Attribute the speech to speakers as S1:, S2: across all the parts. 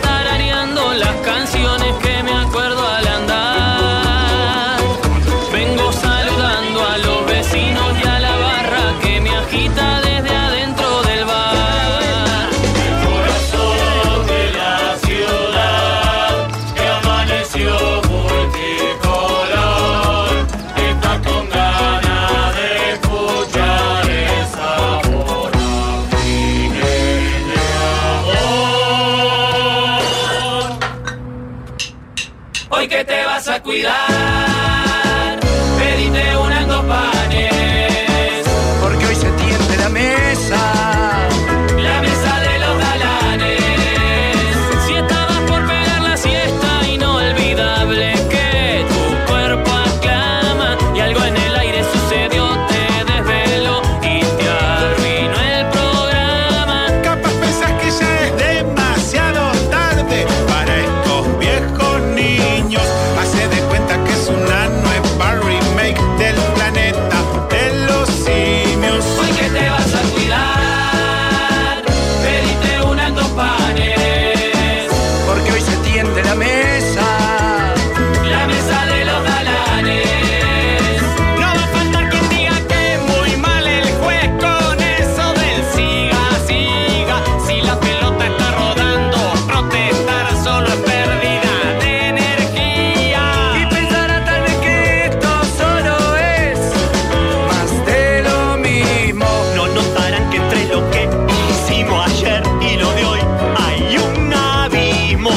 S1: tarareando las canciones que me acuerdo al andar. Vengo saludando a los vecinos y a la barra que me agita desde adentro del bar.
S2: Corazón de la ciudad que amaneció multicolor, está con ganas de escuchar esa voz de amor.
S1: Hoy que te vas a cuidar, pedite unas dos panes,
S3: Porque hoy se tiende la mesa.
S1: la mesa de los galanes. eh. Si estabas por pegar la siesta, inolvidable que tu cuerpo aclama. Y algo en el aire sucedió, te desveló y te arruinó el programa.
S4: Capaz pensás que ya es demasiado tarde para estos viejos niños. Hace de cuenta que es una nueva remake del planeta de los simios.
S1: Hoy que te vas a cuidar, pedite unas dos panes,
S3: Porque hoy se tiende la mesa.
S1: La mesa de los galanes. No va a faltar quien diga que muy mal el juez con eso del siga, siga. Si la pelota está rodando, protestar solo es pérdida
S3: Y
S1: de energía.
S3: pensará tal vez que esto solo es más de lo mismo.
S5: No notarán que entre lo que hicimos ayer y lo de hoy hay un abismo.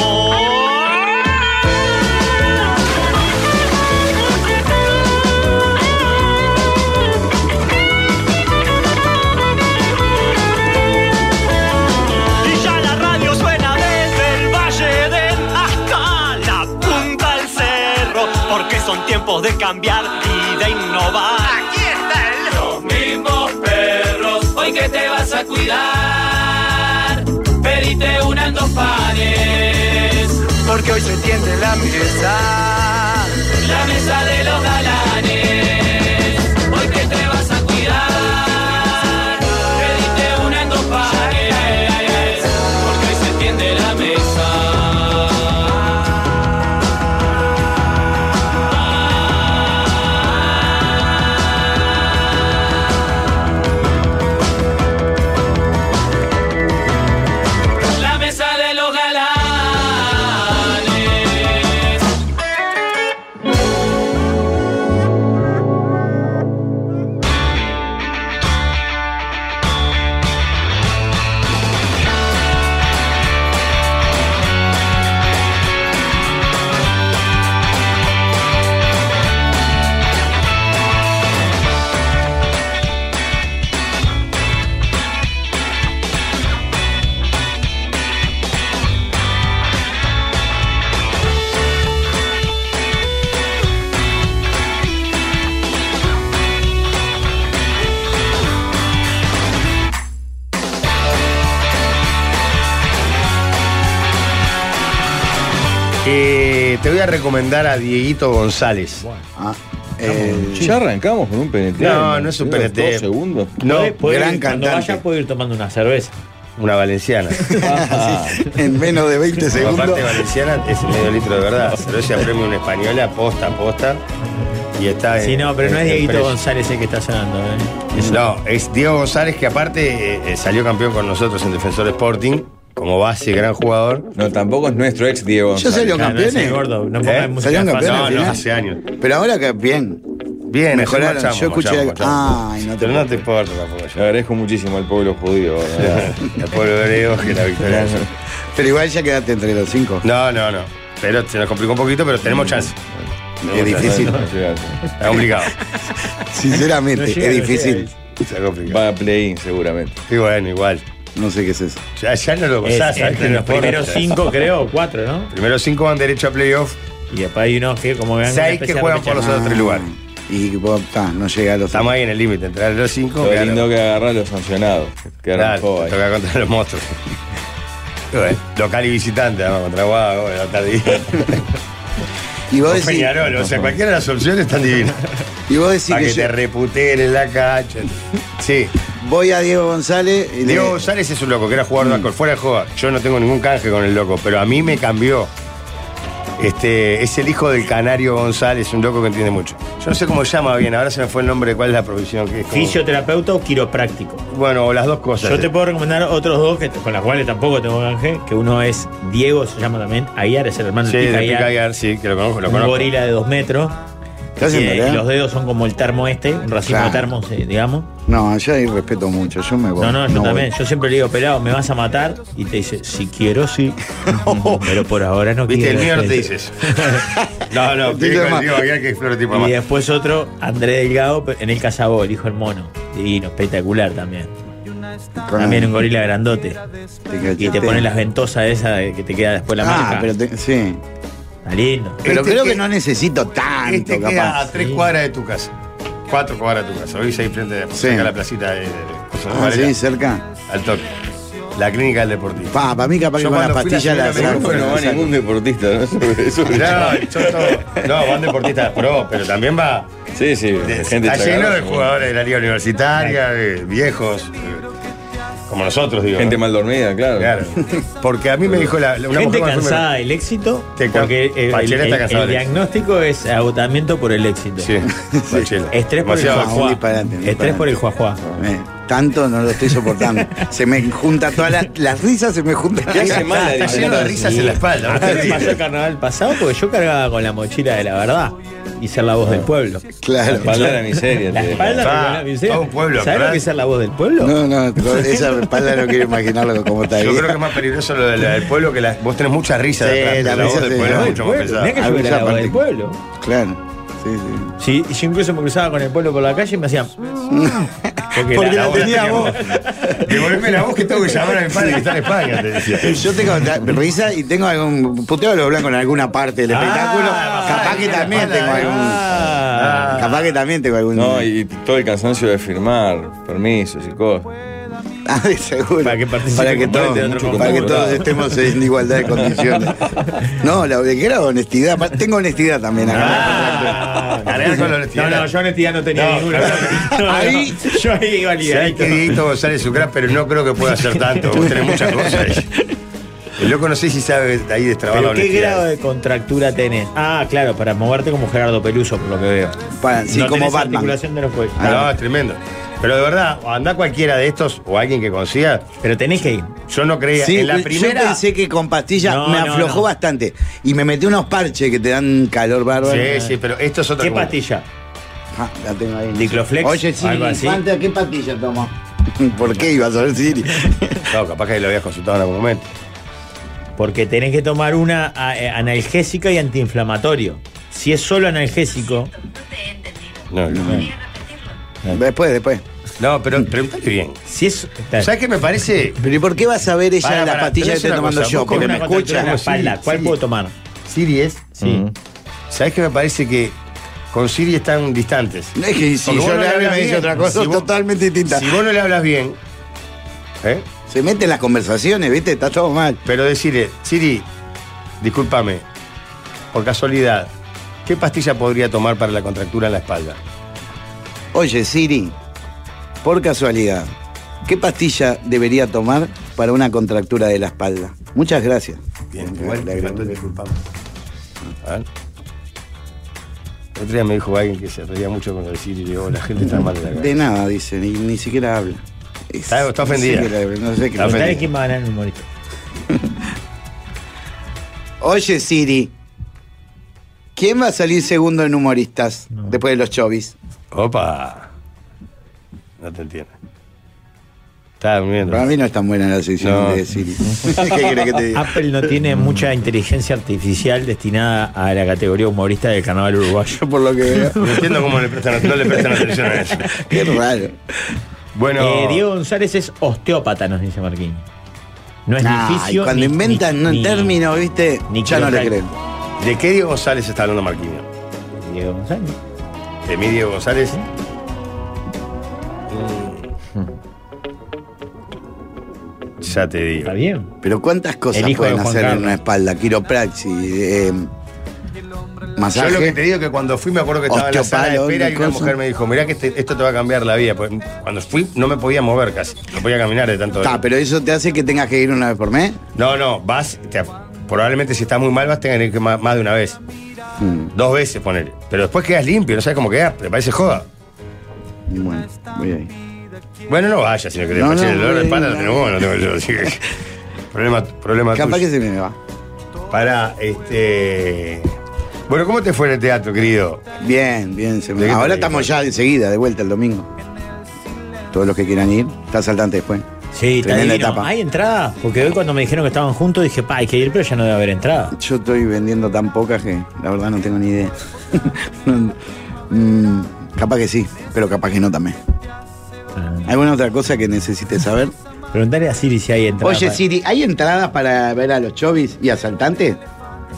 S5: Y ya la radio suena desde el Valle del hasta la punta del cerro, porque son tiempos de cambiar y de innovar.
S2: Los mismos perros
S1: Hoy que te vas a cuidar, pedite unas dos panes.
S3: Porque hoy se tiende la mesa.
S1: La mesa de los galanes, hoy que te vas a cuidar, pediste una en dos pares, porque hoy se tiende la mesa. La mesa de los galanes.
S6: Eh, te voy a recomendar a Dieguito González.
S7: Ah,
S6: Eh,
S8: Ya arrancamos con un PNT.
S6: No, no es un
S8: Dos
S6: PNT.
S8: segundos.
S6: no,
S7: Puede- puede
S6: gran
S7: ir,
S6: cantante.
S7: cuando
S6: Vaya,
S7: vaya,
S8: puedo ir tomando una cerveza.
S6: Una valenciana.
S8: Ah, este
S7: en menos de 20 segundos.
S6: Aparte valenciana es medio litro de verdad. Cerveza Premium Española, posta, posta. Y está en-
S9: Sí, no, pero no es
S6: en- en
S9: Dieguito
S6: precio.
S9: González el que está sonando, ¿eh? Es-
S6: No, es Diego González que aparte eh, eh, salió campeón con nosotros en Defensor Sporting, como base, gran jugador.
S8: no, tampoco es nuestro ex Diego
S7: ¿Ya
S8: González.
S7: salieron
S9: Claro, no es el
S7: campeones?
S9: gordo, no pongan
S6: ¿Eh?
S9: música
S7: Salieron
S9: fácil.
S7: campeones.
S6: No,
S7: al
S6: no,
S7: final.
S6: hace años.
S7: Pero ahora que bien.
S6: Bien,
S7: Mejoraron.
S6: mejor marchamos,
S7: Yo escuché-
S6: marchamos, marchamos.
S7: Ay, no te
S6: Pero no
S7: puedo
S6: te importa tampoco
S8: Ah. Le
S6: yo.
S8: agradezco muchísimo al pueblo judío. ¿verdad?
S6: El pueblo hebreo que la victoria.
S7: Pero igual ya quedaste entre los cinco. Mm.
S6: No, no, no. Pero se nos complicó un poquito, pero tenemos chance.
S7: Es difícil.
S8: No, no llegaste.
S6: Está complicado.
S7: Sinceramente,
S9: No
S7: es
S9: llega, no
S7: difícil.
S6: Está complicado.
S8: Va a play seguramente.
S6: Y bueno, igual.
S7: No sé qué es eso.
S6: Ya, ya no lo
S9: Es
S6: gozás. ¿sabes?
S9: entre
S6: No
S9: los
S6: importa.
S9: primeros cinco, creo, o cuatro, ¿no?
S6: Primeros cinco van derecho a playoff.
S9: Y después hay unos que, como vean,
S6: Seis que juegan por los otros tres lugares.
S7: Ah, Y vos, ta, no llega a los
S6: Estamos ahí en el límite, entrar los cinco.
S8: Lo
S6: quedaron-
S8: lindo que agarrar a los sancionados. Quedaron
S6: Claro,
S8: joven.
S6: toca contra los monstruos. Y bueno, local y visitante, vamos, contra Guado, bueno, está divino.
S7: Y vos
S6: Con
S7: decís,
S6: Peñarol, o sea, cualquiera de las opciones están divinas.
S7: y vos decís
S6: Para
S7: que
S6: que te
S7: yo-
S6: reputen en la cancha. Sí,
S7: voy a Diego González. y le-
S6: Diego González es un loco, que era jugador de Ascol, fuera de joda. Yo no tengo ningún canje con el loco, pero a mí me cambió. Este, es el hijo del canario González, un loco que entiende mucho. Yo no sé cómo se llama bien, ahora se me fue el nombre, cuál es la profesión que es. como-
S9: Fisioterapeuta o quiropráctico.
S6: Bueno, o las dos cosas.
S9: Yo te puedo recomendar otros dos que, con las cuales tampoco tengo canje, que uno es Diego, se llama también Aguiar, es el hermano
S6: Sí,
S9: de
S6: de
S9: Pica
S6: Pica
S9: Aguiar,
S6: Aguiar, sí, que lo conozco, lo
S9: un
S6: conozco.
S9: gorila de dos metros.
S7: ¿Qué hacen,
S9: Y, eh,
S7: Pelea?
S9: y los dedos son como el termo este, un racimo
S7: Claro.
S9: de termos, eh, digamos.
S7: No, yo ahí respeto mucho. Yo me voy.
S9: No, no, yo
S7: voy.
S9: también. Yo siempre le digo, pelado, me vas a matar. Y te dice, si quiero, sí. Pero por ahora no
S6: Viste, el
S9: quiero.
S6: mío no te
S9: este.
S6: dices. No, no,
S7: Dile
S6: Diego
S7: más.
S6: Diego Aguiar que es floretipo
S9: Y
S6: más.
S9: después otro, André Delgado, pero en el Cazabó, el hijo del mono. Divino, espectacular también.
S7: Con-
S9: También un gorila grandote. Y te
S7: cachetea.
S9: ponen las ventosas esas de que te queda después la
S7: Ah,
S9: marca.
S7: pero te- sí.
S9: Está lindo.
S7: Pero
S6: Este
S7: creo
S6: que-
S7: que no necesito tanto,
S6: Este
S7: capaz.
S6: queda a tres
S9: Sí.
S6: cuadras de tu casa. Cuatro cuadras de tu casa. Hoy se frente de
S7: Sí.
S6: acá a la placita de, de- de-
S7: Ah,
S6: Varela,
S7: sí, cerca.
S6: al toque. La clínica del deportivo.
S7: Pa, para mí capaz que
S6: Yo
S7: con las
S6: cuando fui la
S7: pastillas
S6: señora
S7: las
S6: me dijo,
S7: saco,
S8: Bueno, no
S7: las
S8: va
S7: saco.
S8: ningún deportista, ¿no? Eso- eso-
S6: No, yo to- no, van deportistas pro, pero también va.
S8: Sí, sí,
S6: de-
S8: gente
S6: está lleno
S8: chacalosa,
S6: de jugadores de la liga universitaria, de viejos, eh, como nosotros, digo.
S8: Gente
S6: ¿no?
S8: mal dormida, claro.
S6: Claro. Porque a mí me dijo la, la- una
S9: Gente
S6: mujer cuando fue-
S9: cansada del éxito,
S6: Te can-
S9: porque eh, el,
S6: Pachela está
S9: el-
S6: cansada
S9: el
S6: del éxito.
S9: diagnóstico es agotamiento por el éxito.
S6: Sí, Bachela.
S9: Estrés por el
S6: Demasiado.
S7: juego. un
S9: juajuá.
S7: disparate, un
S9: Estrés
S7: disparate.
S9: por el juajuá.
S7: Eh, tanto no lo estoy soportando. se me junta todas las, las risas, se me juntan.
S8: Te hace mal la
S6: Está lleno de
S8: dieta.
S6: risas en la espalda.
S9: A mí me pasó el carnaval pasado porque yo cargaba con la mochila de la verdad y ser la voz del pueblo.
S8: La
S7: Claro.
S8: espalda de la miseria.
S9: La
S8: te-
S9: espalda
S6: Va,
S9: con la miseria.
S6: todo un pueblo,
S9: ¿Sabes
S6: ¿verdad?
S9: lo que es ser la voz del pueblo?
S7: No, no, con esa espalda no quiero imaginarlo como está ahí.
S6: Yo creo que es más peligroso lo de la del pueblo que la- vos tenés mucha risa
S7: Sí,
S6: detrás, pero
S7: la
S6: la voz
S7: risa
S6: del
S7: sí.
S6: pueblo
S9: La
S6: es
S9: voz
S6: mucho
S9: del
S6: más
S9: pueblo. Mirá
S6: pesada.
S9: que
S7: Ah,
S9: yo era la
S7: esa
S9: voz
S7: parte.
S9: del pueblo.
S7: Claro. Sí, sí.
S9: Sí, y yo incluso me cruzaba con el pueblo por la calle y me hacían. Porque,
S7: Porque la
S9: voz
S7: tenía
S9: tenía
S7: vos.
S6: Devolveme la voz que tengo que llamar a mi padre que está en España, te decía.
S7: Yo tengo la- risa y tengo algún puteo a los blancos en alguna parte del espectáculo.
S9: Ah,
S7: capaz que
S6: ah,
S7: también
S6: ah,
S7: tengo algún.
S9: Ah,
S7: Capaz que también tengo algún.
S8: No, y todo el cansancio de firmar, permisos y cosas.
S7: Ah, de seguro.
S9: Para que participe
S7: Para que todos,
S9: completamente de otro
S7: para que
S8: compañero.
S7: todos estemos en igualdad de condiciones. No, la que era honestidad. Pa- Tengo honestidad también acá.
S9: Ah.
S6: Cargar con la honestidad.
S9: No, no, yo honestidad no tenía
S6: No,
S9: ninguna.
S6: claro.
S9: No, no.
S6: Ahí-
S9: yo ahí iba
S6: Sabés
S9: ligadito.
S6: que Dieguito González es un crack, pero no creo que pueda hacer tanto. Vos tenés muchas cosas ahí. El loco no sé si sabe de ahí destrabar la
S9: ¿Pero qué grado de
S6: honestidad.
S9: contractura tenés? Ah, claro, para moverte como Gerardo Peluso, por lo que veo.
S7: Para- sí,
S9: no
S7: como
S9: tenés
S7: Batman.
S9: articulación de los cuellos.
S6: Ah, No, es tremendo. Pero de verdad, anda cualquiera de estos o alguien que consiga.
S9: Pero tenés que ir.
S6: Yo no creía.
S7: Sí,
S6: en la
S7: yo
S6: primera.
S7: pensé que con pastillas
S9: No,
S7: me
S9: no,
S7: aflojó
S9: no.
S7: bastante. Y me metí unos parches que te dan calor bárbaro.
S6: Sí, sí, pero esto es otra
S9: ¿Qué
S6: cosa.
S9: pastilla?
S7: Ah, la tengo ahí.
S9: ¿Dicloflex?
S7: Oye, sí,
S9: ¿Algo así?
S7: Infante, ¿qué pastilla toma? ¿Por qué ibas a ver Siri?
S6: No, capaz que lo habías consultado en algún momento.
S9: Porque tenés que tomar una a- eh, analgésica y antiinflamatorio. Si es solo analgésico,
S6: No, no.
S7: Después, después.
S6: No, pero pregúntale bien.
S9: si es. está-
S6: ¿Sabes qué me parece?
S7: Pero ¿y por qué vas a ver ella
S6: Pará,
S7: las
S6: pará,
S7: pastillas
S6: pero
S7: que
S6: es
S7: estoy
S6: una
S7: tomando
S6: cosa,
S7: yo?
S6: vos
S7: Porque me
S9: una
S7: escucha.
S9: contractura en la espalda, ¿Cuál puedo tomar?
S6: Siri es.
S9: Sí.
S6: ¿Sabes qué me parece que con Siri están distantes?
S7: No es que si
S6: Porque vos
S7: yo
S6: no
S7: le
S6: le
S7: hablo y
S6: hablas
S7: me dice
S6: bien.
S7: otra cosa
S6: Si vos-
S7: totalmente distinta.
S6: Si vos no le hablas bien, ¿eh?
S7: Se mete en las conversaciones, ¿viste? Está todo mal.
S6: pero decirle, Siri, discúlpame, por casualidad, ¿qué pastilla podría tomar para la contractura en la espalda?
S7: Oye, Siri, por casualidad, ¿qué pastilla debería tomar para una contractura de la espalda? Muchas gracias.
S6: Bien,
S7: Le
S6: igual,
S7: agregué.
S6: disculpame. A ver. El otro día me dijo alguien que se reía mucho con lo de Siri y digo, la gente está mal de la
S7: De
S6: cabeza.
S7: nada, dice, ni, ni siquiera habla. Es-
S6: Está- está
S7: ni
S6: ofendida.
S7: siquiera habla, no sé qué
S6: Está
S7: le-
S9: ¿Sabés quién va a ganar el humorista?
S7: Oye, Siri, ¿quién va a salir segundo en humoristas después de los chovis?
S6: Opa. No te entiendo. Está durmiendo.
S7: Para mí no es tan buena la decisión
S6: No.
S7: de Siri. ¿Qué querés que te diga?
S9: Apple no tiene mucha inteligencia artificial destinada a la categoría humorista del carnaval uruguayo.
S7: Yo por lo que veo.
S6: No entiendo cómo le prestan, no le prestan atención a eso.
S7: Qué raro.
S6: Bueno,
S9: Eh, Diego González es osteópata, nos dice Marquín. No es
S7: Nah, y
S9: difícil.
S7: cuando inventan un término, ¿viste?
S9: ni
S7: ya no le creo.
S9: quiropráctico.
S6: ¿de qué Diego González está hablando Marquinhos?
S9: Diego González.
S6: De mí, Diego González. Ya te digo.
S9: Está bien.
S7: Pero cuántas cosas
S9: El hijo de
S7: pueden
S9: Juan
S7: hacer en
S9: Carlos.
S7: una espalda, quiropraxis, eh, masaje.
S6: Yo lo que te digo es que cuando fui me acuerdo que estaba en la sala de
S7: Osteopalo,
S6: espera y una
S7: cosa.
S6: mujer me dijo, mirá que este- esto te va a cambiar la vida. Pues, cuando fui no me podía mover casi, no podía caminar de tanto
S7: Está, pero eso te hace que tengas que ir una vez por mes.
S6: No, no, vas, te- probablemente si estás muy mal vas a tener que ir ma- más, de una vez.
S7: Mm.
S6: Dos veces poner. Pero después quedas limpio, no sabes cómo quedas, te parece joda.
S7: Bueno, voy ahí.
S6: Bueno, no vayas, sino que te
S7: No,
S6: pache
S7: no,
S6: el dolor de
S7: voy,
S6: espalda,
S7: no.
S6: lo tengo vos, no tengo yo. así que- problema problema
S7: Capaz
S6: tuyo.
S7: que se me va.
S6: Para, este. Bueno, ¿cómo te fue en el teatro, querido?
S7: Bien, bien, se
S6: ¿De
S7: me
S6: qué
S7: va. Ahora
S6: te
S7: estamos ya enseguida, de vuelta el domingo. Todos los que quieran ir, está saltante después.
S9: Sí, está
S7: Tremenda
S9: divino.
S7: etapa.
S9: ¿Hay entradas? Porque hoy cuando me dijeron que estaban juntos dije, pa, hay que ir, pero ya no debe haber entrada.
S7: Yo estoy vendiendo tan pocas que la verdad no tengo ni idea. Mm, capaz que sí, pero capaz que no también.
S6: Ah.
S7: ¿Alguna otra cosa que necesites saber?
S9: Preguntarle a Siri si hay entradas.
S7: Oye,
S9: para-
S7: Siri, ¿hay entradas para ver a los chovis y asaltantes?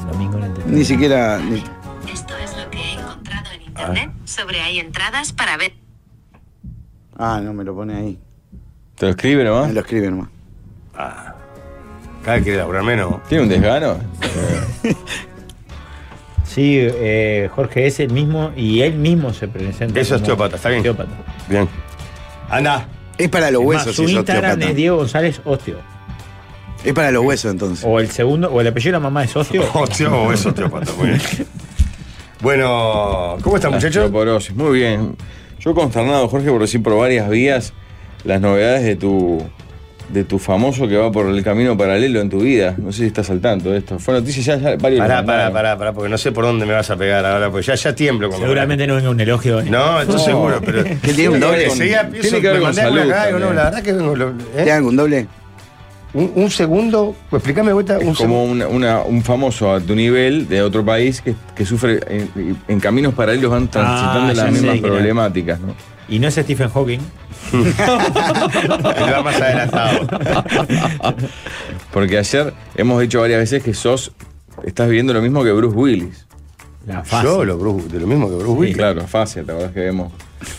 S9: el domingo no te-
S7: Ni siquiera. ni-
S10: Esto es lo que he encontrado en internet sobre hay entradas para ver.
S7: Ah, no, me lo pone ahí.
S8: ¿Te lo escribe nomás?
S7: Me lo escribe nomás.
S9: Ah.
S6: Cada vez que laburar menos.
S8: ¿Tiene un desgano?
S9: Sí, eh, Jorge es el mismo y él mismo se presenta.
S6: Eso es
S9: como
S6: osteópata, está bien.
S9: osteópata.
S8: Bien.
S6: Anda.
S7: Es para los
S9: Es más,
S7: huesos,
S9: su
S7: si sos
S9: Instagram
S7: osteópata.
S9: es Diego González Osteo.
S7: Es para los huesos, entonces.
S9: O el segundo, o el apellido de la mamá es Osteo.
S6: Osteo o es osteopata, muy bien. Bueno, ¿cómo estás, muchachos?
S8: Osteoporosis. Muy bien. Yo consternado, Jorge, por decir por varias vías las novedades de tu, de tu famoso que va por el camino paralelo en tu vida. No sé si estás al tanto de esto. Fue noticia ya, ya varios.
S6: Pará,
S8: lo
S6: pará,
S8: mandaron.
S6: pará, pará, porque no sé por dónde me vas a pegar ahora, porque ya, ya tiemblo. Como
S9: Seguramente no venga un elogio. ¿eh?
S6: No, estoy
S8: No.
S6: seguro, pero.
S7: Que tiene un doble.
S8: con-
S6: Enseguida pienso,
S8: tiene que ver
S6: me
S8: con
S6: mandé alguna
S8: salud
S6: acá, digo, no,
S8: también.
S6: la verdad que vengo. lo- ¿eh?
S7: ¿Te hago un doble?
S6: Un, un segundo, pues explícame de vuelta. Un
S8: Como una- una- un famoso a tu nivel de otro país que, que sufre en, en caminos paralelos van
S6: Ah,
S8: transitando
S9: ya
S8: las
S9: sé
S8: mismas
S9: quién era.
S8: problemáticas. ¿no?
S9: Y no es Stephen Hawking.
S6: segundo. Él va más adelantado.
S8: Porque ayer hemos dicho varias veces que sos, estás viviendo lo mismo que Bruce Willis.
S9: La fase.
S6: Yo lo, Bruce- de lo mismo que Bruce
S8: Sí,
S6: Willis.
S8: claro, fácil, la verdad es que vemos.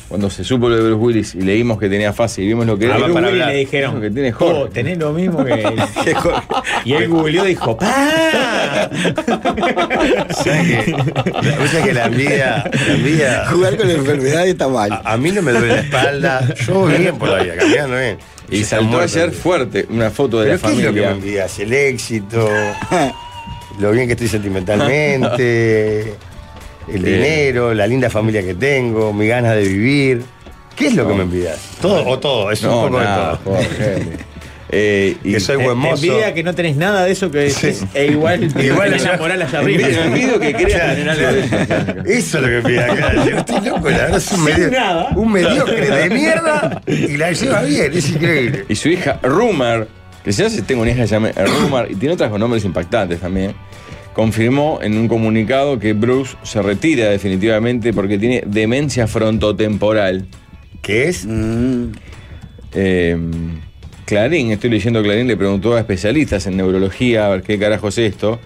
S8: Cuando se supo lo de Bruce Willis y leímos que tenía fácil y vimos lo que
S9: A
S8: era.
S9: Bruce
S6: para
S9: Willis
S6: hablar.
S9: le dijeron,
S8: Lo que tiene Jorge.
S9: "Oh, tenés lo mismo que él".
S8: Que Jorge-
S9: Y él googleó y dijo, ¡pa!
S6: ¿Sabes qué? La cosa es que la envidia. La envidia
S7: Jugar con la enfermedad está mal.
S6: a, a mí no me duele la espalda. Yo voy bien por la vida, ¿eh? caminando bien.
S8: Y
S6: Yo
S8: saltó
S6: muerto.
S8: ayer fuerte una foto de
S6: ¿Pero
S8: la
S6: qué es lo que me
S8: familia.
S6: envidias? El éxito, lo bien que estoy sentimentalmente, el
S8: Eh.
S6: dinero, la linda familia que tengo, mi ganas de vivir. ¿Qué es lo que me envidias? Todo o todo, es un
S8: No,
S6: poco
S8: nada,
S6: de todo.
S8: Jorge. Eh, y
S6: Que soy
S9: Te,
S6: buen
S9: te
S6: mozo.
S9: envidia que no tenés nada de eso que decís,
S6: Sí.
S9: e igual,
S6: Igual
S9: tenés
S6: yo-
S9: la moral allá arriba.
S6: Envidia, envidio que creas
S9: Claro,
S6: tener
S9: claro.
S6: Eso es lo que envidia. claro. Yo estoy loco, la verdad es un,
S9: Sin
S6: medio-
S9: nada.
S6: un mediocre de mierda y la lleva bien, es increíble.
S8: y su hija Rumor, que ya se- tengo una hija que se llama Rumor y tiene otras con nombres impactantes también, confirmó en un comunicado que Bruce se retira definitivamente porque tiene demencia frontotemporal.
S6: ¿Qué es?
S7: Mm,
S8: Eh, Clarín, estoy leyendo Clarín, le preguntó a especialistas en neurología a ver qué carajo es esto.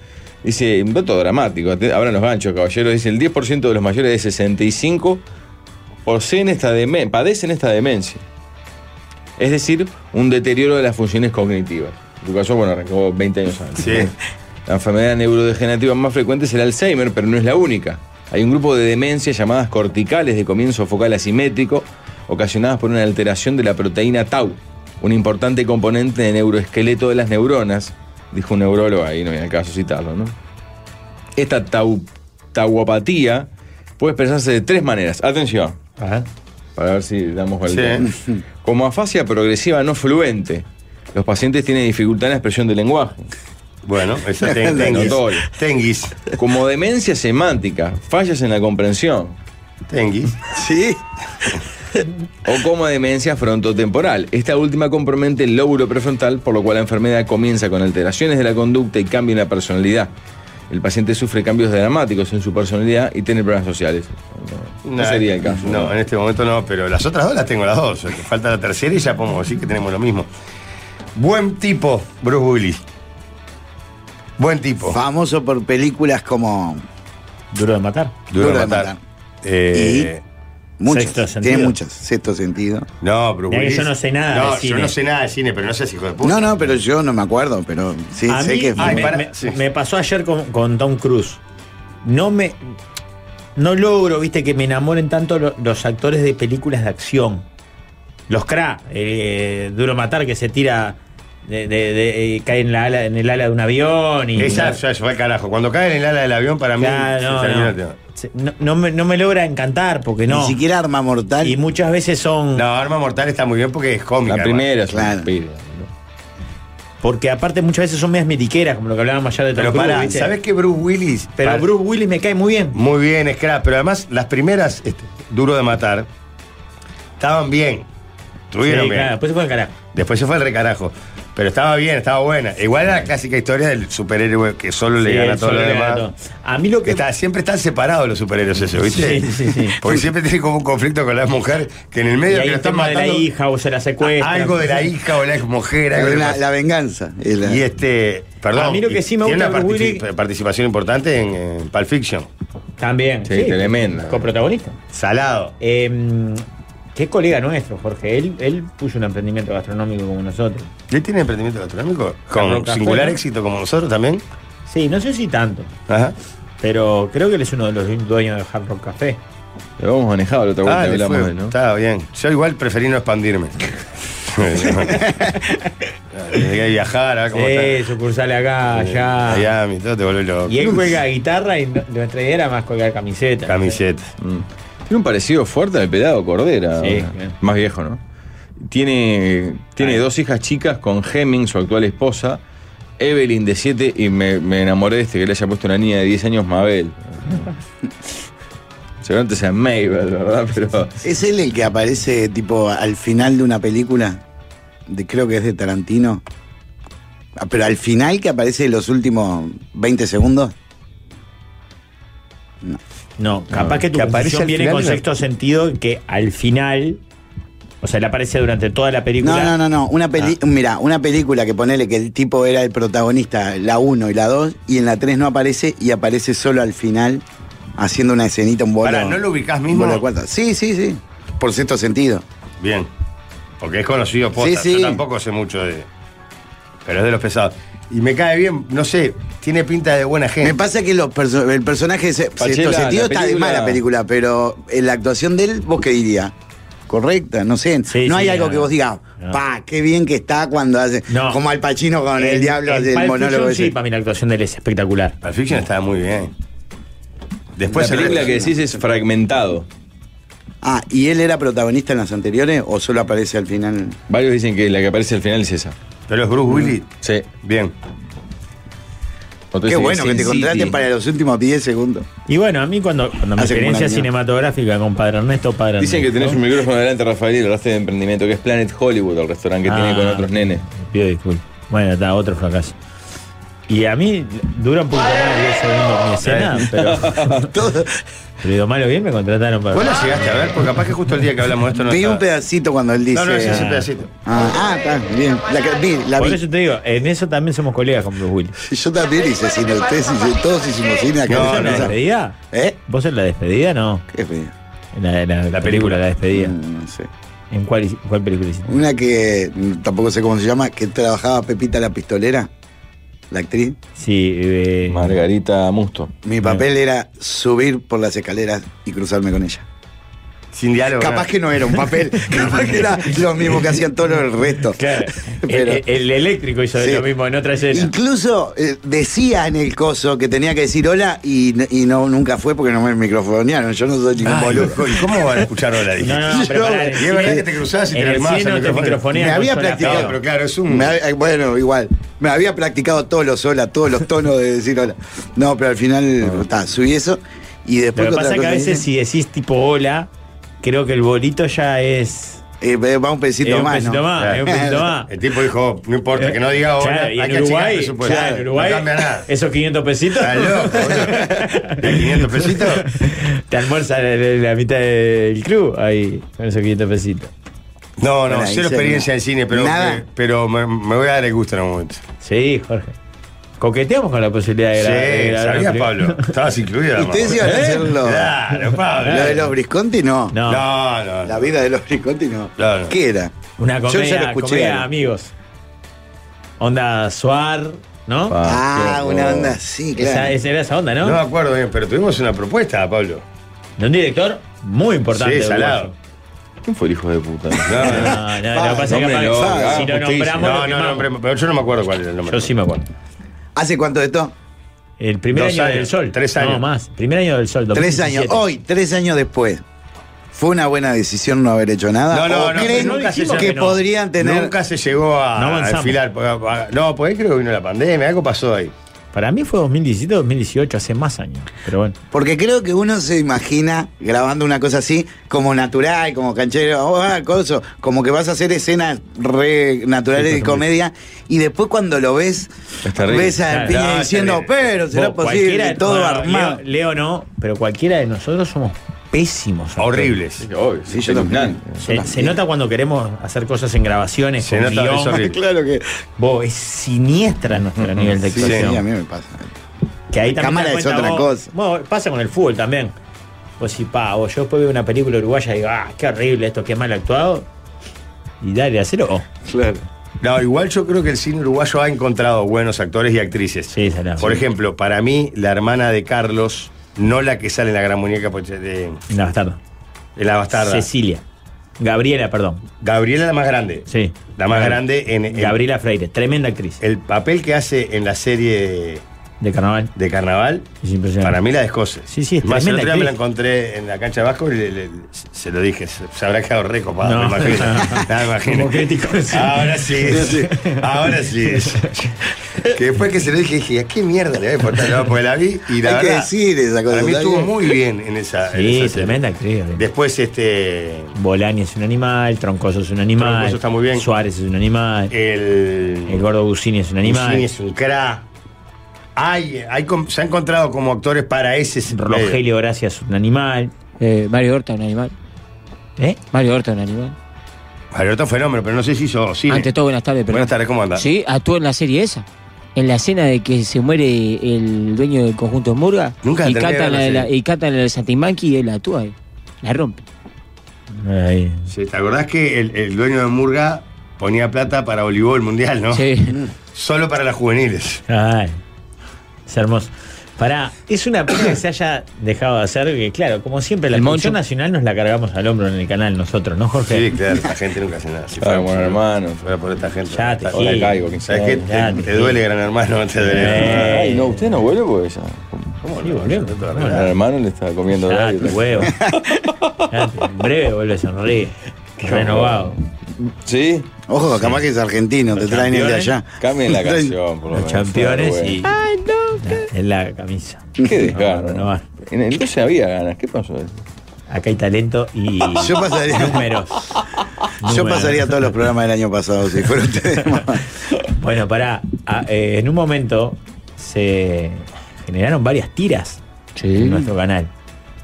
S8: Dice, un dato dramático, ate- abran los ganchos, caballeros. Dice, el 10% de los mayores de 65 poseen esta deme- padecen esta demencia. Es decir, un deterioro de las funciones cognitivas. En tu caso, bueno, arrancó 20 años antes.
S6: Sí.
S8: La enfermedad neurodegenerativa más frecuente es el Alzheimer, pero no es la única. Hay un grupo de demencias llamadas corticales de comienzo focal asimétrico, ocasionadas por una alteración de la proteína tau, un importante componente de neuroesqueleto de las neuronas, dijo un neurólogo ahí, no viene al caso citarlo, ¿no? Esta tau, tauopatía puede expresarse de tres maneras. Atención,
S9: Ajá.
S8: para ver si damos
S6: Sí.
S8: vuelta. Como afasia progresiva no fluente, los pacientes tienen dificultad en la expresión del lenguaje.
S6: Bueno, eso ten- tenguis.
S8: Notorio.
S6: Tenguis.
S8: Como demencia semántica, fallas en la comprensión.
S6: Tenguis.
S7: ¿Sí?
S8: O como demencia frontotemporal. Esta última compromete el lóbulo prefrontal, por lo cual la enfermedad comienza con alteraciones de la conducta y cambio en la personalidad. El paciente sufre cambios dramáticos en su personalidad y tiene problemas sociales. No, no
S6: Nah,
S8: sería el caso.
S6: No, en este momento no, pero las otras dos las tengo las dos. o sea, que Falta la tercera y ya podemos decir que tenemos lo mismo. Buen tipo, Bruce Willis. Buen tipo.
S7: Famoso por películas como.
S9: Duro de matar.
S7: Duro de matar.
S6: Eh,
S7: Muchas.
S9: Sexto sentido.
S7: Tiene muchas. Sexto sentido.
S6: No, Bruce
S9: Mira que
S6: Willis.
S9: yo no sé nada de
S6: No, yo
S9: cine.
S6: no sé nada de cine, pero no seas hijo de puta.
S7: No, no, pero yo no me acuerdo, pero sí
S9: a
S7: sé
S9: mí
S7: que.
S9: me,
S6: para-
S9: me-
S6: sí.
S9: me pasó ayer con, con Tom Cruise. no me. No logro, viste, que me enamoren tanto lo- los actores de películas de acción. Los Kra, eh, Duro Matar, que se tira. De, de- de- eh, cae en, la ala, en el ala de un avión. Y,
S6: Esa ya se fue al carajo. Cuando cae en el ala del avión, para mí.
S9: Claro,
S6: se
S9: no,
S6: terminó
S9: no.
S6: el tema.
S9: Se- no, no me, no me logra encantar, porque no.
S6: Ni
S7: siquiera Arma Mortal.
S9: Y muchas veces son.
S6: No, Arma Mortal está muy bien porque es cómica.
S9: La
S8: primera es
S6: claro.
S9: Porque aparte muchas veces son medias mitiqueras, como lo que hablábamos ayer de Tom
S6: Pero
S9: Cruise,
S6: para,
S9: ¿viste?
S6: ¿sabes qué Bruce Willis?
S9: Pero
S6: Para-
S9: Bruce Willis me cae muy bien.
S6: Muy bien, Scrap. Pero además, las primeras, este, duro de matar, estaban bien. Estuvieron
S9: Sí,
S6: bien.
S9: claro, después se fue al carajo.
S6: Después se fue al recarajo. Pero estaba bien, estaba buena. Igual era la clásica historia del superhéroe que solo le
S9: Sí,
S6: gana a
S9: él
S6: todo
S9: solo
S6: lo
S9: le gana
S6: demás.
S9: A mí lo
S6: que. Está, siempre están separados los superhéroes, eso, ¿viste?
S9: Sí, sí, sí.
S6: Porque siempre tienen como un conflicto con la mujer que en el
S9: Y
S6: medio
S9: ahí
S6: que lo
S9: el
S6: están
S9: tema de
S6: matando.
S9: la hija o se la secuestra.
S6: Algo de la hija o la mujer.
S7: La- la venganza.
S6: Y este, perdón.
S9: A mí lo que
S6: y
S9: sí me
S6: tiene
S9: gusta
S6: una
S9: de Bruce
S6: partici- participación importante en, en Pulp Fiction.
S9: También.
S6: Sí, tremenda.
S9: Coprotagonista.
S6: Salado.
S9: Eh, que es colega nuestro, Jorge. Él, él puso un emprendimiento gastronómico como nosotros.
S6: ¿Él tiene emprendimiento gastronómico? Con
S9: Roca
S6: singular
S9: Fuera.
S6: éxito como nosotros también.
S9: Sí, no sé si tanto.
S6: Ajá.
S9: Pero creo que él es uno de los dueños de Hard Rock Café.
S8: Lo hemos manejado la otra
S6: Ah,
S8: vuelta
S6: le
S8: que hablamos
S6: fue.
S8: de él, ¿no?
S6: Está bien. Yo igual preferí no expandirme. Llegué a viajar, a ver cómo
S9: Sí,
S6: está.
S9: sucursales acá,
S6: Eh,
S9: allá.
S6: Miami, todo te vuelve loco.
S9: Y él juega guitarra y no- nuestra idea era más colgar camiseta.
S6: Camiseta.
S8: Mm. Tiene un parecido fuerte al pelado Cordera.
S9: Sí,
S8: ahora.
S9: claro.
S8: Más viejo, ¿no? Tiene, tiene dos hijas chicas con Hemming, su actual esposa. Evelyn de 7 y me, me enamoré de este que le haya puesto una niña de 10 años, Mabel. Seguramente sea Mabel, ¿verdad? Pero
S7: ¿Es él el que aparece tipo al final de una película? De, creo que es de Tarantino. Ah, Pero al final que aparece en los últimos 20 segundos.
S9: No, capaz
S7: No,
S9: que tu
S7: que aparece
S9: confusión
S7: al
S9: viene
S7: final
S9: con
S7: de la-
S9: sexto sentido que al final, o sea, él aparece durante toda la película. Ah.
S7: No, no, no, no. Una
S6: Ah.
S7: peli Mira, una película que ponele que el tipo era el protagonista, la 1 y la 2, y en la 3 no aparece y aparece solo al final haciendo una escenita, un bolo.
S6: Pará, ¿no lo ubicás
S7: un
S6: mismo?
S7: bolo de cuarta. Sí, sí, sí. Por sexto sentido.
S6: Bien. Porque es conocido posta.
S7: Sí, sí.
S6: Yo tampoco sé mucho de. Pero es de los pesados. Y me cae bien, no sé, tiene pinta de buena gente.
S7: Me pasa que los perso- el personaje de se-
S6: Pachela,
S7: sexto
S6: la
S7: sentido está de
S6: película-
S7: mala película, pero en la actuación de él, ¿vos qué dirías? Correcta, no sé. no
S9: sí,
S7: hay algo
S9: no,
S7: que vos digas,
S9: no.
S7: pa, qué bien que está cuando hace.
S9: No.
S7: Como Al Pacino con el,
S9: En-
S7: diablo
S9: en
S7: del
S9: Pulp
S7: monólogo
S9: Fiction,
S7: ese.
S9: Sí, para mí la actuación de él es espectacular.
S6: Pulp Fiction estaba muy bien. Después
S8: la
S6: el
S8: película
S6: resto.
S8: que decís es fragmentado.
S7: Ah, ¿y él era protagonista en las anteriores o solo aparece al final?
S8: Varios dicen que la que aparece al final es esa.
S6: Pero es Bruce Willis.
S8: Sí.
S6: Bien.
S7: Qué bueno que te contraten para los últimos 10 segundos.
S9: Y bueno, a mí cuando, cuando mi
S7: Hace como un
S9: experiencia
S7: año.
S9: cinematográfica con Padre Ernesto, Padre
S8: Dicen que
S9: Ernesto,
S8: tenés un micrófono delante, Rafael, y hablaste de emprendimiento, que es Planet Hollywood, el restaurante que
S9: Ah.
S8: tiene con otros nenes.
S9: Pido disculpas. Bueno, está, otro fracaso. Y a mí dura un poquito más de 10 segundos mi escena, pero. pero digo, malo bien me contrataron para.
S6: Vos la llegaste a ver, porque capaz que justo el día que hablamos de esto no.
S7: vi
S6: estaba.
S7: un pedacito cuando él dice.
S6: No, no, es ese pedacito.
S7: Ah, ah, está, bien. La, que- vi, la
S9: Por
S7: vi.
S9: eso te digo, en eso también somos colegas con Bruce Willis.
S7: Yo también hice cine, ustedes hice- todos hicimos cine acá.
S9: ¿Vos
S7: en
S9: en la
S7: esa-
S9: despedida?
S7: ¿Eh?
S9: ¿Vos en la despedida no?
S7: ¿Qué despedida?
S9: En la, en la- la película, la despedida.
S7: No, no sé.
S9: ¿En cuál, hici- cuál película hiciste?
S7: Una que mm, tampoco sé cómo se llama, que trabajaba Pepita la pistolera, la actriz.
S9: Sí, eh,
S8: Margarita Musto.
S7: Mi papel era subir por las escaleras y cruzarme con ella.
S6: Sin diálogo.
S7: Capaz que no era un papel, capaz que era lo mismo que hacían todos los restos.
S9: Claro.
S7: Pero-
S9: el, el eléctrico hizo
S7: Sí.
S9: lo mismo en otra escena.
S7: Incluso eh, decía en el coso que tenía que decir hola y, n- y no nunca fue porque no me microfonearon. Yo no soy ningún
S6: Ay,
S7: boludo.
S6: loco, ¿y ¿Cómo van a escuchar ahora?
S9: No, no, no, pero
S7: Yo-
S9: pará, en el
S6: Y es verdad
S9: cine-
S6: que te cruzás y te
S9: en el
S6: armás
S9: cine no
S6: al
S9: te
S6: micrófono.
S9: microfonean
S7: Me había
S9: con sola
S7: practicado,
S9: feo.
S6: Pero claro, es un.
S7: Me había- eh, bueno, igual. Me había practicado todos los hola, todos los tonos de decir hola. No, pero al final ta, subí eso y después.
S9: Ah. Lo
S7: otra
S9: que pasa es que a
S7: cosa
S9: veces si decís tipo hola, creo que el bolito ya es.
S7: Eh, va un
S9: es
S7: pesito
S9: un
S7: más.
S9: pesito
S7: ¿no?
S9: más, es un pesito más. Eh,
S6: El tipo dijo, no importa, que no diga ahora.
S9: Claro, y en
S6: hay que achicar el
S9: Uruguay,
S6: presupuesto.
S9: claro, en Uruguay,
S6: No cambia nada.
S9: esos 500 pesitos
S6: Está loco, boludo. ¿De 500 pesitos?
S9: te almuerzan en la mitad del club ahí con esos 500 pesitos.
S6: No, no,
S7: Bueno, ahí
S6: cero
S7: se-
S6: experiencia en cine, pero,
S7: Nada.
S6: pero me, me voy a dar el gusto en un momento.
S9: Sí, Jorge. Coqueteamos con la posibilidad de
S6: Sí,
S9: grabar. de grabar ¿Eh? una
S6: sabías,
S9: película.
S6: Pablo. Estabas incluido. además.
S7: Ustedes iban a hacerlo.
S6: Claro, Pablo.
S7: Lo de los Brisconti no.
S9: No,
S6: No, no.
S7: La vida de los Brisconti no.
S6: Claro.
S7: ¿Qué era?
S9: una
S7: Yo ya lo
S9: comedia,
S7: escuché.
S9: comedia de amigos. Onda Suar, ¿no?
S7: Ah, una onda así, claro.
S9: Esa, esa era esa onda, ¿no?
S6: No me acuerdo bien, pero tuvimos una propuesta, Pablo.
S9: De un director muy importante.
S6: Sí, salado.
S9: uruguayo.
S8: ¿Quién fue el hijo de puta?
S6: No, no, no.
S9: No, no, lo que pasa es que
S8: Hombre,
S9: capaz-
S8: no, hagamos
S7: ah,
S9: si lo
S8: ah, justicia.
S9: nombramos. lo
S6: No, no, no,
S9: quemamos.
S6: pero- pero yo no me acuerdo cuál era el nombre.
S9: Yo sí me acuerdo.
S7: ¿Hace cuánto de esto?
S9: El primer
S6: Dos
S9: año
S6: años,
S9: del sol.
S6: tres años.
S9: No, más. Primer año del sol.
S7: Tres
S9: 2017.
S7: años. Hoy, tres años después. ¿Fue una buena decisión no haber hecho nada?
S6: No, no,
S7: ¿O
S6: no,
S7: creen
S6: pero nunca se
S7: que,
S6: sabe
S9: que no.
S7: podrían tener.
S6: Nunca se llegó a,
S9: No avanzamos.
S6: a enfilar. porque- a- No, pues ahí creo que vino la pandemia, algo pasó ahí.
S9: Para mí fue 2017, 2018, hace más años. Pero bueno.
S7: Porque creo que uno se imagina grabando una cosa así como natural, como canchero, oh, ah, coso, como que vas a hacer escenas re naturales de comedia y después cuando lo ves,
S8: Es terrible.
S7: ves a
S9: Claro.
S7: Piña
S6: No, es
S7: diciendo,
S6: terrible.
S7: pero será
S9: Vos, cualquiera-
S7: posible, todo
S9: bueno,
S7: armado.
S9: Leo, Leo no, pero cualquiera de nosotros somos pésimos. actores.
S6: Horribles.
S8: Obvio,
S7: Sí, yo también.
S9: Se, se nota cuando queremos hacer cosas en grabaciones,
S6: Se
S9: con
S6: nota, es
S9: guión.
S6: horrible.
S7: Claro que
S9: Vos, es siniestra nuestro nivel de
S7: sí,
S9: actuación.
S7: sí, a mí me pasa.
S9: Que ahí
S7: La
S9: también
S7: cámara
S9: te das
S7: es
S9: cuenta
S7: otra
S9: vos-
S7: cosa.
S9: Bueno, pasa con el fútbol también. Vos si pa, vos, yo después veo una película uruguaya y digo, ah, qué horrible esto, qué mal actuado. Y dale, hacelo. Oh,
S7: Claro.
S6: No, igual yo creo que el cine uruguayo ha encontrado buenos actores y actrices.
S9: Sí, será.
S6: Por ejemplo, para mí, la hermana de Carlos, no la que sale en la gran muñeca pues, de,
S9: No, bastardo.
S6: de la bastarda.
S9: Cecilia. Gabriela, perdón.
S6: Gabriela la más grande.
S9: Sí.
S6: La más grande eh, en, en-
S9: Gabriela Freire, tremenda actriz
S6: el papel que hace en la serie
S9: de carnaval.
S6: de carnaval.
S9: Es impresionante.
S6: Para mí la descoce.
S9: Sí, sí, es
S6: Más el
S9: tremenda
S6: otro día me la
S9: actriz.
S6: encontré en la cancha de Vasco y le- le- se lo dije. Se, se habrá quedado re copado,
S9: No.
S6: me imagino. Nada, me imagino.
S9: Como crítico, sí.
S6: Ahora sí es. Ahora sí es. Que después que se lo dije, dije, ¿a qué mierda le voy a importar? No, porque la vi y la
S7: Hay que
S6: verdad,
S7: decir esa cosa.
S6: Para mí
S7: está
S6: estuvo
S7: bien.
S6: muy bien en esa. en
S9: Sí,
S6: esa serie.
S9: tremenda actriz.
S6: Después, este.
S9: Bolani es un animal, Troncoso es un animal.
S6: Troncoso está muy bien.
S9: Suárez es un animal.
S6: El.
S9: el gordo Busini es un animal.
S6: Busini es un cra. Hay, hay com- se ha encontrado como actores para ese.
S9: Rogelio Gracia es un animal.
S11: Eh, Mario Horta, un animal.
S9: ¿Eh?
S11: Mario Horta, un animal.
S6: Alberto Fenómeno, pero no sé si hizo cine.
S11: Ante todo, buenas tardes. perdón.
S6: Buenas tardes, ¿cómo andas?
S11: Sí, actuó en la serie esa. En la escena de que se muere el dueño del conjunto Murga.
S6: Nunca la
S11: y
S6: terminé de
S11: cantan
S6: ver
S11: la,
S6: la
S11: de la-
S6: serie.
S11: y cantan la de Santimanqui y él actúa. ahí. La rompe.
S9: Ahí.
S6: Sí, ¿Te acordás que el, el dueño de Murga ponía plata para voleibol mundial, no?
S11: Sí.
S6: Solo para las juveniles.
S9: Ay, es hermoso. Pará, es una pena que se haya dejado de hacer, que claro, como siempre, la
S11: El
S9: función
S11: Moncho.
S9: nacional nos la cargamos al hombro en el canal nosotros, ¿no, Jorge?
S6: Sí, claro, la gente nunca hace nada. Si
S8: Claro, bueno, hermano.
S6: si fuera por esta gente.
S9: Ya te
S6: Ahora
S9: gil.
S6: caigo, que ¿Sabes qué?
S9: Ya
S6: Te,
S9: te
S6: te
S9: gil.
S6: duele, gran hermano, te duele.
S9: Eh.
S8: Ay, no, usted no vuelve porque ya.
S6: ¿Cómo
S9: Sí,
S6: no?
S9: boludo.
S6: Yo trato de
S8: El
S6: arreglar.
S8: hermano le está comiendo
S9: Ya,
S8: daño.
S9: tu huevo. Ya, en breve vuelve a sonreír. Renovado.
S8: Sí,
S7: Ojo, capaz que es argentino, te traen el de
S9: campeones.
S7: allá.
S8: cambien la
S7: Te traen-
S8: canción, por lo
S9: Los
S8: menos.
S9: campeones y.
S8: Claro,
S9: Ya, en la camisa.
S8: bueno. Qué
S9: No,
S8: desgarro.
S9: no va.
S8: En el 12 había ganas. ¿Qué pasó?
S9: Acá hay talento y.
S7: Yo pasaría-
S9: Números.
S7: Yo
S9: Números.
S7: pasaría todos los programas del año pasado si fuera ustedes.
S9: Bueno, pará. Ah, eh, en un momento se generaron varias tiras en
S11: Sí.
S9: nuestro canal.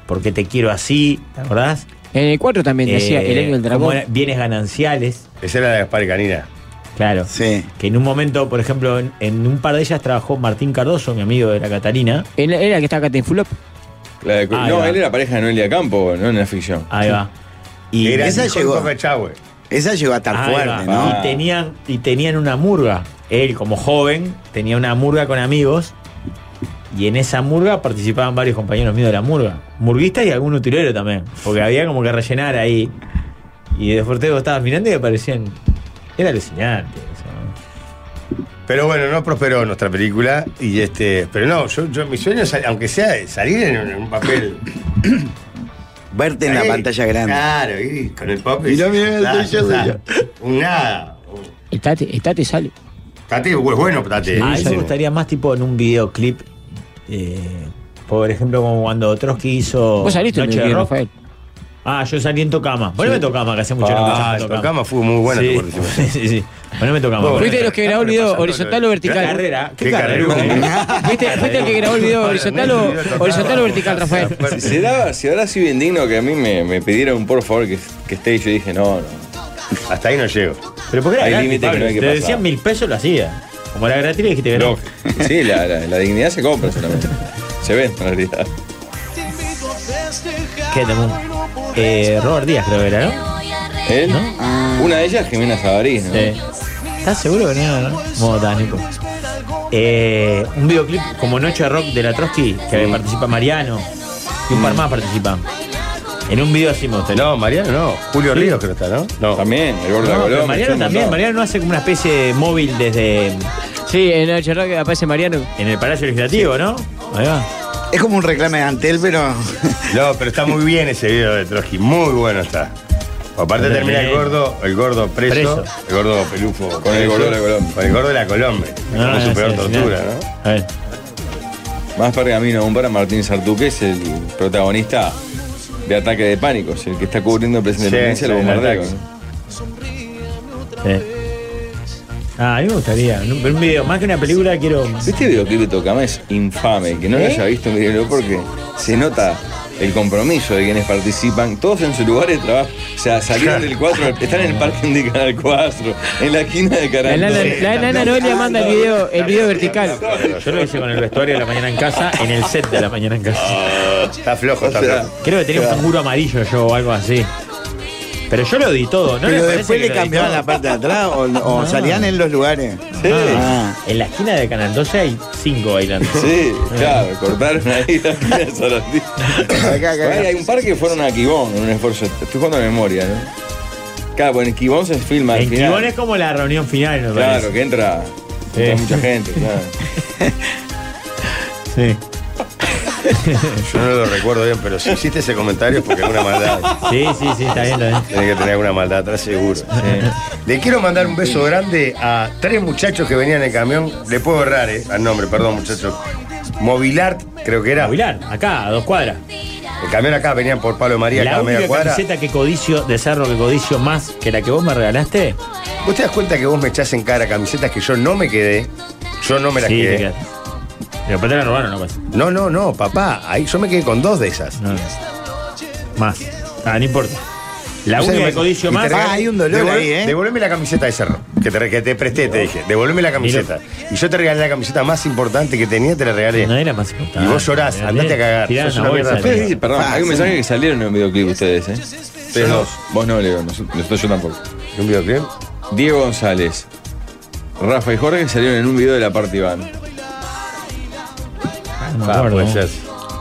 S9: Porque te quiero así, ¿te acordás?
S7: Eh,
S11: En el 4 también decía
S9: Eh,
S11: El año del
S9: ¿cómo
S11: dragón.
S9: era? Bienes gananciales,
S6: Esa era la de Gaspar y Canina.
S9: claro.
S7: Sí.
S9: Que en un momento, por ejemplo, en, en un par de ellas trabajó Martín Cardoso, mi amigo de la Catalina.
S11: Él él era el que estaba acá en Fulop.
S8: La de-
S9: Ah,
S8: no,
S9: ya.
S8: él era pareja de Noelia Campo, no en la ficción.
S9: Ahí va. Y
S6: Era
S7: esa
S6: Nico y
S7: llegó.
S6: Coca Chahue.
S7: Esa llegó a estar
S9: Ahí va.
S7: fuerte, ¿no?
S9: Y tenían, y tenían una murga. Él, como joven, tenía una murga con amigos. Y en esa murga participaban varios compañeros míos de la murga. Murguistas y algún utilero también. Porque había como que rellenar ahí. Y después te estabas mirando y aparecían. Era alucinante. eso, ¿no?
S6: Pero bueno, no prosperó nuestra película. Y este, pero no, yo, yo- mi sueño es, sal- aunque sea de salir en un, en un papel.
S7: Verte en la
S6: Ahí,
S7: pantalla grande.
S6: Claro, ir con el pop. y-
S7: Mirá, mirá,
S6: Claro,
S7: estoy yo,
S6: claro. Un nada. un-
S11: Estate, estate, sale.
S6: Tate es bueno, Tate.
S9: A mí
S6: Sí.
S9: me gustaría más tipo en un videoclip. eh, por ejemplo, como cuando Trotsky hizo.
S11: Vos saliste en
S9: Noche
S11: el
S9: de
S11: video,
S9: Rock.
S11: Rafael.
S9: Ah, yo salí en Tocama. Bueno, me Tocama, que hace mucho que no
S6: Ah,
S9: escuchamos
S6: el Tocama fue muy buena tu
S9: sí.
S6: participación.
S9: sí, sí. Bueno, me Tocama.
S6: Bueno,
S11: Fuiste de los que grabó el video horizontal o
S9: ¿Qué
S11: vertical.
S9: carrera?
S6: Qué carrera.
S11: ¿Fuiste, fuiste el que grabó el video horizontal o, horizontal o vertical, Rafael.
S8: Se daba, se dará así bien digno que a mí me, me pidieron por favor que, que esté y yo dije, no, no.
S6: Hasta ahí no llego.
S9: Pero porque era
S8: Hay
S9: gratis,
S8: límites que
S9: Pablo.
S8: no hay que
S9: Te
S8: pasar.
S9: decían mil pesos, lo hacía. Como era gratis, le dijiste que no.
S8: Sí, la, la- la dignidad se compra solamente. Se ve en realidad.
S9: ¿Qué tenemos? Eh, Robert Díaz, creo que era, ¿no?
S6: ¿Eh?
S8: ¿Él?
S9: ¿No?
S8: Una de ellas, Jimena Sabarís, ¿no?
S9: Sí. ¿Estás seguro que no? era, ¿no? Modo tánico. pues. eh, un videoclip como Noche de Rock de la Trotsky, que participa Mariano, y un par más participan. En un video así me gustaría.
S6: No, Mariano no. Julio Ríos creo que está, ¿no? No.
S8: También, el gordo
S9: No, pero Mariano también, Mariano no hace como una especie de móvil desde.
S11: Sí, en Noche Rock aparece Mariano.
S9: En el Palacio Legislativo, ¿no? Ahí va.
S7: Es como un reclame de Antel, pero.
S6: No, pero está muy bien ese video de Trotsky, muy bueno está. Aparte
S8: Bien.
S6: termina el gordo, el gordo preso,
S8: Preso.
S6: el gordo pelufo.
S8: Con el gordo de la Colombia.
S6: Con el gordo de la Colombia.
S9: Ah,
S8: No,
S6: Como su
S8: no, sí,
S6: peor
S8: al
S6: tortura,
S8: final.
S6: ¿no?
S9: A ver.
S8: Más pergamino aún para Martín Sartuque, es el protagonista de Ataque de Pánico, es el que está cubriendo el presidente de la
S9: Sí,
S8: provincia, lo
S9: sí, el
S8: bombardeo.
S9: ataque. Ah, a mí me gustaría. Un un video, más que una película, quiero.
S8: Este videoclip de Tocama es infame, que no lo
S9: ¿Eh?
S8: haya visto, mírenlo, porque se nota el compromiso de quienes participan, todos en su lugar de trabajo, o sea, salieron del 4, están en el parking de Canal 4, en la esquina de
S11: La
S8: Canal
S11: nana, la nana Noelia manda el video, el video vertical.
S9: Yo lo hice con el vestuario de la mañana en casa, en el set de la mañana en casa.
S6: está flojo,
S9: está flojo. Creo que tenía un canguro amarillo yo o algo así. Pero yo lo di todo, ¿no? les
S7: pero
S9: parece
S7: después le
S9: que lo di
S7: cambiaban
S9: todo?
S7: la parte de atrás o, o
S9: Ah.
S7: salían en los lugares.
S8: Sí.
S9: Ah, En la esquina de Canal 12 hay cinco bailando.
S8: Sí, claro, cortaron ahí la esquina de Sarandí. Ay, Hay un par que fueron a Quibón en un esfuerzo, estoy jugando a memoria, ¿no? Claro, pues en Quibón se filma al
S9: En
S8: final.
S9: Quibón es como la reunión final, me
S8: Claro,
S9: parece.
S8: que entra, ah, entra
S9: Eh.
S8: mucha gente, claro.
S9: Sí.
S6: Yo no lo recuerdo bien, pero si hiciste ese comentario es porque alguna maldad.
S9: Sí, sí, sí, está bien, está bien.
S6: Tiene que tener alguna maldad atrás seguro. Le quiero mandar un beso grande a tres muchachos que venían en el camión. Le puedo errar, eh, al nombre, perdón, muchachos. Movilart, creo que era.
S9: Movilart, acá, a dos cuadras.
S6: El camión acá venían por Palo de María, acá
S9: la
S6: a
S9: única
S6: media cuadra.
S9: camiseta que codicio, de cerro que codicio más que la que vos me regalaste.
S6: ¿Vos te das cuenta que vos me echás en cara camisetas que yo no me quedé? Yo no me las
S9: Sí, te
S6: quedé.
S9: quedaste. Pero para te la robaron, no pasa.
S6: No, no, no, papá. Ahí yo me quedé con dos de esas.
S9: Más. Ah, no importa. La
S6: O sea,
S9: única
S6: me-
S9: que codicio
S6: y te
S9: más.
S6: regalé- devol- Devolveme la camiseta de cerro. Que te, re- que te presté, te dije. Devolveme la camiseta. Y yo te regalé la camiseta más importante que tenía, te la regalé.
S9: No era más importante.
S6: Y vos llorás,
S9: Regalé,
S6: andate a cagar.
S9: tirá
S6: Sos
S9: una
S6: una
S9: bolsa
S6: mierda.
S9: de
S6: de
S9: mierda.
S6: mierda.
S8: Perdón, hay un
S6: Fácil.
S8: mensaje que salieron en el videoclip ustedes, ¿eh? Ustedes dos. Vos no, Leo, nosotros, nosotros yo tampoco.
S6: ¿En un videoclip?
S8: Diego González, Rafa y Jorge salieron en un video de la party van.
S9: me
S12: Ah,
S9: acuerdo.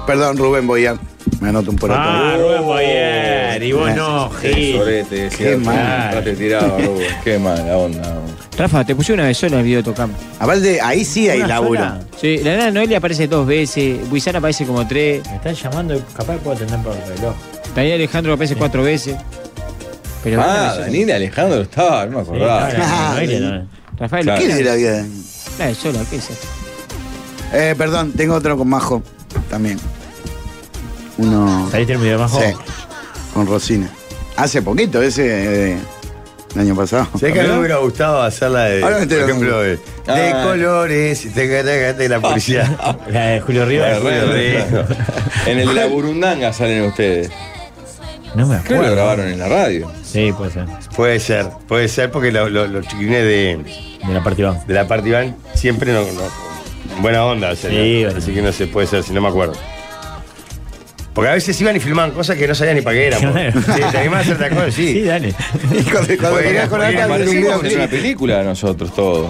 S7: Perdón, Rubén Boyar. Me anoto un poroto.
S9: Ah, Rubén Boyer. Y vos no,
S8: Qué
S9: Gil.
S8: sorete,
S7: Qué mal.
S8: "Ah, Te tirado, Rubén. Qué mala onda.
S11: Rafa, te puse una vez sola el video de Tocama.
S7: Aparte, ahí sí hay
S9: ¿Una
S7: laburo.
S9: sola?
S11: Sí, la nana Noelia aparece dos veces, Buizana aparece como tres,
S9: Me están llamando, capaz puedo atender por el reloj.
S11: Daniel Alejandro aparece cuatro veces. Pero
S8: Ah, Daniel Alejandro estaba, no me acordaba.
S9: Sí, estaba en el aire,
S7: Ah,
S11: Rafael,
S8: Claro.
S7: ¿Qué es de la vida?
S11: la de sola, ¿qué Ah, es eso?
S7: Eh, perdón, tengo otro con Majo también. Uno.
S9: ¿Saliste en un video más
S7: Sí,
S9: joven?
S7: con Rosina. Hace poquito, ese eh, el año pasado.
S6: Sé que a mí me hubiera gustado hacerla de, por
S7: Ahora me estoy
S6: ejemplo, de, de
S8: Ah.
S6: colores, te cagaste la publicidad.
S9: La de Julio
S8: Ah,
S9: Rivas.
S8: Rubén,
S6: Rubén.
S8: claro. En el de la Burundanga salen ustedes.
S9: No me
S8: Creo que lo
S9: acuerdo.
S8: grabaron en la radio.
S9: Sí, puede ser.
S6: Puede ser, puede ser porque lo- lo- los chiquines de,
S9: De la partida.
S6: de la parte van siempre no, no- buena onda, o sea,
S9: Sí,
S6: ¿no?
S9: bueno.
S6: así que no se puede ser, si no me acuerdo. Porque a veces iban y filmaban cosas que no sabían ni para qué eran. po. Sí, ¿Te animás a hacer tal cosa?
S9: Sí,
S6: Sí.
S9: dale.
S7: Y cuando- cuando
S6: Bueno,
S7: querías acordarte,
S6: bueno,
S7: haces un
S8: Parecimos en
S7: videoclip.
S8: una película nosotros todos.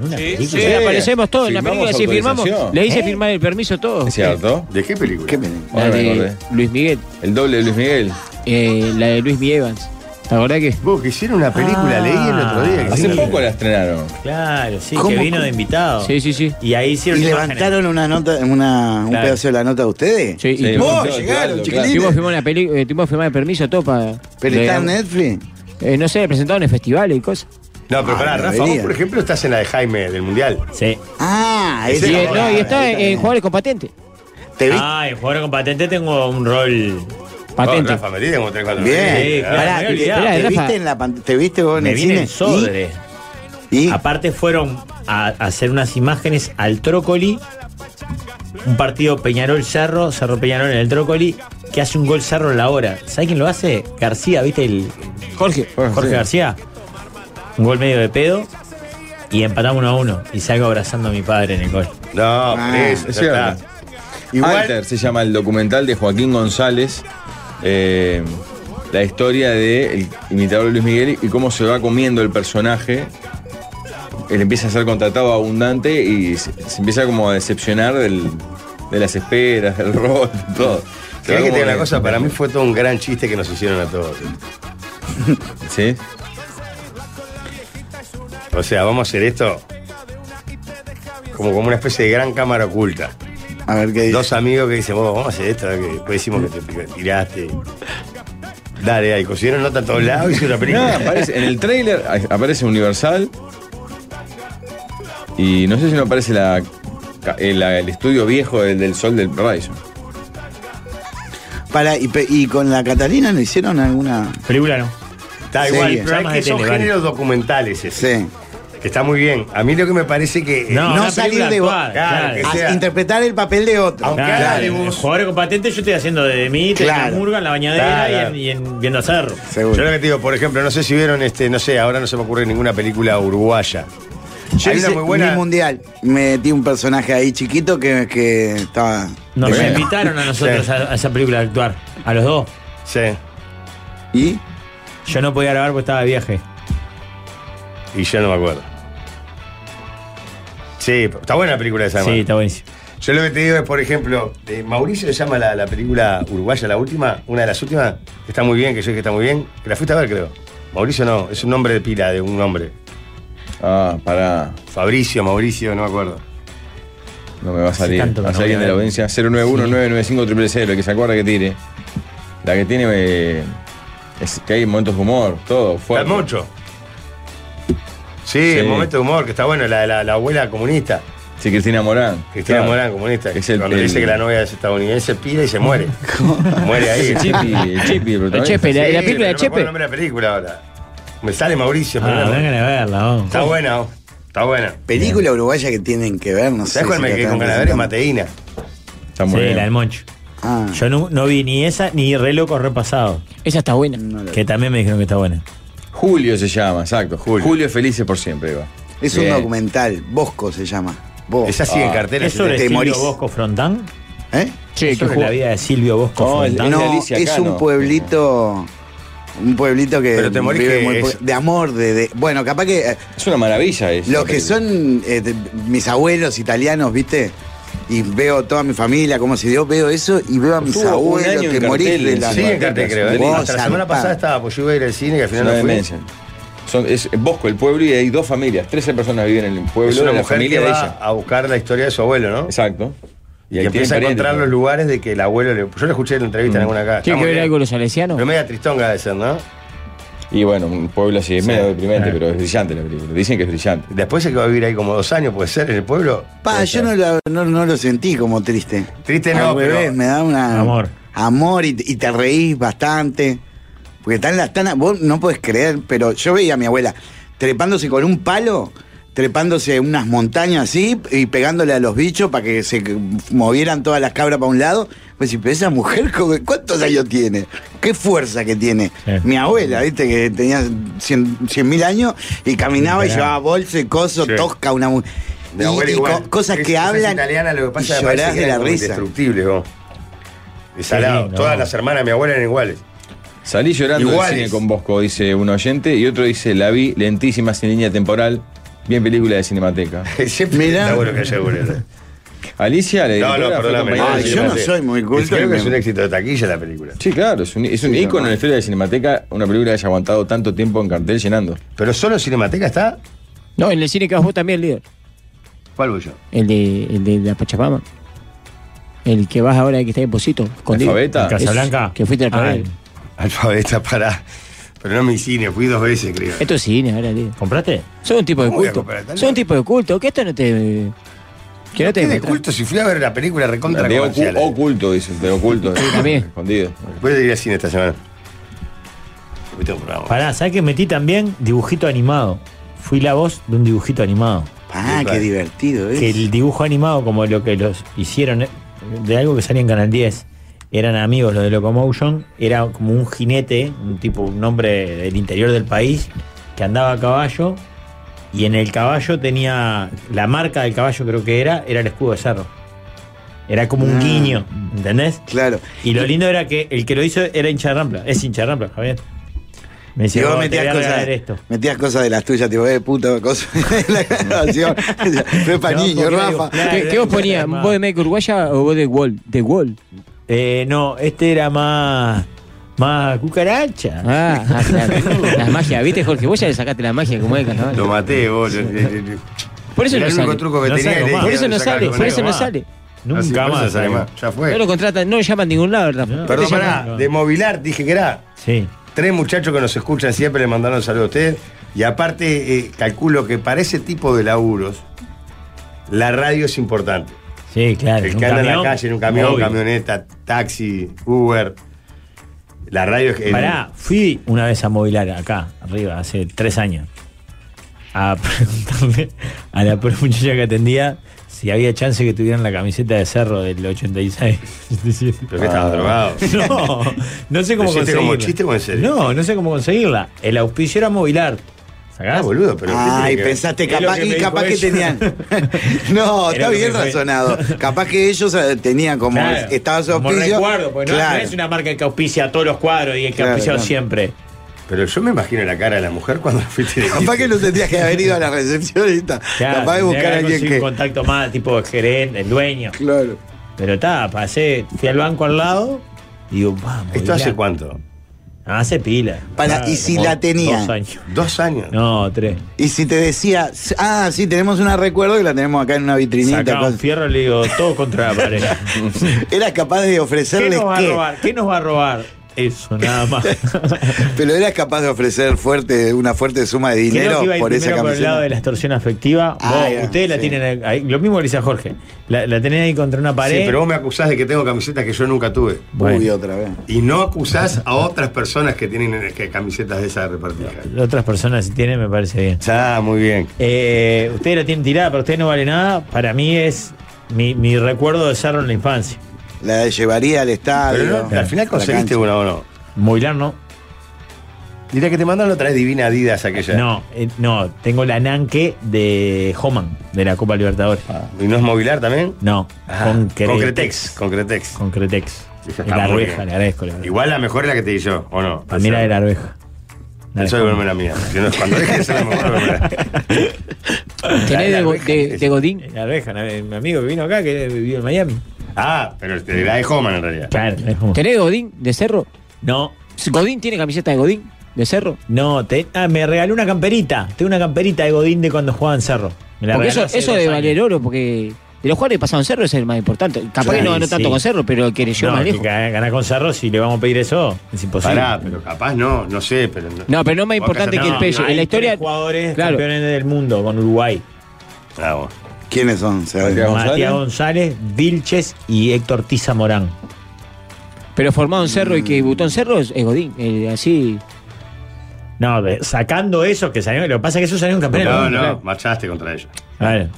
S9: En una
S2: Sí,
S9: película.
S11: Sí, aparecemos todos en la
S8: Firmamos
S11: película, si firmamos,
S8: autorización. ¿Eh?
S11: le hice firmar el permiso a todos.
S8: ¿Es cierto?
S6: ¿De qué película?
S7: ¿Qué me-
S11: La
S8: Ahora me
S11: de
S8: acordé.
S11: Luis Miguel,
S8: El doble de Luis Miguel.
S11: eh, la de Luis Miguel Evans. ¿Te acordás que?
S6: Vos que hicieron una película,
S9: Ah.
S6: leí el otro día. que
S8: Hace
S6: hicieron-
S8: poco la estrenaron.
S9: Claro, sí, que
S7: ¿Cómo?
S9: vino de invitado.
S11: Sí, sí, sí.
S6: E
S9: Y ahí hicieron
S7: ¿Y
S9: imágenes.
S7: levantaron una nota, una, un
S9: Claro.
S7: pedazo de la nota de ustedes?
S11: Sí, y
S8: Sí,
S11: tuvimos,
S7: Vos
S8: claro,
S7: llegaron,
S8: claro.
S7: chiquilines.
S11: tuvimos firmar una peli- eh, tuvimos firmar el permiso todo para.
S7: ¿Pero
S11: le-
S7: está en Netflix?
S11: eh, no sé, presentaron en festivales y cosas.
S6: No, pero
S7: Ah,
S6: pará,
S7: no
S6: Rafa, vos
S7: debería.
S6: por ejemplo estás en la de Jaime del Mundial.
S9: Sí.
S7: Ah,
S6: Ese
S7: esa
S11: Y, eh,
S7: es la
S11: no, y
S7: palabra,
S11: está
S7: ahí
S11: en,
S7: también.
S11: Jugadores con Patente.
S7: ¿Te vi?
S9: Ah, en jugador con patente tengo un rol.
S6: No,
S7: Oh,
S11: Patente.
S6: Rafa, metiste como 3, 4
S7: Bien.
S9: Sí, claro,
S7: Pará,
S9: me había
S7: ¿te-
S9: olvidado.
S7: ¿te,
S11: Rafa.
S7: viste en la pan- ¿Te viste vos en
S9: Me
S7: el
S9: viene
S7: cine?
S9: el sodre.
S7: ¿Y? ¿Y?
S9: Aparte fueron a a hacer unas imágenes al Trócoli. Un partido Peñarol-Cerro, Cerro-Peñarol en el Trócoli, que hace un gol Cerro en la hora. ¿Sabes quién lo hace? García, ¿viste? El
S11: Jorge.
S7: Ah,
S9: Jorge García. Un gol medio de pedo. Y empatamos uno a uno. Y salgo abrazando a mi padre en el gol.
S6: No,
S7: Ah,
S6: preso,
S8: es
S6: ya
S8: cierto.
S6: está.
S8: Igual
S6: Igual-
S8: se llama el documental de Joaquín González. eh, la historia del imitador de Luis Miguel y cómo se va comiendo el personaje él empieza a ser contratado abundante y se, se empieza como a decepcionar del- de las esperas, del rol, de todo. Se va
S6: ¿Sabés que
S8: como
S6: te digo una
S7: Ah,
S8: de-
S6: cosa? Para mí fue todo un gran chiste que nos hicieron a todos.
S8: ¿Sí?
S6: O sea, vamos a hacer esto como, como una especie de gran cámara oculta.
S7: A ver qué
S6: Dos amigos que dicen, "Vos, vamos a hacer esto, que después decimos que te tiraste. Dale, ahí, cosieron nota a todos lados y hicieron una película.
S8: No, aparece- en el tráiler a- aparece Universal. Y no sé si no aparece la, ca- el, el estudio viejo del, del Sol del Paraíso.
S7: Para, y, pe- y con la Catalina no hicieron alguna.
S9: Película no.
S6: Eh, Está
S7: Sí,
S6: igual,
S7: hay
S6: pero
S7: programas
S6: que
S7: de
S6: son
S7: tele, vale.
S6: géneros documentales ese.
S7: Sí.
S6: Que está muy bien. A mí lo que me parece que. eh,
S9: No,
S7: no salir de vos.
S9: actual,
S6: Claro, que
S7: A-
S6: sea.
S7: Interpretar el papel de otro.
S6: Aunque
S9: Ah, Claro,
S6: haga de
S9: el
S6: vos.
S9: jugador con patente, yo estoy haciendo de mí, te
S7: Claro.
S9: en Murga, en la bañadera
S6: Claro,
S9: y,
S6: claro.
S9: en, y en- viendo a Cerro.
S6: Yo lo
S7: Seguro.
S6: que te digo, por ejemplo, no sé si vieron este, no sé, ahora no se me ocurre ninguna película uruguaya.
S7: Yo
S6: Hay
S7: hice
S6: una muy buena.
S7: mi mundial. Metí un personaje ahí chiquito que, que estaba.
S9: Nos
S7: Bueno.
S9: invitaron a nosotros
S6: Sí.
S9: a, a esa película a actuar, a los dos.
S6: Sí.
S7: ¿Y?
S9: Yo no podía grabar porque estaba de viaje.
S6: Y yo no me acuerdo. Sí, está buena la película esa.
S9: Sí,
S6: además.
S9: está buenísimo.
S6: Yo lo que te digo es, por ejemplo, de Mauricio le llama la, la película uruguaya, la última, una de las últimas, que está muy bien, que yo dije que está muy bien, que la fuiste a ver, creo. Mauricio no, es un nombre de pila de un hombre.
S8: Ah, para.
S6: Fabricio, Mauricio, no me acuerdo.
S8: No me va a salir.
S9: tanto que
S8: Hace
S9: no
S8: alguien
S9: voy a
S8: de la
S9: ver.
S8: audiencia. 091-995-000, el que se acuerda que tire. La que tiene. eh, es que hay momentos de humor, todo,
S6: Está
S8: fuerte.
S6: mucho. Sí,
S8: Sí.
S6: el momento de humor, que está bueno, la, la, la abuela comunista,
S8: Sí, Cristina Morán.
S6: Cristina
S8: Claro.
S6: Morán comunista,
S8: Es el-
S6: cuando
S8: el-
S6: dice que la novia es estadounidense, pide y se muere. muere ahí.
S8: Es el Chipi, el Chipi, el protagonista.
S11: Chepe, la-
S6: Sí,
S11: la película de
S6: pero no me acuerdo
S11: Chepe.
S6: el nombre de la película ahora. Me sale Mauricio. pero
S9: Ah,
S6: no-
S9: vengan a verla, vamos.
S6: Está buena, oh. está buena.
S7: Película uruguaya que tienen que ver, no sé.
S6: ¿Sabes cuál
S7: si
S6: me
S7: la
S6: quedé con
S7: están
S6: ganas de ver? Es
S7: presentando.
S6: Mateína.
S8: Está muy
S9: Sí,
S8: bien.
S9: la del Moncho.
S7: Ah,
S9: Yo no, no vi ni esa ni Re Loco Repasado,
S11: Esa está buena.
S7: no la-
S9: que también me dijeron que está buena.
S8: Julio se llama, exacto. Julio, Felices por siempre, Eva.
S7: Es
S8: Bien.
S7: un documental. Bosco se llama. Bo-
S6: Oh. Esa sigue en
S8: Ah.
S6: cartera.
S9: ¿Es sobre
S7: te
S9: Silvio
S7: morís.
S9: Bosco Frontán?
S7: ¿Eh?
S11: Che,
S9: ¿Es
S11: que
S9: sobre
S11: jugó.
S9: la vida de Silvio Bosco
S8: No, el-
S9: Frontán?
S8: Daniel
S7: No,
S8: Alicia
S7: es
S8: Cano.
S7: un pueblito. Un pueblito que.
S6: Pero te morís
S7: vive
S6: que
S7: muy
S6: es-
S7: po- De amor, de, de- Bueno, capaz que. eh,
S8: Es una maravilla eso.
S7: Los que son eh, de- mis abuelos italianos, ¿viste? Y veo toda mi familia, cómo se dio, veo eso y veo a mis
S8: Estuvo un
S7: abuelos
S8: año
S7: que
S8: en
S7: morís
S8: cartel
S7: de
S8: en
S7: la.
S8: San
S6: Sigue en cartera, creo. ¿eh?
S7: Vos,
S6: Hasta la semana
S7: zarpado.
S6: pasada estaba, pues yo iba a ir al cine y al
S8: Es
S6: final
S8: una
S6: no fui.
S8: demencia. Son, es Bosco el pueblo y hay dos familias. 13 personas viven en el pueblo
S6: Es una
S8: de la
S6: mujer que
S8: familia de
S6: va
S8: ella.
S6: a buscar la historia de su abuelo, ¿no?
S8: Exacto.
S6: Y,
S8: ahí
S6: empieza a
S8: tienen
S6: encontrar los
S8: parientes.
S6: lugares de que el abuelo le... Yo le escuché en la entrevista
S7: Mm.
S6: en alguna casa.
S11: ¿Tiene que ver algo los salesianos?
S6: Pero media tristonga de ser, ¿no?
S8: Y bueno, un pueblo así, es
S6: Sí. Eh.
S8: medio deprimente,
S9: Claro.
S8: pero es brillante la película. Dicen que es brillante.
S6: Después se quedó a vivir ahí como dos años, puede ser, en el pueblo.
S7: Pa, yo no lo, no, no lo sentí como triste.
S6: Triste
S7: Al
S6: no,
S7: revés,
S6: pero...
S7: me da una.
S9: Amor.
S7: Amor y, y te reís bastante. Porque están las tan. Vos no podés creer, pero yo veía a mi abuela trepándose con un palo, trepándose unas montañas así y pegándole a los bichos para que se movieran todas las cabras para un lado. Pues si pero esa mujer, ¿cómo- ¿cuántos años tiene? ¿Qué fuerza que tiene?
S9: Sí.
S7: Mi abuela, viste, que tenía 100 mil años y caminaba y
S9: Mirá.
S7: llevaba bolso y coso,
S6: Sí.
S7: tosca, una mujer.
S6: Mi abuela
S7: y
S6: igual.
S7: co- cosas
S6: Es-
S7: que
S6: esas
S7: hablan
S6: italianas, lo que pasa
S7: y
S6: es que parece
S7: llorás
S6: que
S7: de la
S6: eran como
S7: risa.
S6: indestructibles, vos. Es
S9: Sí,
S6: salado.
S9: no.
S6: Todas las hermanas de mi abuela eran iguales.
S8: Salí llorando
S6: Iguales.
S8: del cine con Bosco, dice un oyente, y otro dice, la vi lentísima sin línea temporal, bien película de Cinemateca.
S6: Siempre
S7: Mirá.
S6: está bueno que haya abuelo.
S8: Alicia, la
S6: No, no,
S8: directora, fue
S6: perdóname.
S8: compañera
S7: Ay,
S8: de
S7: yo no
S8: Cinemateca.
S7: soy muy culto
S6: Creo
S7: y
S6: que
S7: me-
S6: es un éxito de taquilla la película.
S8: Sí, claro, es un, es un
S7: Sí,
S8: ícono
S7: no.
S8: en la historia de Cinemateca, una película que haya aguantado tanto tiempo en cartel llenando.
S6: Pero solo Cinemateca está.
S11: No, en el cine que vas vos también, líder.
S6: ¿Cuál voy yo?
S11: El de, el de la Pachapama. El que vas ahora que está en Posito, escondido.
S8: Alfabeta.
S11: Es-
S9: Casablanca.
S11: Que fuiste al
S9: Ah,
S11: panel.
S6: Alfabeta para. Pero no mi cine, fui dos veces, creo.
S11: Esto es cine ahora, líder.
S9: ¿Compraste?
S11: Son un tipo de
S6: ¿Cómo voy a
S11: culto.
S6: comprar tal?
S11: Son un tipo de culto. Que esto no te. Que no te.
S6: ¿Qué de
S11: encontrás.
S6: culto si fui a ver la película recontra
S8: De
S6: comercial?
S8: ocu- oculto, dice, de oculto.
S11: también.
S8: Escondido.
S6: Voy a ir al cine esta semana. Hoy tengo programa.
S9: Pará, ¿sabes que metí también dibujito animado? Fui la voz de un dibujito animado.
S7: Ah,
S6: Sí,
S7: qué
S6: claro.
S7: divertido
S9: Que
S7: es.
S9: el dibujo animado, como lo que los hicieron, eh, de algo que salía en Canal 10, eran amigos los de Locomotion, era como un jinete, un tipo, un hombre del interior del país, que andaba a caballo y en el caballo tenía, la marca del caballo creo que era, era el escudo de cerro. Era como un
S7: Ah.
S9: guiño, ¿entendés?
S7: Claro.
S9: Y lo lindo era que el que lo hizo era hincha de Rampla, es hincha de Rampla, Javier. Me dice,
S7: si vos
S9: "Oh, te voy
S7: metías
S9: a regalar
S7: cosas,
S9: esto".
S7: metías cosas de las tuyas, tipo, eh, puto, cosas de la grabación. Fue pa'
S9: No,
S7: niños,
S9: porque
S7: Rafa.
S9: digo, claro,
S11: ¿Qué, qué vos ponías?
S9: claro,
S11: ¿Vos de Make Uruguaya o vos de Wall? De Wall.
S9: Eh, no, este era más. Más cucaracha.
S11: Ah, ah, claro. La magia, ¿viste, Jorge? Vos ya le sacaste la magia como es, carnaval.
S6: Lo maté, vos.
S11: Por eso
S6: Era
S11: no
S6: el único
S11: sale.
S6: truco que
S9: No
S6: tenía.
S9: salgo
S6: y le
S9: más.
S6: dije,
S11: Por eso no
S6: "Saca
S11: sale,
S6: con Ah,
S11: por
S6: algo
S11: eso no
S6: más".
S11: sale.
S6: Así,
S9: Nunca
S6: por eso
S9: más.
S6: sale
S9: salió.
S6: más. Ya fue.
S11: No lo contratan, no lo llaman a ningún lado, Rafa.
S9: No.
S6: Perdón,
S11: Te llaman-
S6: pará, de Movilar, dije que era.
S9: Sí.
S6: Tres muchachos que nos escuchan siempre le mandaron saludos a ustedes. Y aparte, eh, calculo que para ese tipo de laburos, la radio es importante.
S9: Sí, claro.
S6: El
S9: un
S6: que anda en
S9: camión,
S6: la calle, en un camión,
S9: obvio.
S6: camioneta, taxi, Uber. La radio es. el-
S9: Pará, fui una vez a mobilar acá, arriba, hace tres años, a preguntarle a la pobre muchacha que atendía si había chance que tuvieran la camiseta de cerro del 86.
S6: Pero que estabas drogado.
S9: Ah. No, no sé cómo
S6: ¿Lo hiciste
S9: conseguirla.
S6: como chiste o en serio?
S9: No, no sé cómo conseguirla. El auspicio era mobilar. ¿Sacás?
S6: Ah, boludo, pero. ¿qué
S7: Ay,
S6: tiene que ver?
S7: pensaste,
S9: Es lo
S7: capaz,
S9: que me
S7: y capaz que
S9: dijo ella.
S7: tenían. no,
S9: Era
S7: está
S9: lo que
S7: bien
S9: me fue.
S7: razonado. Capaz que ellos eh, tenían como
S9: Claro,
S7: estaba su
S9: como
S7: auspicio.
S9: recuerdo, porque no-
S7: Claro.
S9: no es una marca que auspicia todos los cuadros y el que
S7: Claro,
S9: auspició
S7: claro.
S9: siempre.
S6: Pero yo me imagino la cara de la mujer cuando fuiste de
S7: Capaz que
S6: quince.
S7: no tendrías que haber ido a la recepcionista.
S9: Claro,
S7: capaz de
S9: tendría que
S7: buscar a
S9: haber
S7: alguien
S9: conseguido
S7: que.
S9: un contacto más, tipo el gerente, el dueño.
S7: Claro.
S9: Pero está, pasé, fui al banco al lado y digo, vamos.
S6: ¿Esto hace
S9: mirá.
S6: cuánto?
S9: Ah, Hace pila.
S7: Para, ¿y si
S9: como
S7: la tenía?
S9: Dos años.
S6: ¿Dos años?
S9: No, tres.
S7: Y si te decía, ah, sí, tenemos una recuerdo que la tenemos acá en una vitrinita.
S9: Sacaba un
S7: cosa.
S9: fierro y le digo, todo contra la pared.
S7: Eras capaz de
S9: ¿Qué
S7: ofrecerles
S9: nos va a
S7: qué.
S9: robar? ¿Qué nos va a robar? Eso, nada más.
S7: Pero eras capaz de ofrecer fuerte, una fuerte suma de
S9: Creo
S7: dinero
S9: que iba a ir
S7: por esa
S9: primero por el
S7: camiseta.
S9: lado de la extorsión afectiva.
S7: Ah,
S9: Vos,
S7: ya,
S9: ustedes la
S7: sí.
S9: tienen ahí. Lo mismo que le dice a Jorge. La, la tenés ahí contra una pared.
S6: Sí, pero vos me acusás de que tengo camisetas que yo nunca tuve.
S9: Bueno,
S7: Uy, otra vez.
S6: Y no acusás a otras personas que tienen eh, que camisetas de esas repartidas.
S9: otras personas si tienen, me parece bien.
S6: Ah, muy bien.
S9: Eh, ustedes la tienen tirada, pero usted no vale nada. Para mí es mi, mi recuerdo de Cerro en la infancia.
S7: La llevaría al estadio.
S6: Pero no,
S7: la
S6: al final conseguiste
S7: cancha.
S6: una o no.
S9: Moilar no.
S6: Dirá que te mandaron otra vez Divina Adidas aquella.
S9: No, eh, no, tengo la Nanque de Homan, de la Copa Libertadores.
S6: ¿Y no es movilar también?
S9: No,
S6: Ah,
S9: Concretex.
S6: Concretex.
S9: Concretex.
S6: Esa está
S9: De la
S6: muy
S9: arveja,
S6: bien.
S9: le agradezco. le agradezco.
S6: Igual la mejor es la que te di yo, ¿o no?
S9: Para mí era de la arveja. La de
S6: Eso
S9: Homan.
S6: devuelve la mía. Si no, cuando dejes de ser la mejor, devuélveme la.
S11: ¿Tenés
S6: La-
S11: de,
S6: la
S11: Go-
S6: reja
S11: de-
S6: es-
S11: de Godín?
S9: La arveja, na- mi amigo que vino acá, que vivió en Miami.
S6: Ah, pero te la de Homan en realidad.
S9: Claro, es como-
S11: ¿Tenés de Godín? ¿De Cerro?
S9: No,
S11: ¿Godín tiene camiseta de Godín? ¿De Cerro?
S9: no, te- ah, me regaló una camperita. Tengo una camperita de Godín de cuando jugaba en Cerro. Me la
S11: Porque
S9: regaló
S11: eso,
S9: hace
S11: eso
S9: dos
S11: de
S9: años.
S11: valer oro, porque de los jugadores que pasaron Cerro es el más importante. Capaz que
S9: Sí,
S11: no ganó tanto
S9: sí.
S11: con Cerro, pero el que le llevó
S9: No,
S11: más
S9: que
S11: lejos.
S9: ga- ganar con Cerro, si le vamos a pedir eso, es imposible.
S6: Pará, pero capaz no, no sé, pero.
S11: No, pero no más importante
S6: Boca
S11: que el
S6: Juniors.
S11: peso. En
S9: hay
S11: la historia.
S9: tres jugadores
S11: claro.
S9: campeones del mundo con Uruguay.
S6: Ah, bueno.
S7: ¿Quiénes son? ¿Sabes?
S8: Santiago
S9: Matías González, Vilches y Héctor Tiza Morán.
S11: Pero formado en Cerro y que debutó en Cerro es es Godín. eh, así.
S9: No, de- sacando eso que salió, lo que pasa es que eso salió un campeón.
S6: No, no, marchaste contra ellos.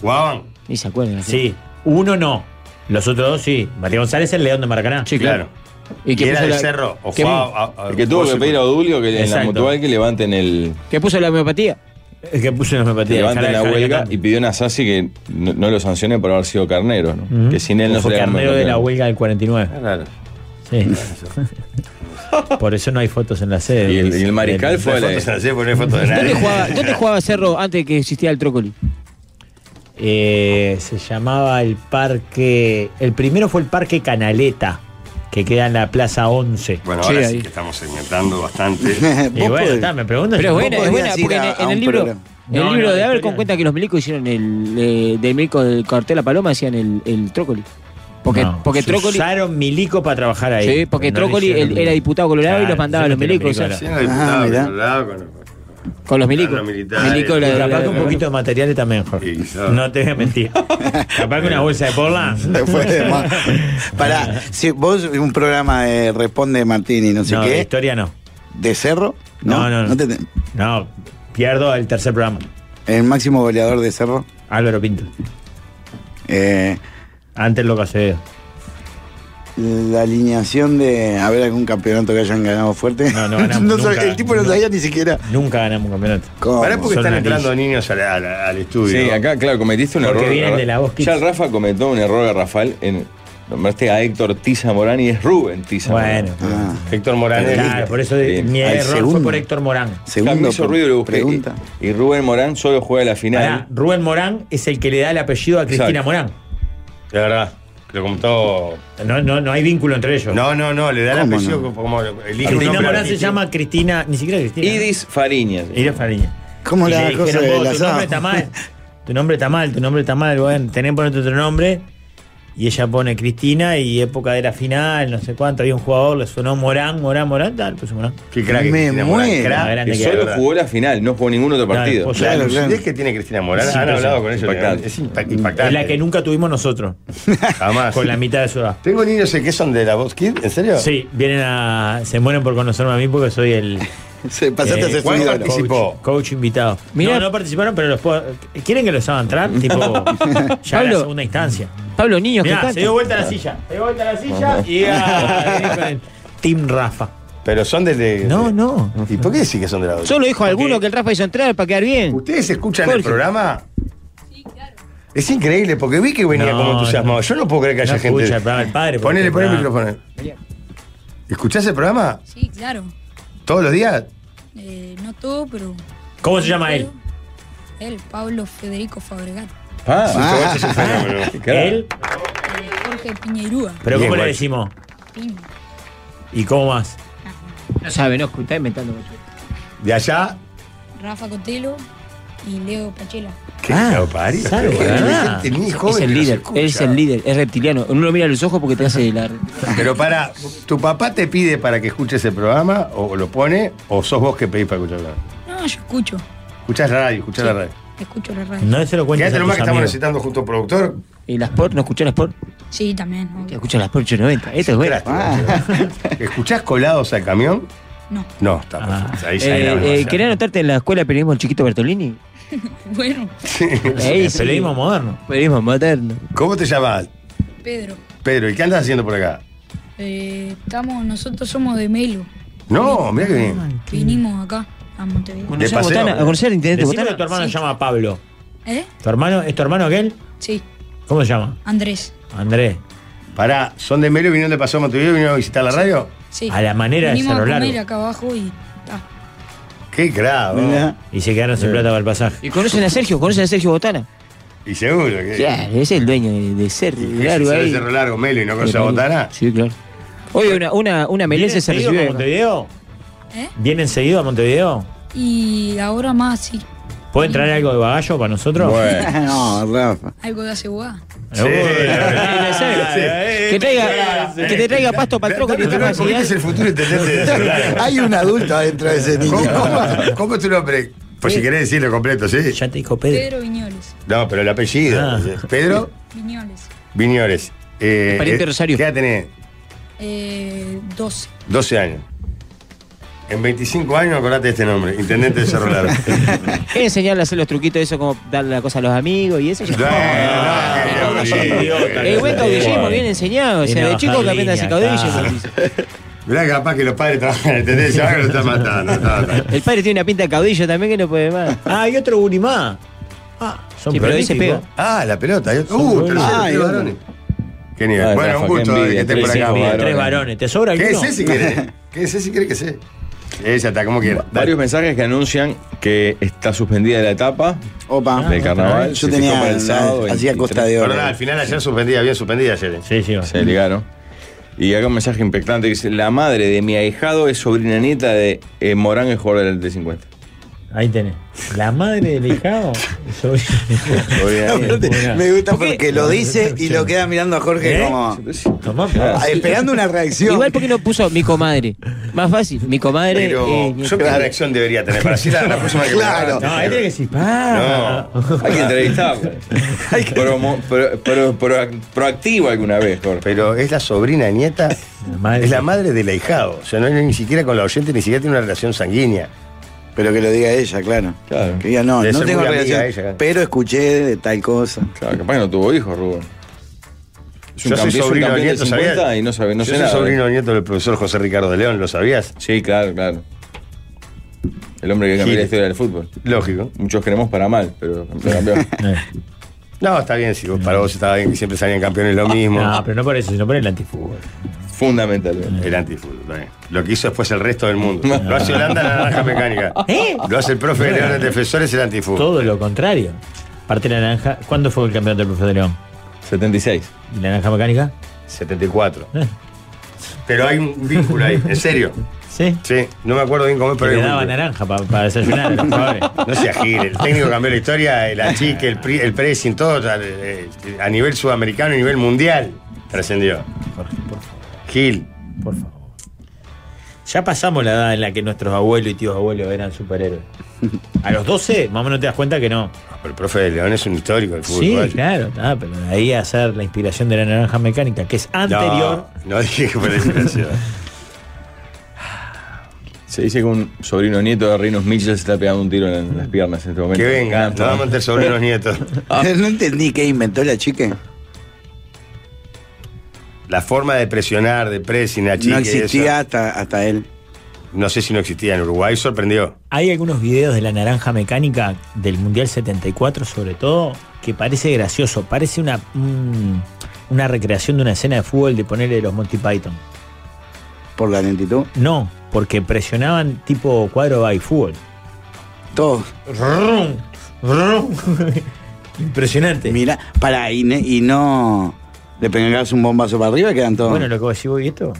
S6: ¿Jugaban?
S11: Ni se acuerdan.
S9: sí, uno no. Los otros dos sí. Matías González es el León de Maracaná.
S11: Sí,
S6: Claro.
S11: claro.
S6: Y era
S11: puso
S6: de
S11: la-
S6: cerro. O
S11: que,
S6: jugaba. a- a-
S8: El que tuvo que
S6: jugó-
S8: pedir a Odulio que en la
S9: Exacto.
S8: mutual que levanten el
S11: que puso la homeopatía.
S9: Es que puso una
S8: que
S9: homeopatía.
S8: levanten la
S9: Jara-
S8: huelga
S9: Jara-
S8: y pidió a Sassi que no, no lo sancione por haber sido carnero, ¿no?
S9: Ujú.
S8: Que sin él no
S9: Fue
S8: se le arma el
S9: carnero de la
S8: campeonato.
S9: huelga del 49.
S6: Ah, Claro.
S9: Sí. Por eso no hay fotos en la sede.
S8: Y el, y el mariscal fue a la-
S6: Fotos en la serie, porque no hay fotos de nadie.
S11: ¿Dónde jugaba, dónde jugaba Cerro antes de que existiera el Trócoli?
S9: Eh, se llamaba el parque. El primero fue el parque Canaleta, que queda en la Plaza 11.
S6: Bueno,
S11: Sí,
S6: ahora sí
S11: ahí.
S6: que estamos segmentando bastante.
S9: Y bueno, está, me pregunto.
S11: Pero es
S9: si-
S11: buena, es
S7: podrías
S11: buena,
S7: ir
S11: porque en,
S7: a-
S11: el- en
S7: a un
S11: el libro,
S7: programa.
S11: en el
S9: No,
S11: libro
S9: no,
S11: de Aver
S9: la historia
S11: con
S9: no.
S11: cuenta que los milicos hicieron el. eh, del milico del cartel La Paloma hacían el, el Trócoli. Porque,
S9: No,
S11: Eh, porque
S9: se
S11: Trócoli.
S9: Usaron milico para trabajar ahí.
S11: Sí, porque
S9: No le
S11: Trócoli
S9: hicieron
S11: él
S9: milico.
S11: era diputado colorado y
S9: Claro,
S11: los mandaba a los
S9: hicieron que
S11: milicos.
S9: los
S11: o sea,
S6: Siendo diputado,
S7: mirá.
S6: vinculado con-
S11: Con los milicos.
S6: Los
S7: eh,
S6: militares.
S11: Milico, la- la-
S9: Capaz que
S11: la-
S9: un poquito de materiales también, Jorge.
S6: Sí, claro.
S9: No te voy a mentir. Capaz que una bolsa de porla.
S7: Te fue de más. Pará, si vos un programa de Responde Martín y no sé
S9: No, de
S7: qué,
S9: historia no.
S7: de Cerro,
S9: No, no, no.
S7: te-
S9: No, pierdo el tercer programa.
S7: el máximo goleador de Cerro,
S9: Álvaro Pinto.
S7: eh,
S9: Antes lo Acevedo.
S7: la alineación de a ver algún campeonato que hayan ganado fuerte.
S9: No, no ganamos,
S7: sab-
S9: nunca,
S7: el tipo no
S9: nunca.
S7: sabía ni siquiera.
S9: Nunca ganamos un campeonato.
S7: cómo.
S6: Pará porque
S9: Son
S6: están
S9: nariz.
S6: entrando niños al, al- al estudio.
S8: Sí, acá, claro, cometiste un
S9: Porque
S8: error.
S9: vienen de la voz,
S8: ya el
S9: Kids.
S8: Rafa cometió un error garrafal en Nombraste a Héctor Tiza Morán y es Rubén Tiza
S9: Bueno.
S8: Morán.
S6: Ah. Héctor Morán
S9: Claro, por eso mi error fue por Héctor Morán.
S8: me hizo ruido y lo busqué. Y, y Rubén Morán solo juega la final.
S9: Pará, Rubén Morán es el que le da el apellido a Cristina
S8: Exacto.
S9: Morán.
S6: De verdad. Lo comentó.
S9: No, no, no hay vínculo entre ellos.
S6: No, no, no, le da el
S9: ¿Cómo
S6: apellido
S9: no?
S6: como elige un
S9: Cristina
S6: nombre
S9: Morán se
S6: artístico.
S9: llama Cristina, ni siquiera Cristina.
S8: Idis Fariñas.
S9: Idis Fariñas.
S7: ¿Cómo
S9: Y
S7: la
S9: le
S7: cosa
S9: dijeron,
S7: de
S9: "Vos,
S7: la
S9: tu nombre está mal. Tu nombre está mal, tu nombre está mal, bueno, tenés que ponerte otro nombre. Y ella pone Cristina y época de la final, no sé cuánto, había un jugador, le sonó Morán, Morán, Morán, tal, pues, puso Morán.
S6: Qué crack es Cristina Morán, crack.
S8: Y solo jugó la final, no jugó ningún otro
S9: Claro,
S8: partido.
S9: o sea, Claro, la claro. lucidez
S6: que tiene Cristina
S9: Morán, han hablado con ellos,
S6: Es impact- impactante.
S9: Es la que nunca tuvimos nosotros.
S6: Jamás.
S9: Con la mitad de su edad.
S6: Tengo niños que son de la voz Kid, ¿en serio?
S9: Sí, vienen a. Se mueren por conocerme a mí porque soy el.
S6: pasaste a ser
S9: ¿cuál
S6: su ídolo?
S9: participó? Coach, invitado. No, no participaron, pero los puedo- ¿Quieren que los haga entrar? Tipo, ya en la
S11: Pablo.
S9: segunda instancia.
S11: Pablo, niños
S9: Mirá,
S11: que cantan.
S9: se dio vuelta la silla. Se dio vuelta la silla y. ah, vení con el Team Rafa.
S6: Pero son de. de-
S9: No, no.
S6: ¿Y por qué decís que son de la voz?
S11: Solo dijo alguno que el Rafa hizo entrar para quedar bien.
S6: ¿Ustedes escuchan el programa? Es increíble, porque vi que venía
S9: No,
S6: como entusiasmado. Yo no puedo creer que
S9: No
S6: haya gente.
S9: escucha el programa del padre, porque
S6: Ponele,
S9: el
S6: ponele el
S9: programa-
S6: micrófono. ¿Escuchás el programa?
S13: Sí, claro.
S6: ¿Todos los días?
S13: Eh, no todo, pero
S9: ¿Cómo se llama él?
S13: él, Pablo Federico Fabregat.
S6: Ah. es un fenómeno.
S9: Él,
S13: Eh, Jorge Piñeirúa.
S9: pero
S6: Bien,
S9: ¿cómo le
S6: guacho.
S9: decimos?
S13: Piñe.
S9: ¿Y cómo más?
S11: No sabe, no, está inventando.
S6: De allá.
S13: Rafa Cotelo y Leo Pachela.
S6: ¿Qué parió?
S11: sabe,
S6: Qué
S11: ¿verdad?
S6: inteligente, ni
S11: Es
S6: joven
S11: el
S6: que nos
S11: líder,
S6: escucha.
S11: él es el líder, es reptiliano. Uno lo mira a los ojos porque te hace la.
S6: Pero para, ¿tu papá te pide para que escuches el programa o lo pone o sos vos que pedís para escucharlo?
S13: No, yo escucho,
S6: Escuchás la radio, escuchás la radio.
S13: escucho la radio.
S9: No se lo cuentes
S6: Quédate
S9: a
S6: nomás
S9: tus
S6: que estamos
S9: amigos.
S6: necesitando junto a un productor.
S11: ¿Y las Sport? ¿No escuchó la Sport?
S13: Sí, también. obvio.
S11: Escucha la Sport 890. Esto es bueno.
S6: ¿Escuchás colados al camión?
S13: No.
S6: No, está
S9: Ah.
S6: perfecto. Ahí ya era
S11: Eh, eh,
S6: demasiado.
S11: ¿Querés anotarte en la escuela de periodismo del chiquito Bertolini?
S13: Bueno,
S11: Ahí sí.
S9: Periodismo moderno.
S11: Periodismo moderno.
S6: ¿Cómo te llamas?
S13: Pedro,
S6: Pedro, ¿y qué andas haciendo por acá?
S13: eh, estamos, nosotros somos de Melo.
S6: No, mira que bien.
S13: Vinimos acá, a Montevideo.
S11: ¿Conocés
S6: De
S11: a
S6: paseo.
S11: Botana? ¿A conocer al intendente
S9: Decime que tu
S11: Botana?
S9: hermano se llama Pablo.
S13: ¿Eh?
S9: ¿Tu hermano? ¿Es tu hermano aquel?
S13: Sí,
S9: ¿Cómo se llama?
S13: Andrés.
S9: Andrés.
S6: Pará, ¿son de Melo y vinieron de Paseo a Montevideo y vinieron a visitar la radio?
S13: Sí.
S9: A la manera de
S13: Vinimos a
S9: Cerro
S13: comer
S9: Largo.
S13: acá abajo y ta.
S6: Qué grave.
S9: Y se quedaron
S11: Eh.
S9: sin plata para el pasaje.
S11: ¿Y conocen a Sergio? ¿Conocen a Sergio Botana?
S6: Y seguro que.
S11: Claro, es el dueño de, de Cerro
S6: que
S11: Largo
S6: si sale
S11: ahí.
S6: Cerro Largo, Melo y no conoce a
S11: Pero-
S6: Botana.
S11: Sí, claro. Hoy una, una, una Melense se
S9: ¿Vienen seguido
S11: recibió.
S9: a Montevideo?
S13: ¿Eh?
S9: ¿Vienen seguido a Montevideo?
S13: Y ahora más, sí,
S9: ¿Pueden traer algo de bagallo para nosotros?
S8: Bueno.
S7: No, Rafa.
S13: algo de asegurada.
S9: Sí.
S11: Que, traiga, que te traiga pasto para el troco. que
S6: Pero
S11: está
S6: no,
S11: más
S6: porque este es el futuro intendente de Cerro Largo.
S7: Hay un adulto adentro de ese niño.
S6: ¿Cómo, cómo- cómo es tu nombre? Pues si querés decirlo completo, ¿sí?
S9: Ya te dijo Pedro.
S13: Pedro Viñoles.
S6: No, pero el apellido.
S9: Ah.
S6: Pedro
S13: Viñoles.
S6: Viñores. Eh,
S11: Es pariente de Rosario.
S6: ¿Qué edad tenés?
S13: Eh, 12.
S6: 12 años. En 25 años acordate de este nombre, intendente de Cerro Largo.
S11: Es enseñarle a hacer los truquitos, eso como darle la cosa a los amigos y eso. ya
S6: No,
S11: está.
S6: no, no,
S9: qué idiota.
S11: El Eh, buen caudillismo bien enseñado. O
S9: Viene
S11: sea,
S9: a
S11: de chico
S9: bajar
S11: que aprende a hacer
S9: línea,
S11: caudillo.
S9: claro.
S11: dice.
S6: Mirá que capaz que los padres trabajan en el intendente de Cerro Largo lo están matando. está matando.
S11: El padre tiene una pinta de caudillo también que no puede más.
S9: Ah, y otro Burimá. Ah, son
S11: Sí, pero ahí se
S9: prolíficos.
S6: Ah, la pelota. yo- Uh, tercero,
S7: Ah,
S6: tres
S7: y otro.
S6: varones. Qué nivel.
S8: Ay,
S6: bueno,
S8: Rafa,
S6: un
S8: qué
S6: gusto de que
S8: envidia,
S6: estés por
S8: tres
S6: acá.
S8: hijos,
S6: Juan.
S8: varones.
S9: Tres varones. ¿Te sobra
S6: ¿Qué
S9: alguno?
S6: es si querés? ¿Qué es si querés que sé? Ella está como quiera.
S8: Varios mensajes que anuncian que está suspendida la etapa
S7: Opa. Ah,
S8: del carnaval.
S7: Yo
S8: se fijó
S7: tenía.
S8: para el sábado,
S7: Hacía
S8: 23.
S7: costa de oro.
S6: Perdón, al final ayer suspendida, bien suspendida ayer. eh.
S9: Sí, sí. va.
S8: Se ligaron. Y acá un mensaje impactante que dice: La madre de mi ahijado es sobrina nieta de eh, Morán, el jugador del T50.
S9: Ahí tenés. La madre del hijado. Soy-
S8: Sobrina nieta.
S7: Me gusta porque lo dice y lo queda mirando a Jorge
S9: ¿Eh?
S7: como.
S9: Tomá,
S7: ah, Esperando una reacción.
S11: Igual porque no puso mi comadre. Más fácil, mi comadre. eh,
S6: Pero
S11: ni-
S6: yo qué reacción debería tener para decir la, la próxima que me
S7: Claro.
S6: levante.
S9: No, ahí tiene que decir, pa.
S6: No.
S8: Hay que entrevistar. Promo- pro- pro- pro- proactivo alguna vez, Jorge.
S6: Pero es la sobrina nieta,
S9: La madre.
S6: es la madre del ahijado. O sea, no es ni siquiera con la oyente, ni siquiera tiene una relación sanguínea.
S7: Pero que lo diga ella, claro.
S8: Claro.
S7: Que diga, no,
S6: Debe
S7: no
S6: ser
S7: tengo
S6: muy amiga
S7: relación.
S6: ella.
S7: Pero escuché de tal cosa.
S8: Claro, capaz que no tuvo hijos, Rubén. Es un
S6: Yo soy
S8: campeón- es un
S6: sobrino
S8: campeón del
S6: nieto,
S8: 50
S6: ¿sabías?
S8: y no sabe, no
S6: Yo
S8: sé
S6: soy
S8: nada.
S6: sobrino nieto del profesor José Ricardo de León, ¿lo sabías?
S8: Sí, claro, claro. El hombre que cambió
S6: Gil.
S8: la historia del fútbol.
S6: Lógico.
S8: Muchos queremos para mal, pero lo cambió.
S9: Eh.
S6: No, está bien, si vos- para vos estaba bien que siempre salían campeones lo mismo.
S9: No, pero no por eso, sino por el antifútbol.
S6: Fundamentalmente. El antifútbol, está bien. Lo que hizo después el resto del mundo. Lo hace Holanda la naranja mecánica. Lo hace el profe de León, el defensor es el antifútbol.
S9: Todo lo contrario. Parte de la naranja. ¿Cuándo fue el campeonato del profe de León?
S8: 76.
S9: ¿Y la naranja mecánica? Eh.
S6: 74. Pero hay un vínculo ahí, en serio.
S9: ¿Sí?
S6: Sí, no me acuerdo bien cómo es,
S9: Que
S6: pero. hay
S9: le
S6: un
S9: daba
S6: vínculo.
S9: naranja pa- para desayunar. los jugadores.
S6: No se agile, el técnico cambió la historia, el achique, el, pri- el pressing, todo o sea, eh, eh, a nivel sudamericano, a nivel mundial, trascendió. Gil.
S9: Por favor. Ya pasamos la edad en la que nuestros abuelos y tíos abuelos eran superhéroes. A los 12, más o menos te das cuenta que no.
S6: Ah, Pero el profe de León es un histórico del fútbol.
S9: Sí,
S6: ¿vale?
S9: claro, ah, pero de ahí a hacer la inspiración de la naranja mecánica, que es anterior.
S6: No, no dije que fuera inspiración.
S8: Se dice que un sobrino nieto de Reinos Mitchell se está pegando un tiro en las piernas en este momento.
S6: Que venga,
S8: Una-
S6: nos vamos a meter sobrinos nietos.
S7: Ah. No entendí qué inventó la chica.
S6: La forma de presionar, de pressing, achique.
S7: No existía
S6: hasta, hasta él. No sé si no existía en Uruguay, sorprendió.
S9: Hay algunos videos de la naranja mecánica del Mundial 74, sobre todo, que parece gracioso. Parece una, un- una recreación de una escena de fútbol de ponerle los Monty Python.
S7: ¿Por la lentitud?
S9: No, porque presionaban tipo cuadro by fútbol.
S7: Todo.
S9: Impresionante.
S7: Mira, para, y, ne- y no. Le pegabas un bombazo para arriba y quedan todos.
S9: Bueno, lo que vos decís, vos, y esto.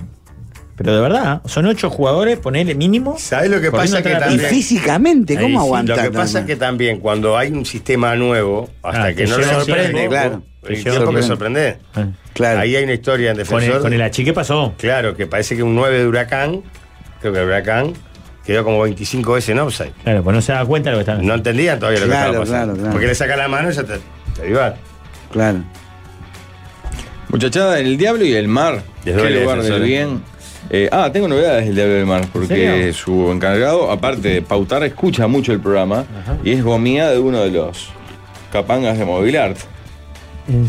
S9: Pero de verdad, son ocho jugadores, ponele mínimo.
S6: ¿Sabes lo que pasa? Que también-
S7: físicamente,
S6: Ahí
S7: ¿cómo
S6: sí.
S7: aguantan?
S6: Lo que pasa es que también cuando hay un sistema nuevo, hasta
S9: Ah,
S6: que
S9: te
S6: no lo
S9: lleva
S6: sorprende,
S9: tiempo,
S6: claro.
S9: claro.
S6: El
S9: Te lleva
S6: tiempo que
S9: sorprende.
S6: sorprende. Ahí hay una historia en
S9: Con
S6: defensor.
S9: el- con el achique pasó.
S6: Claro, que parece que un 9 de Huracán, creo que Huracán, quedó como 25 veces en offside.
S9: Claro, pues no se da cuenta de lo que están
S6: No entendían todavía lo
S9: Claro,
S6: que estaba pasando.
S9: claro, claro.
S6: Porque le saca la mano y ya te, te avivar.
S7: Claro.
S8: Muchachada, el diablo y el mar.
S6: Les
S8: Qué
S6: duele,
S8: lugar del
S6: defensores.
S8: bien. Eh, ah, tengo novedades del Diablo del Mar, porque
S6: ¿En serio?
S8: su encargado, aparte de pautar, escucha mucho el programa y es gomía de uno de los capangas de Movilart,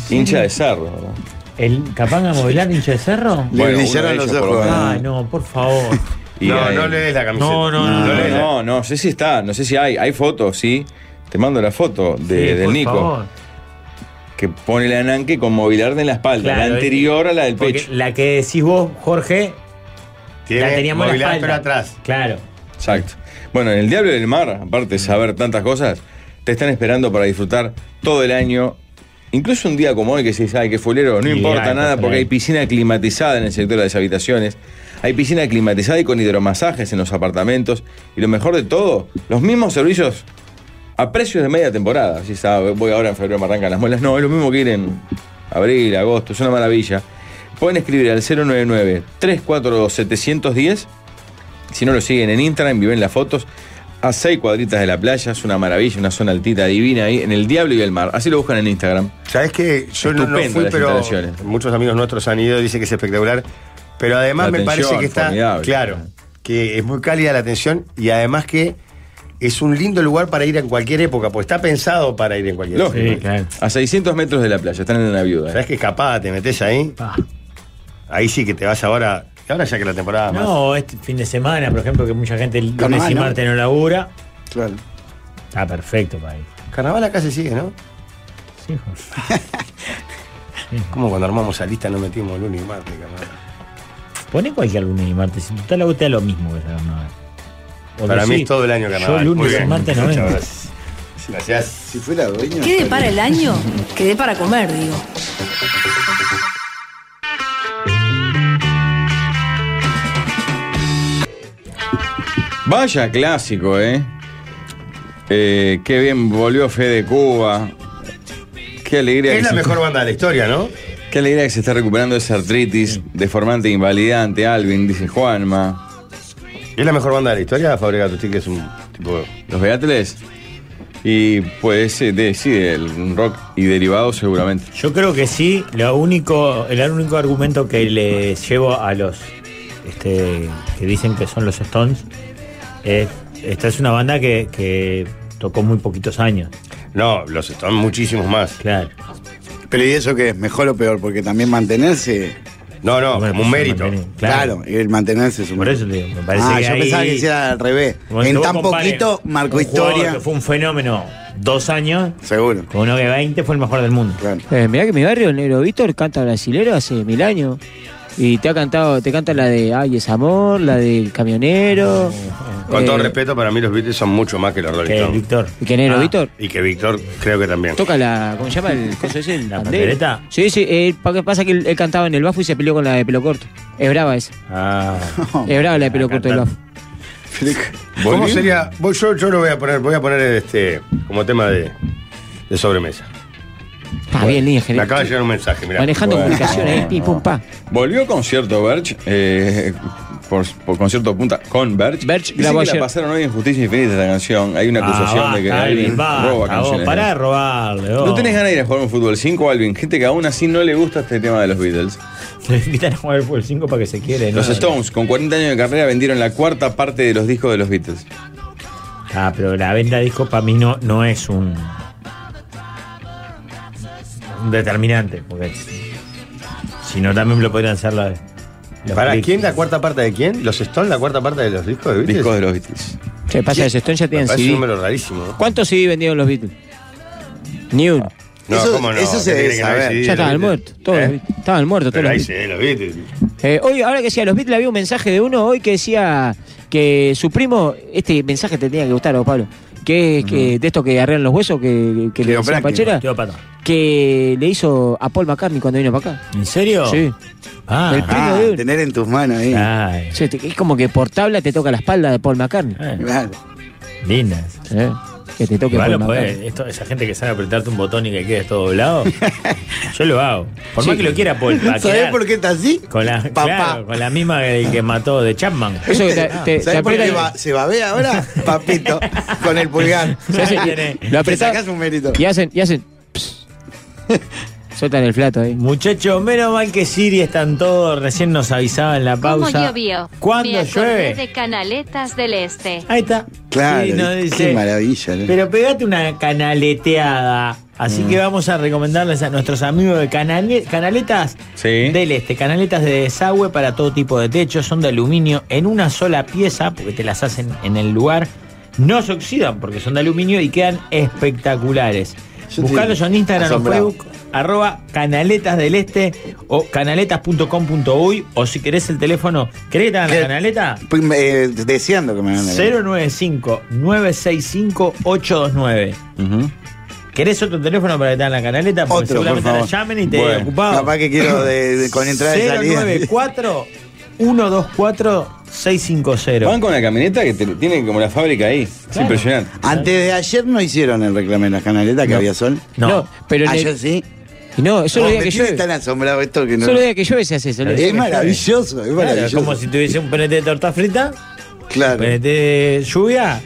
S8: hincha de cerro. ¿no?
S9: ¿El Capanga Movilar, hincha de cerro?
S8: Le Bueno, brillaron uno de los ellos, ojos, por lo menos.
S9: Ay, no, por favor.
S8: Y
S6: No,
S8: ahí-
S6: no le des la camiseta.
S9: No, no, no,
S8: no,
S9: no, no.
S8: no, no sé si está, no sé si hay, hay fotos, sí. Te mando la foto de,
S9: Sí,
S8: del
S9: por
S8: Nico.
S9: favor.
S8: Que pone la nanque con movilar en la espalda,
S9: Claro,
S8: la anterior a la del
S9: porque
S8: pecho.
S9: La que decís vos, Jorge,
S8: Tiene
S9: la teníamos en la
S8: movilidad,
S9: espalda.
S8: pero atrás.
S9: Claro.
S8: Exacto. Bueno, en el Diablo del Mar, aparte de saber tantas cosas, te están esperando para disfrutar todo el año. Incluso un día como hoy que dices, ay, qué fulero, no
S9: Y
S8: importa
S9: hay
S8: nada
S9: cosas
S8: porque hay
S9: ahí.
S8: piscina climatizada en el sector de las habitaciones. Hay piscina climatizada y con hidromasajes en los apartamentos. Y lo mejor de todo, los mismos servicios a precios de media temporada. Si sabe, voy ahora en febrero, me arrancan las muelas. No, es lo mismo que ir en abril, agosto, es una maravilla. Pueden escribir al 099-342-710. Si no lo siguen en Instagram, viven las fotos. A seis cuadritas de la playa, es una maravilla, una zona altita divina ahí, en el Diablo y el Mar. Así lo buscan en Instagram.
S6: ¿Sabes qué? Yo no, no
S8: Estupendo
S6: fui,
S8: las
S6: pero
S8: instalaciones.
S6: muchos amigos nuestros han ido, dicen que es espectacular. Pero además
S8: La
S6: me
S8: atención,
S6: parece que está.
S8: formidable.
S6: Claro, que es muy cálida la atención y además que es un lindo lugar para ir en cualquier época, porque está pensado para ir en cualquier época.
S8: Lógico. A 600 metros de la playa, están en la viuda. ¿eh?
S6: ¿Sabes qué escapada te metes ahí? Ahí sí que te vas ahora. Ahora ya que la temporada más.
S9: No, este fin de semana, por ejemplo, que mucha gente el lunes
S6: Carnaval,
S9: y
S6: ¿no?
S9: martes no labura.
S7: Claro.
S9: Está perfecto para ir.
S6: Carnaval acá se sigue, ¿no?
S9: Sí,
S6: Como cuando armamos la lista no metimos lunes y martes, carnaval.
S9: Poné cualquier lunes y martes. Si total la gusta lo mismo que es la carnaval. O
S6: Para mí
S9: decís,
S6: es todo el año carnaval.
S9: Yo
S6: Muy
S9: lunes y
S6: bien.
S9: martes no
S6: Muchas
S9: vengo.
S6: gracias. Gracias.
S7: Si fuera dueño.
S14: ¿Qué para el año? Quedé para comer, digo.
S8: Vaya clásico, ¿eh? Eh, Qué bien volvió Fede Cuba. Qué alegría.
S6: Es
S8: que
S6: la
S8: se-
S6: mejor banda de la historia, ¿no?
S8: Qué alegría que se está recuperando esa artritis deformante e invalidante, Alvin, dice Juanma.
S6: ¿Es la mejor banda de la historia? Fabrica Tusti, que es un tipo.
S8: ¿Los Beatles? Y pues eh, de- sí, el rock y derivados seguramente.
S9: Yo creo que sí, lo único, el único argumento que le llevo a los este, que dicen que son los Stones es esta es una banda que, que tocó muy poquitos años.
S6: No, los Stones muchísimos más.
S9: Claro.
S7: Pero ¿y eso qué es? ¿Mejor o peor? Porque también mantenerse
S6: No, no,
S9: pues,
S6: como un mérito.
S7: Claro, el mantenerse es un Por eso
S9: le digo, me
S6: parece
S7: ah,
S6: que
S7: yo
S6: ahí-
S7: pensaba que hiciera al revés.
S9: Bueno, que
S7: en
S9: vos
S7: tan
S9: compares
S7: poquito marcó
S9: un jugador
S7: historia.
S9: que fue un fenómeno dos años.
S7: Seguro.
S9: Con uno que 20 fue el mejor del mundo.
S11: Eh, mirá que mi barrio, el negro Víctor, canta brasilero hace mil años. Y te ha cantado, te canta la de Ay es amor, la del camionero.
S6: Con
S11: eh,
S6: todo respeto, para mí los Beatles son mucho más que Ah. los Rolling Stones.
S9: Víctor.
S11: ¿Y que negro Víctor?
S6: Y que Víctor creo que también.
S11: Toca la, ¿cómo se llama el coso ese? El pandero.
S6: pandereta?
S11: Sí, sí, eh, pa- que pasa que él, él cantaba en el bafo y se peleó con la de pelo corto. Es brava esa.
S9: Ah.
S11: Es brava la de pelo corto del bafo.
S6: ¿Cómo
S11: ¿Volvió?
S6: sería? Voy- yo, yo lo voy a poner, voy a poner este como tema de, de sobremesa.
S11: Está bien, línea
S6: Me acaba de llegar un mensaje, mirá.
S11: Manejando
S8: Bueno.
S11: comunicaciones, eh, pim, pum, pa.
S8: Volvió concierto Berch, eh, por, por concierto punta con Berch. Berch
S11: grabó
S8: que la
S11: ayer.
S8: pasaron hoy en Justicia Infinita esta canción. Hay una
S9: Ah,
S8: acusación de que
S9: basta,
S8: alguien
S9: Alvin, basta,
S8: roba
S9: vos,
S8: canciones.
S9: pará de robarle. vos.
S8: ¿No tenés ganas de ir a jugar un fútbol 5, Alvin? Gente que aún así no le gusta este tema de los Beatles.
S9: Lo invitan a jugar al fútbol 5 para que se quiere.
S8: Los
S9: ¿no?
S8: Stones, con 40 años de carrera, vendieron la cuarta parte de los discos de los Beatles.
S9: Ah, pero la venta de discos para mí no, no es un, un determinante. Porque si no, también lo podrían hacer la.
S6: ¿Para quién la cuarta parte de quién? ¿Los Stones la cuarta parte de los discos de Beatles?
S8: Discos de los Beatles.
S11: Se pasa, los Stones ya tienen
S6: parece
S11: CD.
S6: un número rarísimo. ¿no?
S11: ¿Cuántos CD vendieron los Beatles? Ni uno.
S6: No, Eso- ¿cómo no? eso se ¿Qué debe tiene que ver saber.
S11: Ya
S6: CD de los
S11: estaban muertos.
S6: Beatles?
S11: Todos
S6: ¿Eh?
S11: los Beatles. Estaban muertos todos
S6: Pero
S11: los
S6: ahí
S11: Beatles.
S6: se los Beatles.
S11: Eh, hoy, ahora que decía los Beatles, había un mensaje de uno hoy que decía que su primo, este mensaje te tenía que gustar, vos, Pablo, que es que de estos que arreglan los huesos, que, que le decían Pachera, que le hizo a Paul McCartney cuando vino para acá.
S9: ¿En serio?
S11: Sí.
S9: Ah.
S11: El primo
S7: Ah,
S11: de uno.
S7: tener en tus manos ahí.
S11: Sí, te- es como que por tabla te toca la espalda de Paul McCartney.
S7: Claro.
S9: Eh. Linda.
S11: Eh, que te toque
S9: Igual
S11: Paul
S9: lo podés,
S11: McCartney.
S9: esto- esa gente que sabe apretarte un botón y que quedes todo doblado, yo lo hago. Por más que lo quiera,
S6: Pues,
S9: Paul. para
S7: ¿Sabés
S9: quedar
S7: por qué está así?
S9: Con la, claro, con la misma que, que mató de Chapman.
S7: Eso que te- te- Ah, ¿Sabés te por qué aprieta- va- se va a ver ahora? Papito, con el pulgar.
S11: Se hace-
S7: Ahí tenés.
S11: lo
S7: Te
S11: apretás
S7: sacás un mérito.
S11: Y hacen, y hacen. pss. Sueltan el plato ahí.
S9: Muchachos, menos mal que Siri están todos. Recién nos avisaba en la
S15: Como
S9: pausa.
S15: llovió.
S9: ¿Cuándo
S15: Me acordé
S9: llueve?
S15: de Canaletas del Este.
S9: Ahí está.
S7: Claro,
S9: Sí, no
S7: qué
S9: dice.
S7: maravilla. ¿eh? ¿no?
S9: Pero pegate una canaleteada. Así
S7: Mm.
S9: que vamos a recomendarles a nuestros amigos de canale- Canaletas del Este. Canaletas de desagüe para todo tipo de techos. Son de aluminio en una sola pieza, porque te las hacen en el lugar. No se oxidan porque son de aluminio y quedan espectaculares.
S7: te-
S9: Buscalos en Instagram
S7: asombrado.
S9: o Facebook, arroba canaletas del este o canaletas.com.uy o si querés el teléfono, ¿querés que te hagan la
S7: ¿Qué?
S6: Ah.
S9: canaleta?
S7: Pues, eh, deseando que me hagan la
S9: 095-965-829. ¿Querés otro teléfono para que te hagan la canaleta? Porque
S7: Otro, por
S9: seguramente
S7: favor.
S9: la llamen y te
S7: Bueno,
S9: ocupado.
S7: capaz que quiero de- de- con entrada y salida.
S9: 094 124 650
S8: Van con la camioneta que te- tiene como la fábrica ahí. Es impresionante.
S7: Antes de ayer no hicieron el reclame en las canaletas que había sol.
S9: No,
S11: pero en
S7: ayer
S11: el-
S7: sí.
S11: No, eso
S7: Ah, Oh,
S11: lo
S7: me
S11: diga que
S7: tiene
S11: llueve.
S7: tan asombrado esto que no.
S11: Solo día que llueve se hace eso.
S7: Es maravilloso, es maravilloso.
S9: como si tuviese un penete de torta frita.
S7: Claro.
S9: Penete de lluvia.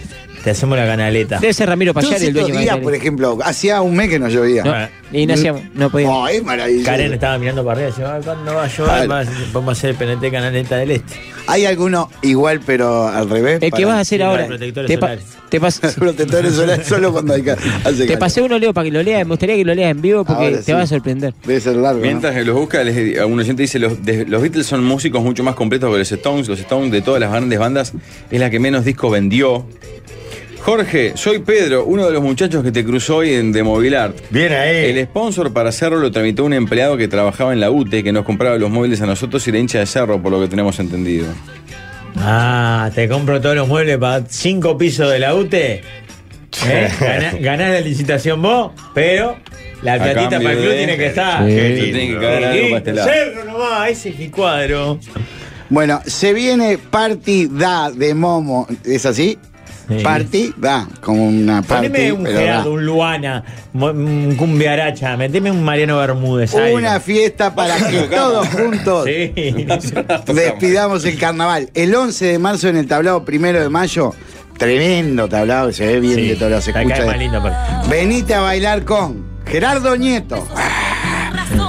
S9: Te hacemos la canaleta.
S11: Debe ser Ramiro Payar
S7: Todos
S11: el dueño
S7: estos
S11: de
S7: días,
S11: Canaletas.
S7: por ejemplo, hacía un mes que no llovía.
S11: No, y no hacíamos, no podíamos.
S7: Oh, es maravilloso.
S9: Karen estaba mirando para arriba y decía, "Ah, ¿cuándo va a llover? Vamos a- Vamos a hacer el penete de canaleta del este.
S7: Hay alguno igual, pero al revés.
S11: El que
S7: para-
S11: Eh, vas a hacer ahora. Te, pa- te pas-
S7: Protectores solares solo cuando hay que hace
S11: te
S7: calor.
S11: pasé uno, Leo, para que lo leas. Me gustaría que lo leas en vivo porque
S8: Ahora
S11: te
S8: sí.
S11: va a sorprender.
S7: Debe ser largo.
S8: Mientras que los busca, les- a un oyente dice, los, de- los Beatles son músicos mucho más completos que los Stones. Los Stones de todas las grandes bandas es la que menos discos vendió. Jorge, soy Pedro, uno de los muchachos que te cruzó hoy en Demovilart.
S6: Bien ahí.
S8: El sponsor para Cerro lo tramitó un empleado que trabajaba en la UTE, que nos compraba los móviles a nosotros y la hincha de Cerro, por lo que tenemos entendido.
S9: Ah, te compro todos los muebles para cinco pisos de la UTE. ¿Eh? Ganá- ganás la licitación vos, pero la
S8: A
S9: platita para
S8: cambio
S9: el club
S8: de-
S9: tiene que estar.
S8: Sí. Qué lindo. Tiene que caer algo para este lado.
S9: Cerro nomás, ese es mi cuadro.
S7: Bueno, se viene partida de Momo. ¿Es así? Partida. Como una party,
S9: Poneme un
S7: pero da.
S9: Gerardo, un Luana, mo- un Cumbiaracha, meteme un Mariano Bermúdez.
S7: Una fiesta para que todos juntos despidamos el carnaval. El 11 de marzo en el tablado primero de mayo. Tremendo tablado, se ve bien de todos los
S9: Acá es
S7: escuchas.
S9: más lindo, pero-
S7: Venite a bailar con Gerardo Nieto,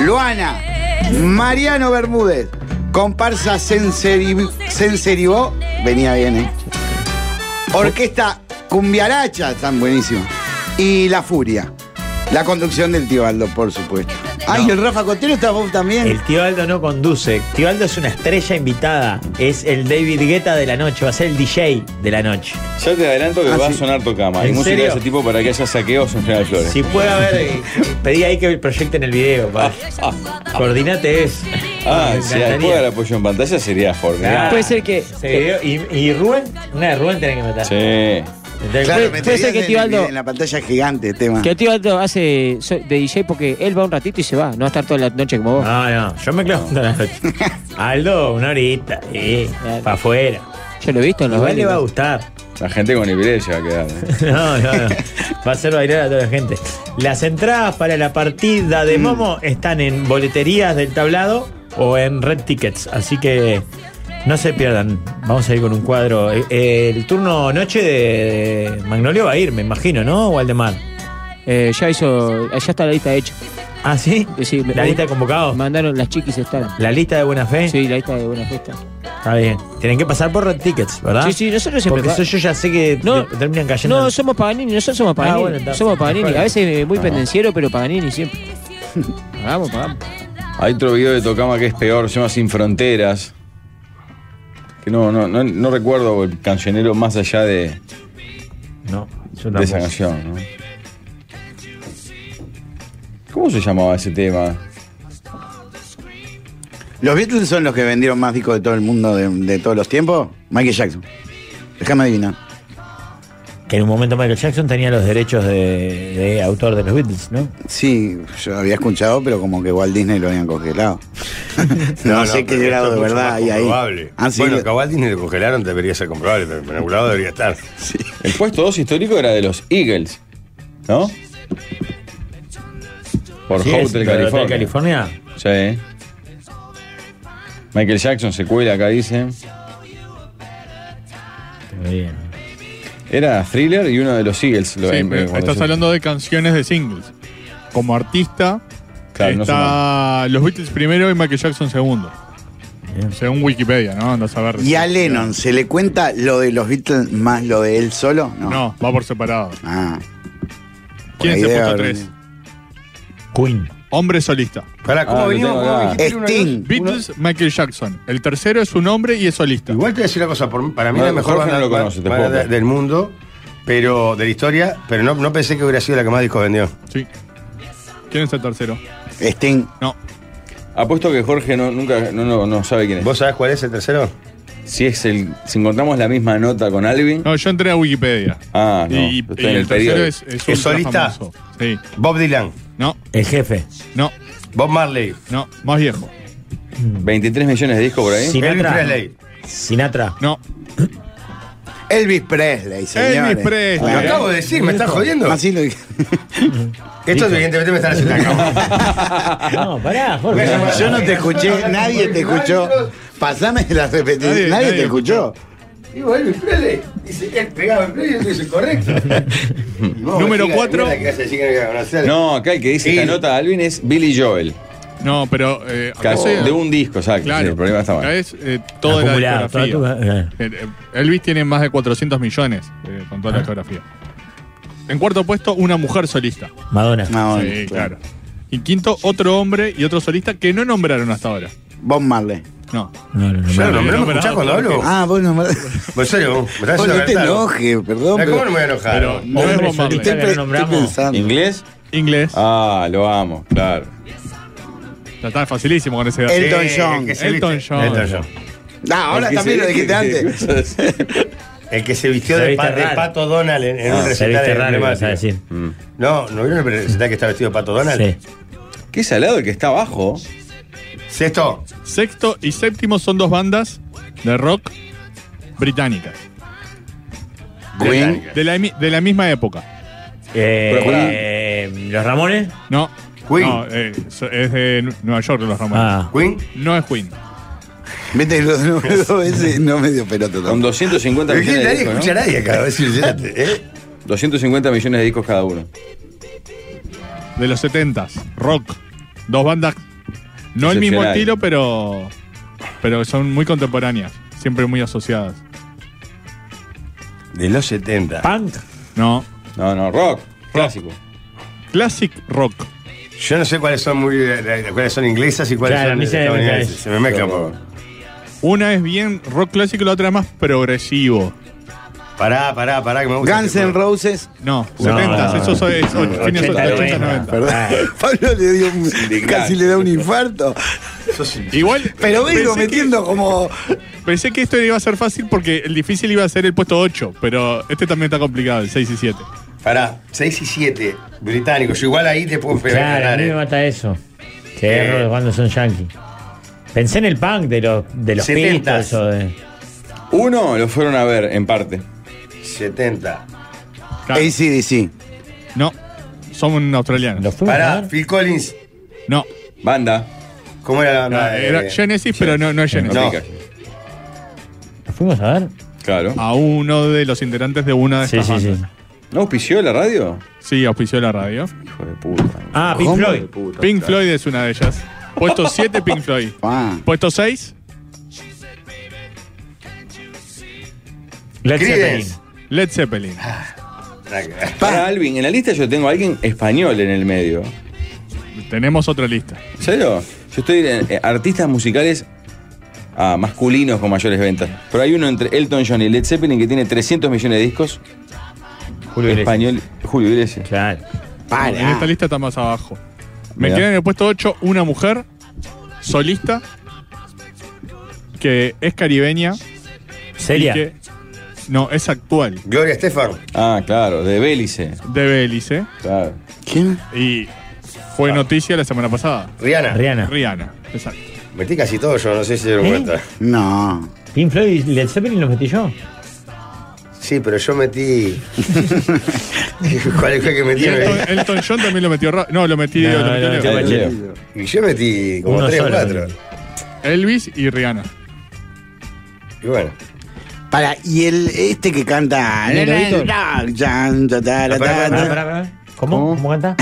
S7: Luana, Mariano Bermúdez, comparsa Senseri- Senseribó, venía bien, ¿eh? Orquesta Cumbiaracha, están buenísimos. Y La Furia, la conducción del Tío Aldo, por supuesto. Ay, el Rafa Cotero está vos también.
S9: El tío Aldo no conduce. Tío Aldo es una estrella invitada. Es el David Guetta de la noche. Va a ser el DJ de la noche.
S8: Ya te adelanto que
S9: Ah,
S8: va
S9: sí.
S8: a sonar Tocama. Hay
S9: ¿En
S8: música de
S9: serio?
S8: ese tipo para que haya saqueos en General Flores.
S9: Si puede haber, eh, pedí ahí que proyecten el video. pa. Ah, Coordinate es.
S8: Ah,
S9: Me
S8: si
S9: encantaría.
S8: puede el apoyo en pantalla sería Pues, formidable.
S11: Puede ser que.
S9: Ese video. Ah, Y, y Rubén, una de Rubén tiene que matar.
S8: Sí.
S7: Claro,
S11: puede,
S9: pues,
S11: puede ser que
S7: meterías
S11: tío
S7: en el video,
S11: Aldo.
S7: En la pantalla gigante, tema.
S11: Que tío Aldo hace so- de DJ porque él va un ratito y se va. No va a estar toda la noche como vos.
S9: No, Ah, no, yo me quedo toda la noche. Aldo, una horita, sí, para afuera.
S11: Yo lo he visto en los
S9: Igual le
S11: bailes.
S9: va a gustar.
S8: La gente con epilepsia va a quedar. ¿eh?
S9: No, no, no. Va a ser bailar a toda la gente. Las entradas para la partida
S11: Mm.
S9: de Momo están en boleterías del tablado o en Red Tickets. Así que no se pierdan. Vamos a ir con un cuadro. Eh, eh, El turno noche de Magnolio va a ir, me imagino, ¿no, Waldemar?
S11: Eh, ya hizo. Ya está la lista hecha.
S9: ¿Ah, sí? ¿La lista de convocados?
S11: Mandaron las chiquis están.
S9: ¿La lista de buena fe?
S11: Sí, la lista de buena fe está.
S9: Está bien. Tienen que pasar por Red Tickets, ¿verdad?
S11: Sí, sí, nosotros siempre
S9: Porque
S11: pa-
S9: eso yo ya sé que te- terminan cayendo.
S11: No, somos Paganini, nosotros somos Paganini.
S9: Ah, bueno, está.
S11: somos Paganini.
S9: Mejor.
S11: A veces eh, muy
S9: Ah.
S11: pendenciero, pero Paganini siempre. pagamos, pagamos.
S8: Hay otro video de Tocama que es peor, se llama Sin Fronteras. Que no, no, no, no recuerdo el cancionero más allá de,
S9: No, yo
S8: de esa
S9: tampoco.
S8: canción. ¿no? ¿Cómo se llamaba ese tema?
S7: ¿Los Beatles son los que vendieron más discos de todo el mundo de, de todos los tiempos? Michael Jackson. Déjame adivinar.
S9: Que en un momento Michael Jackson tenía los derechos de, de autor de los Beatles, ¿no?
S7: Sí, yo había escuchado, pero como que Walt Disney lo habían congelado. no, sé qué
S6: pero
S7: grado
S6: esto
S7: de
S6: es mucho
S7: verdad
S6: más
S7: hay ahí.
S6: comprobable.
S7: Ah, sí,
S6: bueno,
S7: lo-
S6: que a Walt Disney lo congelaron debería ser comprobable, pero manipulado debería estar.
S8: El puesto 2 histórico era de los Eagles, ¿no? Por
S9: Sí, es,
S8: Hotel
S9: pero
S8: California.
S9: Hotel California.
S8: Sí. Michael Jackson se cuela acá, dice. Era thriller y uno de los Eagles. lo-
S16: Sí,
S8: eh,
S16: pero
S8: cuando
S16: estás
S8: se-
S16: hablando de canciones de singles. Como artista,
S8: Claro, no
S16: está los Beatles primero y Michael Jackson segundo. Según Wikipedia, ¿no? Andás a ver.
S7: ¿Y a Lennon se le cuenta lo de los Beatles más lo de él solo? No,
S16: No, va por separado.
S7: Ah.
S16: ¿Quién es
S7: Por
S16: el
S7: ahí debe
S16: puesto
S7: haber
S16: 3? Queen. Hombre solista.
S6: Pará, ¿cómo Ah, lo venimos? tengo ¿Cómo acá. dijiste uno,
S16: Sting. Beatles, Michael Jackson. El tercero es un hombre y es solista.
S6: Igual te voy a decir una cosa, por- para mí la mejor
S16: Jorge
S6: banda,
S16: no lo conoce, te
S6: banda
S16: puedo creer.
S6: del mundo, pero de la historia, pero no, no pensé que hubiera sido la que más discos vendió.
S16: Sí. ¿Quién es el tercero?
S7: Sting.
S16: No.
S8: Apuesto que Jorge no, nunca no, no, no sabe quién es.
S6: ¿Vos sabés cuál es el tercero?
S8: Si es el. Si encontramos la misma nota con Alvin.
S16: No, yo entré a Wikipedia.
S8: Ah, no.
S16: Y-
S8: está
S16: y
S8: en
S16: el
S8: el,
S16: tercero
S8: periodo.
S16: es- es ultra
S6: solista?
S16: famoso. Sí.
S6: Bob Dylan.
S16: No.
S9: El jefe.
S16: No.
S6: Bob Marley.
S16: No, más viejo.
S8: 23 millones de discos por ahí.
S9: Sinatra. Sinatra.
S16: No.
S7: Elvis Presley, señores.
S6: Elvis Presley. Lo acabo de decir, ¿me estás jodiendo?
S7: Así lo dije.
S6: Esto evidentemente me están haciendo
S9: No, pará,
S7: Yo no te escuché, nadie te escuchó. Pasame la repetición. Nadie, te escuchó.
S6: Digo, Elvis Presley. Dice, él pegaba en play y yo dice, correcto.
S16: Número cuatro.
S8: No, acá el que dice esta nota Alvin es Billy Joel.
S16: No, pero. eh, acá
S8: Caso
S16: se-
S8: de un disco, exacto.
S16: Claro.
S8: Ah, Sí, el problema está
S16: Acá
S8: mal.
S16: es eh, toda la
S8: Acumulado,
S16: discografía.
S8: toda
S16: Eh, eh, Elvis tiene más de 400 millones eh, con toda la discografía. En cuarto puesto, una mujer solista.
S9: Madonna.
S16: sí, claro. Y quinto, otro hombre y otro solista que no nombraron hasta ahora.
S7: Bob Marley.
S16: No.
S9: No, no,
S6: Yo no, no me escuchás cuando hablo.
S7: Ah, vos no me.
S6: ¿En serio? Pues ¿Me estás haciendo
S7: no te
S6: calentar?
S7: enojes, perdón.
S6: Ah, ¿Cómo
S7: pero-
S6: no me voy a enojar?
S16: Pero,
S7: No,
S16: no es
S7: hombre,
S16: Bob Marley.
S7: estoy pe- estoy pensando.
S8: ¿Inglés?
S16: Inglés.
S8: Ah, lo amo, claro.
S16: Ya está facilísimo con ese dato.
S7: Elton Sí, John. el que se
S16: Elton
S7: viste.
S16: John.
S7: Elton John. Ah, ahora
S6: El que
S7: también
S6: se
S7: lo dijiste
S6: viste-
S7: antes.
S6: El que se vistió de, pa- de Pato Donald en, en un recital emblemático. Mm. No, ¿no vieron el recital que está vestido de Pato Donald?
S8: Qué salado el que está abajo.
S6: Sexto.
S16: Sexto y séptimo son dos bandas de rock británicas.
S6: Británicas.
S16: De la, mi- de la misma época.
S9: Eh, eh, ¿Los Ramones?
S16: No.
S9: Queen.
S16: No, eh, so- es de Nu- Nueva York los Ramones.
S9: Ah.
S6: ¿Queen?
S16: No es Queen.
S7: Vete, no, no, no, ese no me dio pelota.
S8: Con 250 millones
S7: Pero que
S8: de
S7: nadie
S8: discos.
S7: escucha
S8: ¿no?
S7: a nadie acá, es ilusionante,
S8: 250 millones de discos cada uno.
S16: De los 70s. Rock. Dos bandas. No el mismo
S8: Excepcional.
S16: estilo, pero. Pero son muy contemporáneas. Siempre muy asociadas.
S6: De los 70.
S9: ¿Punk?
S16: No.
S8: No, no, rock. Clásico.
S16: Classic rock.
S6: Yo no sé cuáles son muy eh, cuáles son inglesas y cuáles
S16: Claro,
S6: son
S16: ni sé,
S6: estadounidenses.
S16: ni sé.
S6: Se me mezcla un poco.
S16: Una es bien rock clásico y la otra es más progresivo.
S6: Pará, pará, pará, que me gusta.
S7: Guns N' Roses.
S16: No, 70s, eso es- es- fines 80s, 90s.
S7: Perdón, Pablo le dio un- casi le da un infarto.
S16: Igual.
S7: Pero vengo
S16: pensé
S7: metiendo como.
S16: Pensé que esto iba a ser fácil porque el difícil iba a ser el puesto 8, pero este también está complicado, el 6 y 7.
S6: Pará, 6 y 7, británicos. Yo igual ahí te puedo pegar.
S9: Claro, a
S6: ganar,
S9: mí
S6: eh.
S9: me mata eso.
S6: Eh.
S9: Che, error cuando son yankees. Pensé en el punk de los, de los
S8: 70s.
S9: Beatles o de-
S8: Uno lo fueron a ver, en parte.
S6: 70.
S7: ACDC.
S16: No, son australianos.
S6: Pará, Phil Collins.
S16: No.
S8: Banda.
S6: ¿Cómo era la banda?
S16: Ah, era
S6: Eh,
S16: Genesis, pero no, no es Genesis.
S6: No.
S9: ¿Lo fuimos a ver?
S8: Claro.
S16: A uno de los integrantes de una de
S9: Sí,
S16: estas
S9: sí, sí.
S16: bandas.
S8: ¿No auspició la radio?
S16: Sí, auspició la radio.
S8: Hijo de puta.
S9: Ah, Pink
S8: ¿Cómo?
S9: Floyd.
S16: Pink Floyd es una de ellas. Puesto 7, Pink Floyd. Puesto 6.
S9: Led
S8: Creedence.
S16: Zeppelin. Led Zeppelin.
S8: Para Alvin, en la lista yo tengo a alguien español en el medio.
S16: Tenemos otra lista.
S8: ¿En serio? Yo estoy en eh, artistas musicales ah, masculinos con mayores ventas. Pero hay uno entre Elton John y Led Zeppelin que tiene 300 millones de discos. Julio español, Julio Iglesias.
S9: Claro.
S16: En esta lista está más abajo. Me
S8: Mirá.
S16: queda en el puesto 8 una mujer solista que es caribeña.
S9: ¿Celia?
S16: y que- no, es actual.
S6: Gloria Estefan.
S8: Ah, claro, de Bélice.
S16: De Belice.
S8: Claro.
S7: ¿Quién?
S16: Y fue noticia la semana pasada.
S6: Rihanna.
S9: Rihanna.
S16: Rihanna, exacto.
S6: Metí casi todo yo, no sé si se dieron
S9: ¿Eh?
S6: cuenta.
S7: No.
S9: Pink Floyd y Led Zeppelin los metí yo.
S6: Sí, pero yo metí. ¿Cuál fue que metí?
S16: Y Elton, Elton John también lo metió. Ra- No, lo metí.
S6: No,
S16: lo metió
S6: no,
S16: Leo.
S6: yo metí Leo. Y yo metí como
S16: Uno
S6: 3 o
S16: solo
S6: 4.
S16: Elvis y Rihanna.
S6: Y bueno.
S7: Para, y el este que canta.
S6: ¿El Beatles?
S9: pará, pará, pará, pará. ¿eh? ¿Cómo? ¿Cómo canta?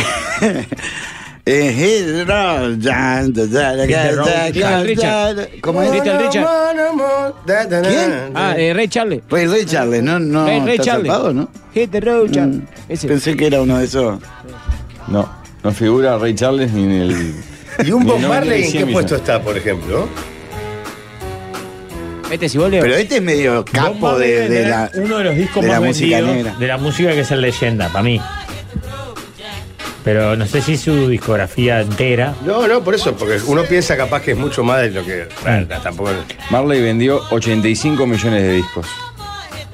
S7: ¿Cómo es?
S11: Little Richard.
S7: ¿Quién?
S11: Ah, eh, Ray Charles.
S7: Ray Ray Charles, no, no,
S11: Ray, Ray
S7: está
S11: Charles.
S7: zarpado, ¿no? Mm.
S11: Hit the road, Charles. Ese.
S7: Pensé que era uno de esos.
S8: No, no figura Ray Charles ni en el.
S6: ¿Y un
S8: ni
S6: Bob
S8: no- ni
S6: Marley en
S8: cien
S6: qué
S8: millones.
S6: puesto está, por ejemplo?
S11: Este si vos Leo.
S7: Pero este es medio capo
S9: Marley
S7: de,
S9: debe
S7: de
S9: tener
S7: la.
S9: uno de los discos
S7: de
S9: más
S7: la música
S9: vendidos
S7: negra.
S9: de la música que es el leyenda para mí pero no sé si su discografía entera
S6: No, no, por eso, porque uno piensa capaz que es mucho más de lo que. Bueno, tampoco.
S8: Marley vendió 85 millones de discos.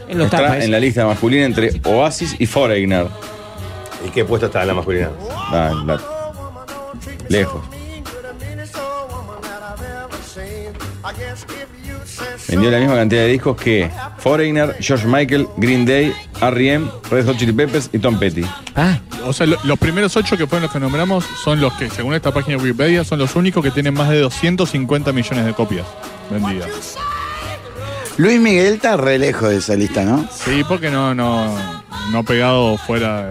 S11: En los
S8: Está
S11: tapas,
S8: en
S11: ese.
S8: la lista masculina entre Oasis y Foreigner. Ah,
S6: ¿Y qué puesto está en la masculina?
S8: Lejos. Vendió la misma cantidad de discos que Foreigner, George Michael, Green Day, R.E.M., Red Hot Chili Peppers y Tom Petty.
S6: Ah.
S16: O sea, lo- los primeros ocho que fueron los que nombramos son los que, según esta página de Wikipedia, son los únicos que tienen más de 250 millones de copias vendidas.
S7: Luis Miguel está re lejos de esa lista, ¿no?
S16: Sí, porque no, no, no ha pegado fuera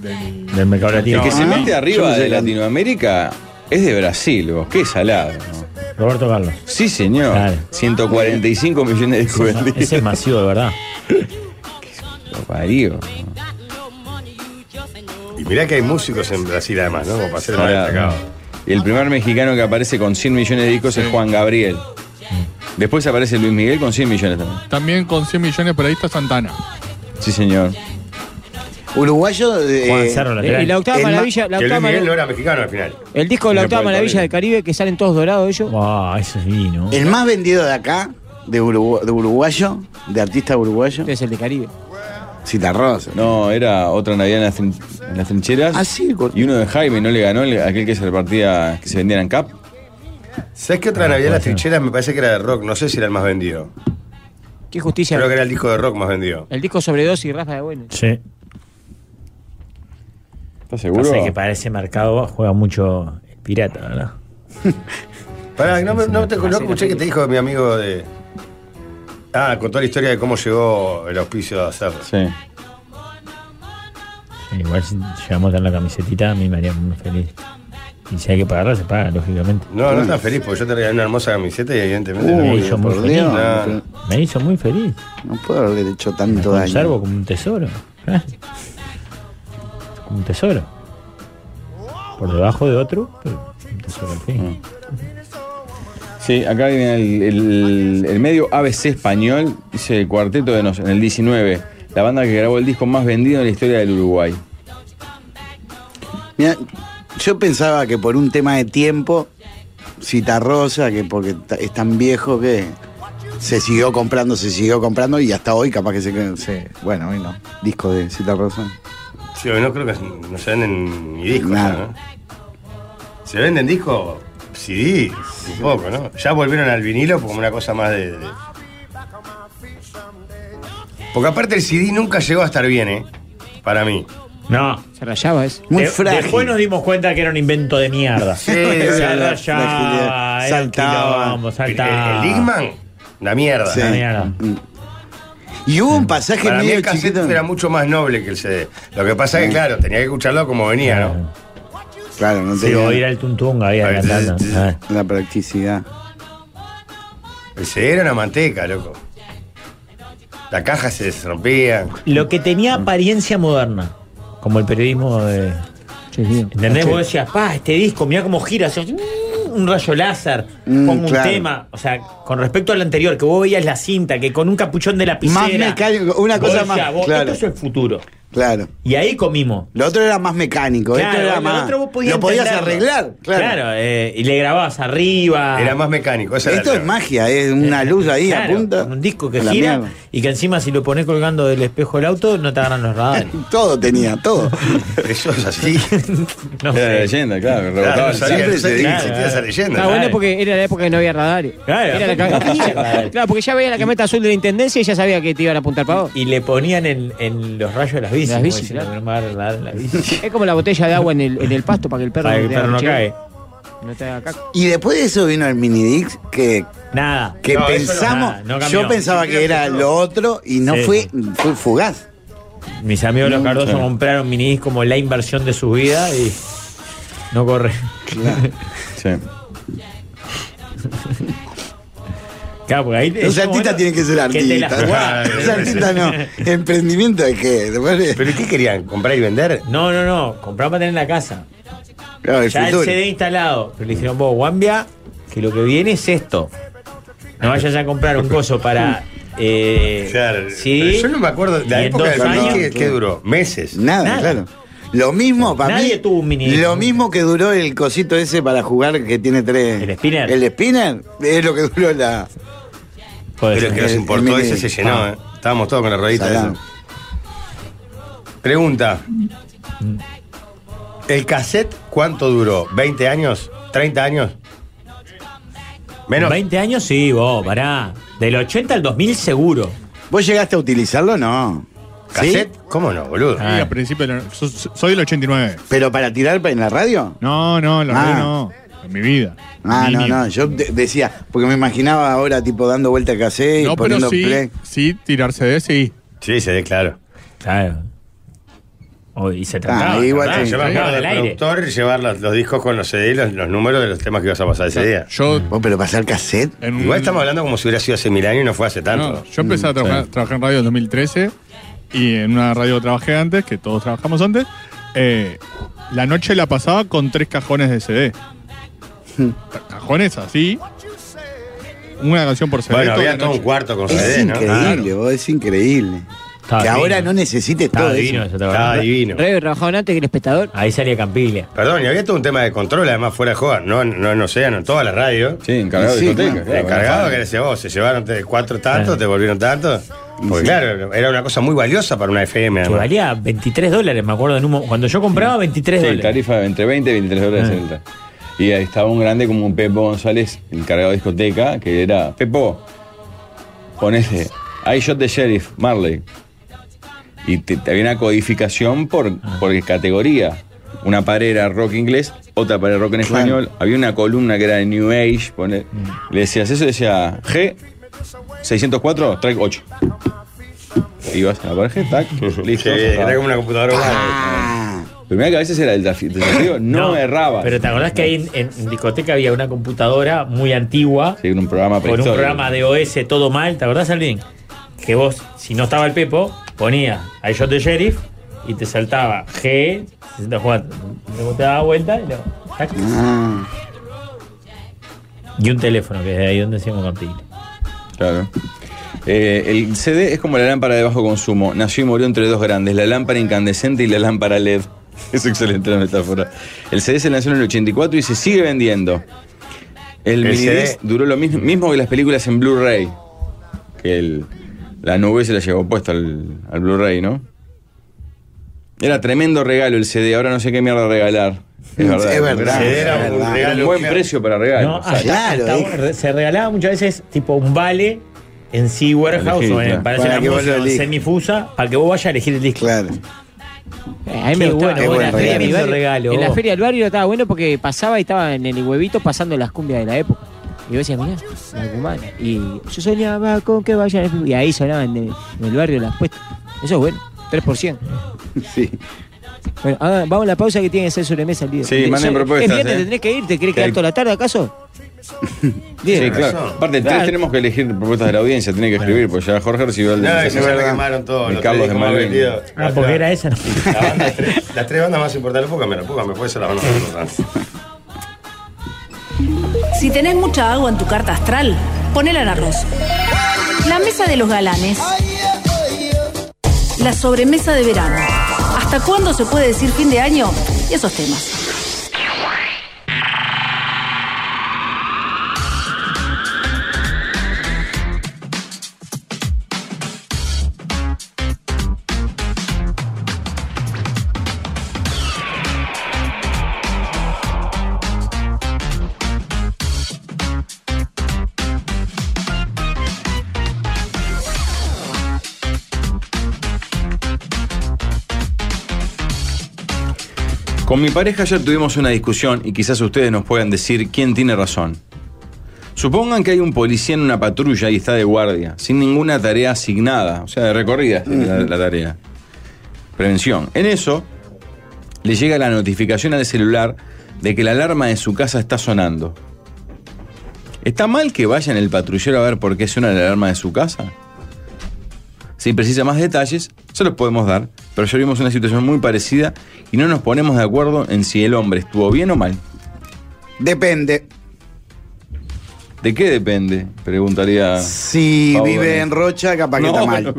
S16: de- del.
S9: del mercado
S8: El
S9: latino
S8: que se
S9: Ah,
S8: mete
S9: yo
S8: arriba
S9: no sé
S8: de
S9: tanto.
S8: Latinoamérica es de Brasil, vos. Qué salado. ¿no?
S9: Roberto Carlos
S8: Sí, señor. 145 millones de discos vendidos.
S9: ese es masivo de verdad
S8: Lo parió.
S6: Y mirá que hay músicos en Brasil además, ¿no? Como para ser más
S8: Ahora,
S6: destacado.
S8: Y el primer mexicano que aparece con 100 millones de discos es Juan Gabriel.
S9: Mm.
S8: Después aparece Luis Miguel con 100 millones también.
S16: También con 100 millones por ahí está Santana.
S8: Sí, señor.
S7: Uruguayo. de-
S9: Juan Cerro, lateral.
S11: Eh, Y la octava
S7: el ma-
S11: maravilla. La
S6: que
S11: octava
S6: Luis Miguel
S11: maravilla
S6: no
S11: Eh,
S6: era mexicano al final.
S11: el disco de la
S7: Mira,
S11: octava
S7: por el
S11: maravilla del Caribe que salen todos dorados ellos.
S9: wow eso es vino
S7: El más vendido de acá, de, Urugu- de uruguayo, de artista uruguayo.
S11: Este Es el de Caribe.
S7: Citarrosa.
S8: No, era otra Navidad en las, trin- en las trincheras.
S6: Ah,
S8: Y uno de Jaime, no le ganó el- aquel que se repartía, que se vendían en CAP.
S6: ¿Sabes qué
S9: Ah,
S6: otra Navidad de las trincheras me parece que era de rock? No sé si era el más vendido.
S11: Qué justicia.
S6: Creo que era el disco de rock más vendido.
S11: El disco sobredosis y raspa de bueno.
S9: sí
S8: ¿Estás
S9: Pasa que para ese mercado juega mucho el pirata verdad
S6: Pará, no, me- no te, no escuché que te dijo mi amigo de. Ah, contó la historia de cómo llegó el auspicio a hacerlo.
S8: Sí.
S9: igual si llegamos a dar la camisetita a mí me haría muy feliz y si hay que pagarla se paga lógicamente
S6: No, no estás feliz porque yo te regalé una hermosa camiseta y evidentemente
S9: me
S6: no.
S9: hizo muy
S7: por
S9: feliz
S7: Dios.
S6: No.
S9: me hizo muy feliz
S7: No puedo haber hecho tanto
S9: Un ¿Ah?
S7: daño.
S9: conservo como un tesoro. ¿eh? Como un tesoro. por debajo de otro, pero sobre el fin.
S8: Sí, acá viene el, el- el medio ABC español, dice el cuarteto de nos, en el 19, la banda que grabó el disco más vendido en la historia del Uruguay.
S7: Mira, yo pensaba que por un tema de tiempo, Citarrosa, que porque ta- es tan viejo que se siguió comprando, se siguió comprando y hasta hoy capaz que se. se- bueno, hoy no. Disco de Citarrosa.
S6: Sí, hoy no creo que no se venden ni discos.
S7: Nada.
S6: ya, ¿no? Se venden discos, CD, un poco, ¿no? Ya volvieron al vinilo como una cosa más de, de- Porque aparte el CD nunca llegó a estar bien, ¿eh? Para mí.
S9: No.
S11: Se rayaba eso.
S9: De- Después nos dimos cuenta que era un invento de mierda.
S6: Sí,
S9: Se
S6: sí, la-
S9: rayaba, era
S6: la-
S9: un
S6: saltaba.
S9: quilombo, saltaba.
S6: El- el Digman, La mierda.
S9: Sí. La mierda.
S7: Y hubo un pasaje
S6: Para mí
S7: medio
S6: el cassette
S7: chiquito.
S6: era mucho más noble que el CD. Lo que pasa es que, claro, tenía que escucharlo como venía, ¿no?
S7: Claro, no
S9: Sí,
S7: tenía
S9: o ir al tuntunga ahí a la- la-
S7: la practicidad.
S6: El CD era una manteca, loco. La caja se rompía.
S9: Lo que tenía apariencia moderna, como el periodismo de. ¿Entendés?
S6: Sí.
S9: Vos decías, pa, este disco, mirá cómo gira, sos- mm, un rayo láser,
S7: Mm,
S9: pongo
S7: claro.
S9: un tema. O sea, con respecto al anterior, que vos veías la cinta, que con un capuchón de lapicera.
S7: Más mecánico, una
S9: vos
S7: cosa
S9: decías,
S7: más,
S9: vos,
S7: claro.
S9: Esto es el futuro.
S7: Claro.
S9: Y ahí comimos.
S7: Lo otro era más mecánico, esto era
S9: lo
S7: más-
S9: otro vos podías
S7: lo podías
S9: entenderlo.
S7: arreglar, claro.
S9: eh, y le grababas arriba.
S7: Era
S6: más mecánico.
S7: esa era Esto la- es magia, es una luz ahí a punta.
S9: Un disco que
S7: A la
S9: gira
S7: mierda.
S9: y que encima si lo pones colgando del espejo del auto no te agarran los radares.
S7: todo tenía, todo.
S6: Eso es así.
S9: no
S8: Era la leyenda, claro,
S6: Claro,
S8: rebotaba el
S6: no sabía,
S8: salto.
S6: no sabía que Claro, existía claro. esa leyenda.
S11: Ah, bueno, porque era la época que no había radares.
S9: Claro.
S11: Era la camioneta. claro, porque ya veía la camioneta azul de la intendencia y ya sabía que te iban a apuntar para vos.
S9: Y le ponían en, en los rayos de las bicis.
S11: Las
S9: como
S11: bicis,
S9: diciendo,
S11: claro.
S9: "No me va a agarrar la bici".
S11: Es como la botella de agua en el, en el pasto para que el perro,
S9: Para que el
S11: te haga
S9: perro no
S11: mochila.
S9: cae.
S11: No te haga caca.
S7: Y después de eso vino el mini Dix que
S9: nada,
S7: que
S11: No, eso no-
S7: pensamos,
S11: nada, no cambió.
S7: yo pensaba que era lo otro y no
S9: Sí.
S7: fue, fue fugaz.
S9: Mis amigos los Cardoso compraron minis como la inversión de su vida y no corre.
S8: Sí.
S9: Claro, porque ahí
S7: Los artistas tienen que ser artistas. Los artistas no. Emprendimiento de qué.
S6: ¿Pero qué querían? ¿Comprar y vender?
S9: No, no, no. Comprar para tener en la casa.
S7: Claro, el
S9: ya
S7: futuro.
S9: el CD instalado. Pero le dijeron, vos, Guambia, que lo que viene es esto. No vayas a comprar un coso para. Eh,
S6: Pero
S9: CD,
S6: Yo no me acuerdo.
S9: y
S6: La
S9: en
S6: época
S9: dos
S6: del Berlín,
S9: años-
S6: ¿qué, qué duró? ¿Meses?
S7: Nada, claro. Lo mismo para
S9: Nadie
S7: mí.
S9: tuvo un mini
S7: Lo mismo que duró el cosito ese para jugar que tiene tres. El
S9: spinner.
S7: El spinner es lo que duró la.
S6: Pero el que nos
S7: El-
S6: importó
S7: el
S6: ese
S7: mini-
S6: se llenó,
S7: Ah.
S6: ¿eh? Estábamos todos con la rodita de
S7: Salado.
S6: eso. Pregunta. ¿El cassette cuánto duró? ¿20 años? ¿30 años? Menos.
S9: 20 años sí, vos, pará. Del 80 al 2000 seguro.
S7: ¿Vos llegaste a utilizarlo? No.
S6: ¿Cassette? ¿Cómo no, boludo?
S16: Sí, a principio del- so- so- soy el 89.
S7: ¿Pero para tirar en la radio?
S16: No, no, en la
S7: Ah.
S16: radio no. En mi vida.
S7: Ah, no,
S16: Mínimo.
S7: no. Yo de- decía, porque me imaginaba ahora tipo dando vuelta a cassette y
S16: No, pero
S7: poniendo
S16: sí,
S7: play.
S16: sí, tirar CD, sí.
S6: Sí, CD, claro.
S9: Claro. Oh, y se
S6: Ah,
S9: trataba.
S6: igual
S9: ¿verdad?
S6: sí.
S9: Se
S6: Yo me
S9: trataba del
S6: acuerdo del
S9: aire.
S6: productor llevar los, los discos con los CD, los, los números de los temas que ibas a pasar ese día.
S16: Yo,
S7: Vos, pero pasar cassette.
S6: Igual estamos hablando como si hubiera sido hace mil años y no fue hace tanto.
S16: No, yo empecé a trabajar, trabajar en radio en 2013 y en una radio que trabajé antes, que todos trabajamos antes. eh, la noche la pasaba con tres cajones de CD. Ca- cajones así. Una canción por CD.
S6: Bueno,
S16: toda
S6: había
S16: la
S6: todo un
S16: noche.
S6: cuarto con
S7: Es
S6: CD, ¿no?
S7: increíble, vos, es increíble. que
S9: divino.
S7: ahora no necesites
S9: Está
S7: todo
S9: divino
S7: eso.
S9: ese trabajo. Está divino.
S11: Rebe trabajaban antes que el espectador.
S9: Ahí salía Campiglia.
S6: Perdón, y había todo un tema de control, además fuera de joda, no, no, no sé, no en todas las radios.
S8: Sí, encargado de Sí, discotecas, claro. claro,
S6: encargado
S8: bueno,
S6: que decía vos, se llevaron te- cuatro tantos, te volvieron tantos. Porque claro, era una cosa muy valiosa para una FM,
S9: Que
S6: además.
S9: valía 23 dólares, me acuerdo. En un mo- cuando yo compraba, 23
S8: Sí,
S9: dólares.
S8: tarifa de entre 20 y 23 dólares.
S9: Ah.
S8: en el- Y ahí estaba un grande como un Pepo González, encargado de discoteca, que era, Pepo, ponete, I shot the sheriff, Marley. Y te, te había una codificación por, por categoría. Una pared era rock inglés, otra pared rock en español. Había una columna que era de New Age. pone- Le decías eso, decía G, 604, track 8. Ibas a la pared, tac, listo.
S6: Sí, era como una computadora
S9: Ah.
S8: Pero mirá que a veces era el desafío, desafío, no, erraba.
S9: Pero te acordás que ahí en, en- en discoteca había una computadora muy antigua.
S8: Sí, con un programa
S9: con un
S8: prehistórico.
S9: programa de OS todo mal. ¿Te acordás, Alvin? Que vos, si no estaba el Pepo, ponía I shot the sheriff y te saltaba G, se sienta jugando. Luego te daba vuelta y luego. tac.
S8: Ah.
S9: Y un teléfono, que es de ahí donde hacíamos camping.
S8: Claro. Eh, el CD es como la lámpara de bajo consumo. Nació y murió entre dos grandes, la lámpara incandescente y la lámpara LED. Es excelente la metáfora. El CD se lanzó en el 84 y se sigue vendiendo. El,
S6: El
S8: minidisc
S6: CD.
S8: duró lo mismo, mismo que las películas en Blu-ray. Que el- la nube se la llevó puesta al, al Blu-ray, ¿no? Era tremendo regalo el CD, ahora no sé qué mierda regalar. Es
S7: Es
S8: verdad. El
S7: verdad,
S8: CD
S7: es
S8: era un
S7: verdad.
S8: regalo, buen precio para regalo.
S9: No, ah,
S8: o sea,
S9: hasta- hasta ahora re- se regalaba muchas veces tipo un vale en sí warehouse
S8: Elegí,
S9: o en
S8: claro.
S9: Palacio
S8: Para
S9: de
S8: que
S9: la
S8: vos lo
S9: Música,
S8: elijas.
S9: semifusa para que vos vayas a elegir el disco.
S7: Claro.
S11: Eh, A mí me gustaba.
S9: bueno,
S11: en, la feria del barrio-
S9: regalo.
S11: en la
S9: vos.
S11: feria del barrio estaba bueno porque pasaba y estaba en el huevito pasando las cumbias de la época. Y yo decía, mirá, la cumana. Y yo soñaba con que vayan. Y ahí sonaban en el, en el barrio las puestas. Eso es bueno, 3%.
S7: Sí.
S11: Bueno, ah, vamos a la pausa que tiene que ser sobremesa el día.
S8: Sí, manden propuestas,
S11: Es viernes,
S8: eh.
S11: tendrés que ir, te querés quedar
S8: Sí.
S11: toda la tarde acaso.
S8: Sí,
S11: Bien.
S8: claro. Aparte, tres
S11: Claro.
S8: tenemos que elegir propuestas de la audiencia, tiene que escribir, porque ya Jorge recibió el de.
S6: No,
S8: Vicente
S6: que se me
S8: Fernández,
S6: quemaron todos.
S8: el
S6: los
S8: Carlos de
S6: tres, como
S8: Malvin.
S6: vendido.
S9: Ah, porque era esa. ¿no?
S6: La banda de tres- las tres bandas más importantes, póngame, póngame, puede ser la banda más importante.
S14: Si tenés mucha agua en tu carta astral, ponela en arroz. La mesa de los galanes. La sobremesa de verano. ¿Hasta cuándo se puede decir fin de año? Y esos temas.
S8: Con mi pareja ayer tuvimos una discusión y quizás ustedes nos puedan decir quién tiene razón. Supongan que hay un policía en una patrulla y está de guardia, sin ninguna tarea asignada, o sea, de recorrida este, la, la tarea. Prevención. En eso, le llega la notificación al celular de que la alarma de su casa está sonando. ¿Está mal que vayan el patrullero a ver por qué suena la alarma de su casa? Si precisa más detalles, se los podemos dar, pero ya vimos una situación muy parecida y no nos ponemos de acuerdo en si el hombre estuvo bien o mal.
S7: Depende.
S8: ¿De qué depende? Preguntaría.
S7: Si
S8: Pablo
S7: vive
S8: Daniel.
S7: en Rocha, capaz que
S8: No,
S7: está mal.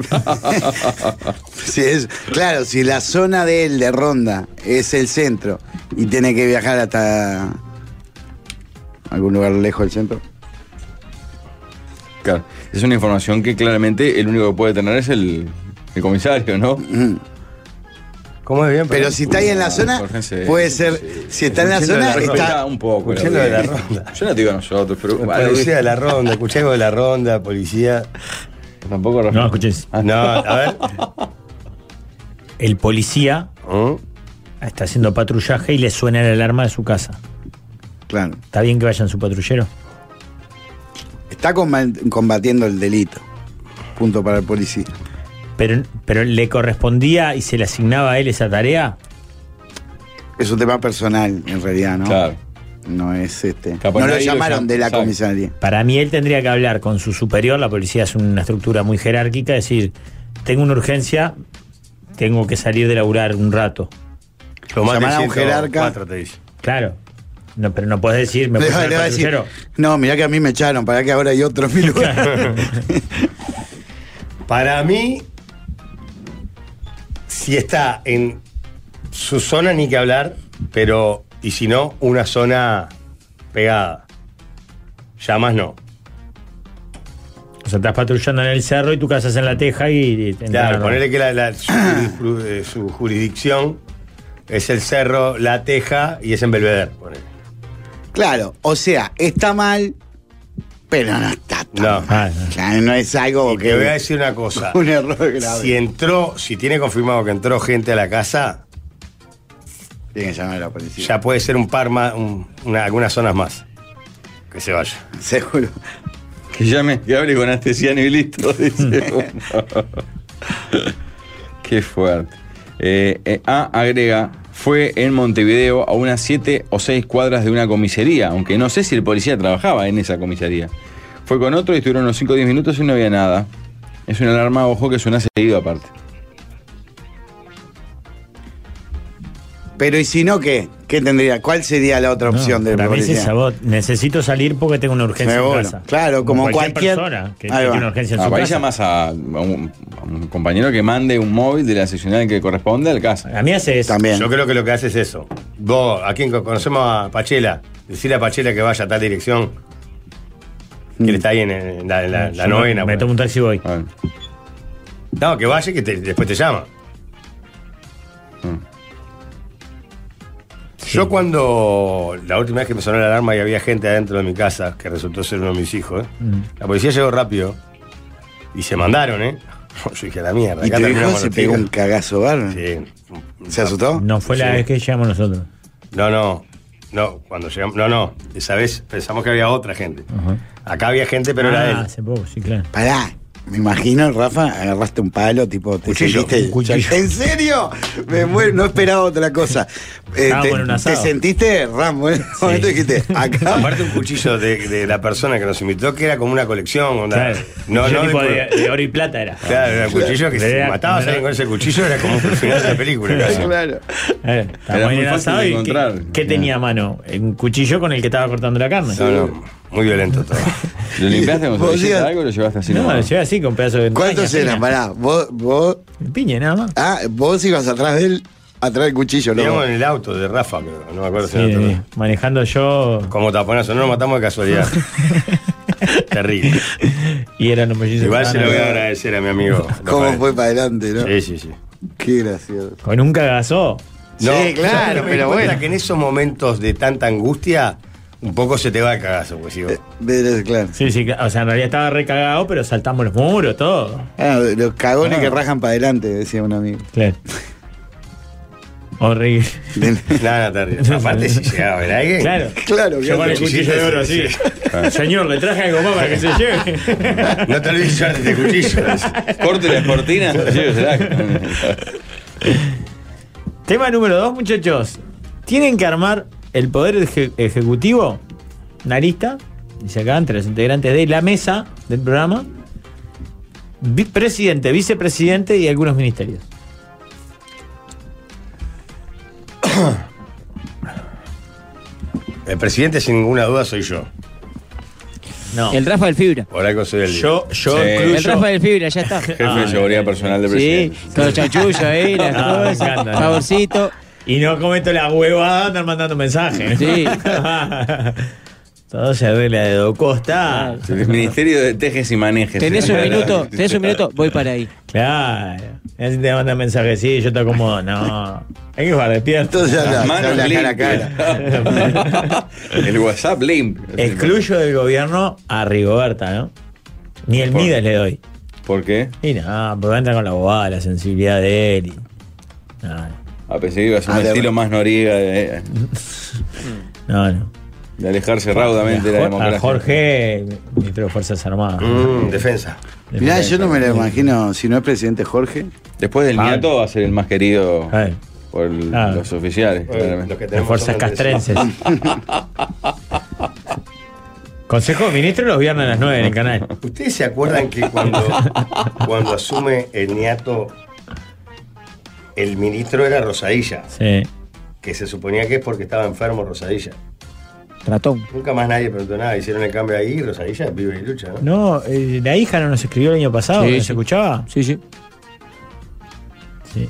S7: Si es, claro, si la zona de él, de Ronda, es el centro y tiene que viajar hasta algún lugar lejos del centro.
S8: Claro, es una información que claramente el único que puede tener es el, el comisario, ¿no? Ah,
S6: ¿Cómo es bien?
S7: Pero si está ahí en la zona, puede ser. Si está en la
S8: Escuchando
S7: zona,
S8: de la ronda,
S7: está.
S8: un poco.
S6: Escuchando
S8: la
S6: de la
S8: verdad. Yo no te digo a nosotros, pero.
S6: Policía de la ronda, escuché algo de la ronda, policía. Ah,
S8: Tampoco
S9: No, escuches.
S6: No, a ver.
S9: El policía
S8: ¿Mm?
S9: está haciendo patrullaje y le suena la alarma de su casa.
S7: Claro.
S9: ¿Está bien que vayan su patrullero?
S7: Está combat- combatiendo el delito. Punto para el policía.
S9: Pero, pero le correspondía y se le asignaba a él esa tarea.
S7: Es un tema personal, en realidad, ¿no?
S9: Claro.
S7: No es este. no lo llamaron de la comisaría.
S9: Para mí él tendría que hablar con su superior, la policía es una estructura muy jerárquica, decir, tengo una urgencia, tengo que salir de laburar un rato.
S6: Lo
S7: más Llamar a un que siento, jerarca. cuatro
S6: te dice.
S9: Claro. No, pero no podés decir, me
S7: Le-
S9: puse
S7: le
S9: el
S7: va a decir,
S9: patrullero.
S7: no, mirá que a mí me echaron, para que ahora hay otro en mi lugar.
S6: Para mí, si está en su zona, ni que hablar, pero. Y si no, una zona pegada. Ya más no.
S9: O sea, estás patrullando en el cerro y tu casa es en la teja y... y-
S6: Claro,
S9: no, no.
S6: ponerle que la- la- su, ju- eh, su jurisdicción es el cerro, la teja y es en Belvedere. ponele.
S7: claro, o sea, está mal, pero no está tan no.
S8: Ah,
S7: mal. Claro, no es algo que.
S6: Te voy a decir una cosa.
S7: Un error grave.
S6: Si entró, si tiene confirmado que entró gente a la casa.
S7: Tiene que llamar a la policía.
S6: Ya puede ser un par más, un- una- algunas zonas más. Que se vaya.
S7: Seguro.
S8: Que llame, que hable con anestesiano y listo. dice uno. Qué fuerte. Eh, eh, A agrega, fue en Montevideo a unas 7 o 6 cuadras de una comisaría, aunque no sé si el policía trabajaba en esa comisaría. Fue con otro y estuvieron unos 5 o 10 minutos y no había nada. Es una alarma, ojo, que suena seguido aparte.
S7: Pero ¿y si no qué? ¿Qué tendría? ¿Cuál sería la otra opción del
S9: Para mí es
S7: policía?
S9: esa voz, necesito salir porque tengo una urgencia
S7: Seguro.
S9: en casa.
S7: Claro, como cualquier-
S9: persona que
S7: Ahí
S9: tiene
S7: va.
S9: una urgencia en
S8: Ah,
S9: su
S8: por ahí
S9: casa.
S8: llamás a, a un, a un compañero que mande un móvil de la seccional que corresponde al caso.
S9: A mí hace eso.
S6: Yo creo que lo que hace es eso. Vos, a quien co- conocemos a Pachela, decirle a Pachela que vaya a tal dirección.
S7: Mm.
S6: Que le está ahí en, en la, en la- la
S9: Yo me-
S6: novena.
S9: Me
S6: pues.
S9: tomo un taxi y voy.
S7: Ah.
S6: No, que vaya y que te- después te llama.
S7: Mm.
S6: Yo cuando la última vez que me sonó la alarma y había gente adentro de mi casa, que resultó ser uno de mis hijos, ¿eh? la policía llegó rápido y se mandaron, ¿eh? Yo dije, la mierda.
S7: Y
S6: acá
S7: tu hijo
S6: terminamos
S7: se
S6: los
S7: pegó
S6: pibes.
S7: un cagazo, bárbaro. ¿Se asustó?
S9: No fue la
S6: Sí.
S9: vez que llegamos nosotros.
S6: No, no. No, cuando llegamos. No, no. Esa vez pensamos que había otra gente. Acá había gente, pero era
S9: ah,
S6: él.
S9: hace poco, sí, claro.
S7: Pará. Me imagino, Rafa, agarraste un palo, tipo, te
S6: Cuchillo,
S7: sentiste.
S6: un cuchillo.
S7: ¿En serio? Me muero, no esperaba otra cosa. Eh,
S6: Estábamos
S7: te,
S6: en un
S7: te
S6: asado.
S7: sentiste, Rambo, en ese momento dijiste, acá.
S6: Aparte un cuchillo de, de la persona que nos invitó, que era como una colección. onda. No,
S9: Yo
S6: no,
S9: tipo
S6: de-
S9: de, de oro y plata era.
S6: Claro, Ah, era un cuchillo que si
S9: Era-
S6: matabas a
S9: era-
S6: alguien con ese cuchillo era como el final de la película. casi.
S7: Claro.
S9: Eh, estábamos
S6: Era muy
S9: en el
S6: fácil
S9: asado
S6: de
S9: y ¿qué-
S6: encontrar.
S9: ¿Qué, tenía a mano? Un cuchillo con el que estaba cortando la carne.
S6: No, no, muy violento todo.
S8: ¿Lo limpiaste con
S9: Vos
S8: servilleta
S9: digas-
S8: algo o lo llevaste así?
S9: No,
S8: nomás?
S9: llevé así con pedazos de.
S7: ¿Cuántos
S9: entraña,
S7: eran?
S9: piña.
S7: Pará, vos, vos.
S9: Piña, nada más.
S7: Ah, vos ibas atrás de él, atrás del cuchillo,
S6: Veníamos
S7: ¿no?
S6: en el auto de Rafa, creo, no me acuerdo si
S9: Sí,
S6: era otro.
S9: manejando yo.
S6: Como taponazo, no nos matamos de casualidad. Terrible.
S9: Y eran los mellizos.
S6: Igual
S9: que
S6: se lo
S9: estaban
S6: voy a
S9: ahí.
S6: agradecer a mi amigo.
S7: ¿Cómo fue para adelante, no?
S6: Sí, sí, sí.
S7: Qué gracioso.
S9: Con un cagazo.
S6: No, ¿sabes lo que me di cuenta? que en esos momentos de tanta angustia, un poco se te va el cagazo, pues digo.
S7: Eh, claro.
S9: Sí, sí, o sea, en realidad estaba recagado, pero saltamos los muros, todo.
S7: Ah, los cagones
S9: Ah.
S7: que rajan para adelante, decía un amigo.
S9: Claro. Horrible.
S6: Nada, terrible. Aparte, si llegaba a ver a alguien.
S9: Claro.
S7: Claro,
S9: Yo con el cuchillo de oro así. Señor, le traje algo más para que se lleve.
S6: No te olvides llevarte este cuchillo.
S8: Corte la cortina.
S9: Tema número dos, muchachos. Tienen que armar el Poder eje- Ejecutivo, una lista, dice acá, entre los integrantes de la mesa del programa, vi- presidente, vicepresidente y algunos ministerios.
S6: El presidente, sin ninguna duda, soy yo.
S9: No.
S11: El Rafa del Fibra.
S6: Por algo soy el líder.
S9: Yo- yo Sí. incluyo-
S11: El Rafa del Fibra, ya está.
S8: Jefe de seguridad personal del
S11: Sí,
S8: presidente.
S11: con los chanchullos ahí, las
S9: Ah, me
S11: cosas.
S9: encanta.
S11: Favorcito.
S9: Y no cometo la huevada de andar mandando mensajes.
S11: Sí.
S9: Todo se arregla de Do Costa.
S8: El Ministerio de Tejes y Manejes. eh.
S11: Tenés un minuto, tenés un minuto, voy para ahí.
S9: Claro. Y Así te mandan mensajes, sí, yo te acomodo. No. Hay que jugar despierto.
S7: Entonces ya
S8: Las
S7: la, ya
S8: manos
S7: la cara a
S8: limpias.
S7: cara.
S8: El WhatsApp limpio.
S9: Excluyo del gobierno a Rigoberta, ¿no? Ni el
S8: Por-
S9: Midas le doy.
S8: ¿Por qué?
S9: Y nada, porque va a entrar con la bobada, la sensibilidad de él. y- No,
S8: A pesar que iba a ser un
S9: Ah, de-
S8: estilo más noriega de,
S9: no. no.
S8: eh.
S9: ah,
S8: de alejarse raudamente de la
S9: a, Jor-
S8: democracia.
S9: a Jorge, ministro de Fuerzas Armadas.
S6: Mm, defensa.
S7: Mirá, yo no me lo imagino, si no es presidente Jorge.
S8: Después del
S7: Ah.
S8: Niato va a ser el más querido por el-
S7: Ah.
S8: los oficiales. claramente.
S9: Las Fuerzas Castrenses. Consejo de Ministros los viernes a las 9 en el canal.
S6: ¿Ustedes se acuerdan que cuando, cuando asume el niato, el ministro era Rosadilla?
S9: Sí.
S6: Que se suponía que es porque estaba enfermo Rosadilla.
S11: Ratón.
S6: Nunca más nadie preguntó nada. Hicieron el cambio ahí y Rosadilla vive y lucha, ¿no?
S9: No, eh, la hija no nos escribió el año pasado,
S6: Sí,
S9: ¿no
S6: sí.
S9: se escuchaba?
S11: Sí, sí.
S9: Sí.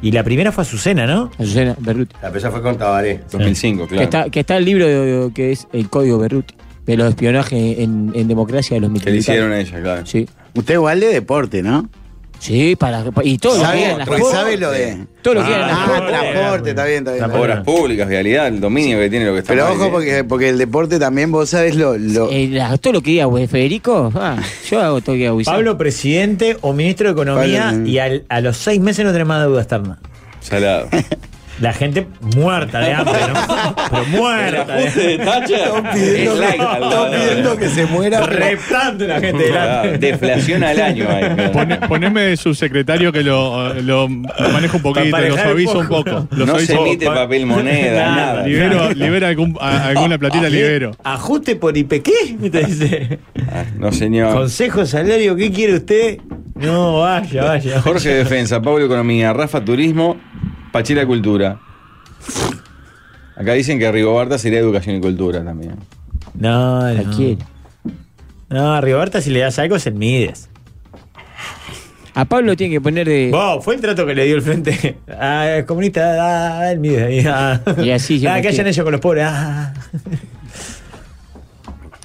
S9: Y la primera fue Azucena, ¿no?
S11: Azucena, Berruti.
S6: La pesa fue con Tabaré.
S8: 2005,
S11: Que está, que está el libro de- de- que es El Código Berruti, de los espionajes en, en democracia de los militares.
S8: a ella, claro.
S11: Sí.
S7: Usted igual de deporte, ¿no?
S11: Sí, para, y todo lo que
S7: ¿Sabe,
S11: eran las
S7: porque
S11: cosas.
S7: sabe lo de.
S11: Todo lo
S7: ah,
S11: que eran las
S7: Ah, transporte, está bien, está bien. está bien.
S8: Obras públicas, vialidad, el dominio que tiene lo que está
S7: Pero
S8: mal,
S7: ojo,
S8: ¿eh?
S7: porque, porque el deporte también, vos sabés lo. lo-
S11: Eh, la- todo lo que diga güey, Federico, ah, yo hago todo lo que hago. Isaac.
S9: Pablo, presidente o ministro de Economía,
S11: Pablo,
S9: y al- a los seis meses no tenemos más deuda externa.
S8: Salado.
S9: La gente muerta de hambre, ¿no? Pero muerta.
S8: El ajuste de Thatcher
S9: Están
S8: es like al lado de-
S7: que se muera.
S9: Reptando la gente del hambre.
S8: Ah, Deflación al año. ahí.
S16: Pone- poneme subsecretario que lo, lo maneja un poquito,
S8: Para
S16: lo
S8: manejar
S16: suaviza
S8: un
S16: un
S8: poco.
S16: poco. lo
S8: No se
S16: suaviza un
S8: emite
S16: poco.
S8: papel moneda, nada.
S16: Libero, libera algún- a- alguna platita, libero.
S9: Ajuste por IPQ, te dice.
S8: No, señor.
S9: Consejo salario, ¿qué quiere usted? No, vaya, vaya.
S8: Jorge Defensa, Pablo Economía, Rafa Turismo, Pachela Cultura. Acá dicen que Rigoberta sería Educación y Cultura también.
S9: No, no. No, a Rigoberta si le das algo es el Mides.
S11: A Pablo tiene que poner de.
S9: Wow, fue el trato que le dio el frente. Ah, el comunista, ah, el Mides. ahí, ah.
S11: Y así
S9: Ah,
S11: siempre
S9: que hayan
S11: tiene.
S9: ellos con los pobres. ah.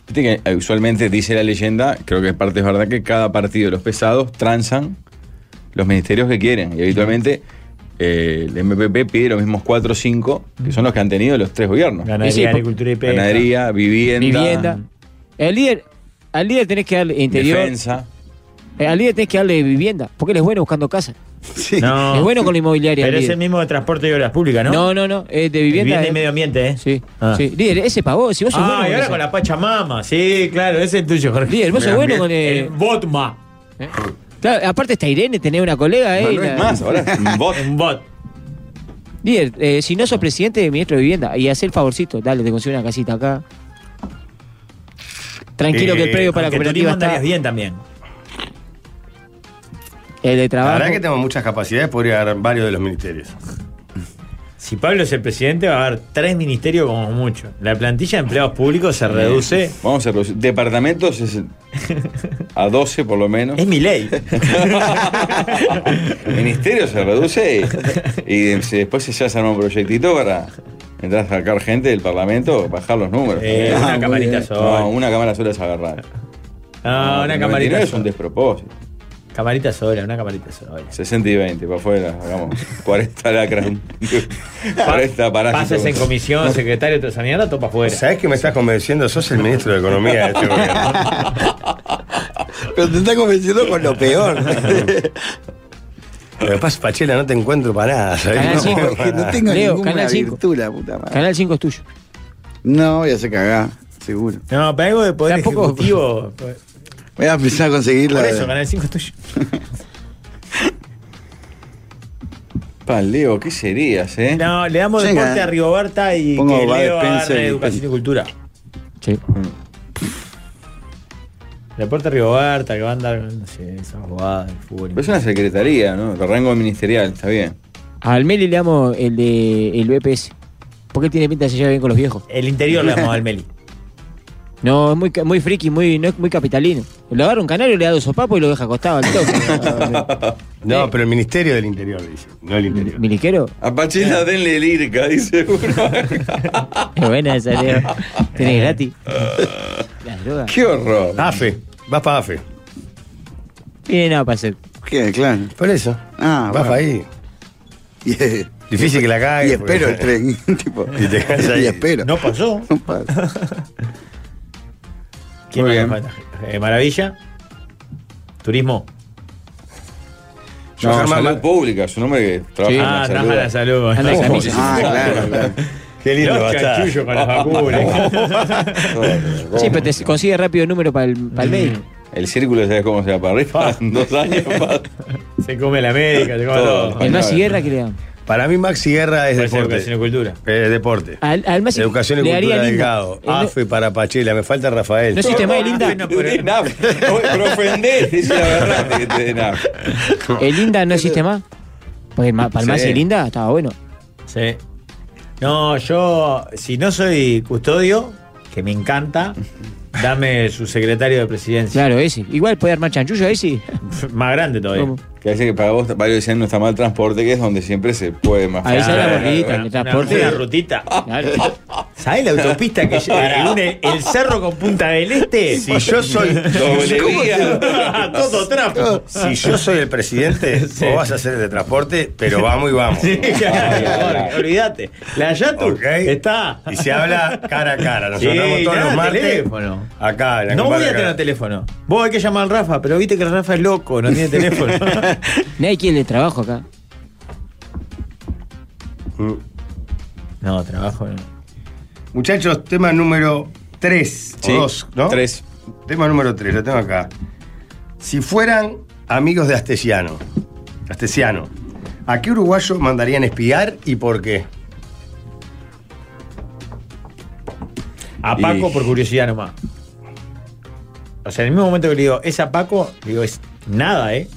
S8: Viste que eh, usualmente dice la leyenda, creo que en parte es verdad, que cada partido de los pesados transan los ministerios que quieren. Y habitualmente eh, el MPP pide los mismos 4 o 5, que son los que han tenido los tres gobiernos.
S9: Ganadería,
S11: Y sí, po-
S9: agricultura y pesca.
S8: Ganadería, vivienda.
S11: Vivienda. El líder, al líder tenés que darle interior.
S8: Defensa.
S11: Eh, Al líder tenés que darle vivienda, porque él es bueno buscando casa.
S9: No.
S11: Es bueno con la inmobiliaria.
S9: Pero
S11: el
S9: es
S11: líder.
S9: el mismo de transporte y obras públicas, ¿no?
S11: No, no, no, es de vivienda.
S9: Vivienda y
S11: eh.
S9: medio ambiente, ¿eh?
S11: Sí.
S9: Ah.
S11: sí. Líder, ese pagó. Si vos sos
S9: ah,
S11: bueno
S9: y ahora
S11: eso.
S9: con la Pachamama. Sí, claro, ese es el tuyo, Jorge.
S11: Líder, vos sos bueno con el-
S9: Botma.
S11: Claro, aparte está Irene, tenés una colega, ¿eh?
S9: No, no
S11: la-
S9: es más, ahora es un bot. Un bot.
S11: Líder, eh, si no sos presidente de ministro de vivienda y hacer el favorcito, dale, te consigo una casita acá. Tranquilo que el predio para la
S9: Eh, aunque
S11: cooperativa
S9: turismo andarías
S11: está.
S9: bien también.
S11: El de trabajo.
S6: La verdad que tenemos muchas capacidades, podría agarrar varios de los ministerios.
S9: Si Pablo es el presidente, va a haber tres ministerios como mucho. La plantilla de empleados públicos se reduce.
S8: Vamos a reducir. Departamentos es a 12 por lo menos.
S9: Es mi ley.
S8: Ministerio se reduce y, y se- después se ya se arma un proyectito para entrar a sacar gente del Parlamento, bajar los números. Ah,
S9: Eh, una
S8: muy
S9: camarita
S8: bien.
S9: sola.
S8: No, una cámara sola es agarrar.
S9: Ah, una camarita
S8: Es un
S9: sola.
S8: despropósito.
S9: Camarita sola, una camarita sola.
S8: 60 y 20, para afuera, hagamos 40 lacras. 40 parásitos.
S9: Pasas en comisión, secretario, toda esa mierda, topa afuera.
S6: ¿Sabés que me estás convenciendo? Sos el ministro de Economía de este gobierno.
S7: Pero te está convenciendo con lo peor.
S6: Lo que pasa, Pachela, no te encuentro para nada, ¿sabés?
S7: Canal
S6: No,
S7: cinco,
S6: para
S7: que no
S6: nada.
S7: tengo
S11: Leo,
S7: ninguna
S11: Canal cinco.
S7: virtud, la puta madre.
S11: Canal 5 es tuyo.
S7: No, voy a hacer cagar, seguro.
S9: No, pero algo de poder ejecutivo.
S7: Voy a empezar a conseguir
S9: Por
S7: la.
S9: eso, Canal 5 es tuyo.
S8: Pa, Leo, ¿qué serías, eh?
S9: No, le damos
S8: Venga.
S9: deporte a Rigoberta y
S8: Pongo
S9: que
S8: va
S9: Leo
S8: despensa
S9: agarre
S8: y-
S9: educación y cultura.
S11: Sí.
S9: Deporte a Rigoberta, que va a andar, no sé, esas jugadas de fútbol.
S8: Pero es una secretaría, ¿no? De rango ministerial, está bien.
S11: Al Meli le damos el de el BPS. Porque tiene pinta de se lleva bien con los viejos.
S9: El interior le damos al Meli.
S11: No, es muy, ca- muy friki, muy, no es muy capitalino. Lo agarra un canario, le da dos sopapos y lo deja acostado al toque.
S6: No, pero el Ministerio del Interior, dice, no el Interior.
S11: ¿Miliquero?
S8: A Pachela denle el IRCA, dice uno.
S11: Es buena esa, Leo.
S7: Eh.
S11: Tenés gratis. Las drogas.
S8: ¡Qué horror!
S6: AFE, vas para AFE.
S11: Tiene nada para hacer.
S7: ¿Qué? Claro.
S6: Por eso.
S7: Ah,
S6: vas
S7: bueno.
S6: para ahí. Difícil que la cague.
S7: Y espero el tren. tipo,
S6: Y te quedas ahí.
S7: Y espero.
S9: No pasó.
S7: No pasa.
S9: ¿Quién más nos falta? Eh, Maravilla. Turismo.
S8: No,
S9: No,
S8: salud
S9: Germán-
S8: pública, es un hombre que trabaja en la
S9: ah,
S8: salud.
S9: trabaja la salud.
S8: Anda en
S9: Ojo.
S8: camilla.
S9: Ah, claro, claro.
S6: Qué lindo
S9: Los
S6: va a estar.
S9: chanchullos con las vacunas. Mm.
S11: Sí, pero te consigue rápido el número para el, para el médico.
S8: El círculo, ¿sabes cómo se va para arriba? En dos años. pa.
S9: se come la médica, se come
S8: Todo.
S9: todo.
S11: El Maxi Guerra que le dan.
S6: Para mí Maxi Guerra es
S9: Puede ser
S6: deporte.
S9: educación y cultura.
S6: Eh, deporte.
S11: Al, al Maxi
S6: Educación y
S11: le daría
S6: cultura
S11: el himno.
S6: delgado.
S11: Eh, no-
S6: AFE para Pachela, me falta Rafael.
S11: No existe más el INDA.
S8: Nah, Pero ofendés, dice la verdad. que te den nada.
S11: El INDA no existe más. Porque ma- para el
S9: Sí.
S11: Maxi el INDA estaba bueno.
S9: Sí. No, yo, si no soy custodio, que me encanta, dame su secretario de presidencia.
S11: Claro, ese. Igual puede armar chanchullo ahí sí.
S9: Más grande todavía.
S11: ¿Cómo?
S8: Que dice que para vos, varios decían, no está mal transporte, que es donde siempre se puede más.
S11: Ahí sale la mordidita, el
S8: Claro,
S9: Ah, Una,
S11: transporte.
S9: una rutita.
S11: Claro.
S9: ¿Sabés la autopista que lle- que une el cerro con Punta del Este?
S6: Si yo soy-
S8: Doble vía.
S9: Todo trapo.
S6: Si yo soy el presidente, vos vas a hacer el de transporte, pero vamos y vamos.
S9: Sí, claro, Olvídate. La Yatu
S6: Ok.
S9: está.
S6: Y se habla cara a cara. Nos
S9: Sí,
S6: encontramos todos
S9: nada,
S6: los martes.
S9: teléfono.
S6: Acá, en la
S9: No voy
S6: compadre
S9: a
S6: acá.
S9: tener teléfono. Vos hay que llamar al Rafa, pero viste que el Rafa es loco, no tiene teléfono.
S11: Nadie quiere el trabajo acá.
S6: Mm.
S9: No, trabajo. no.
S6: Muchachos, tema número 3
S8: Sí,
S6: o 2, ¿no?
S8: tres.
S6: Tema número 3, lo tengo acá. Si fueran amigos de Astesiano, Astesiano, ¿a qué uruguayo mandarían espiar y por qué?
S9: A
S8: Y-
S9: Paco por curiosidad nomás. O sea, en el mismo momento que le digo, es a Paco, digo, es nada, ¿eh?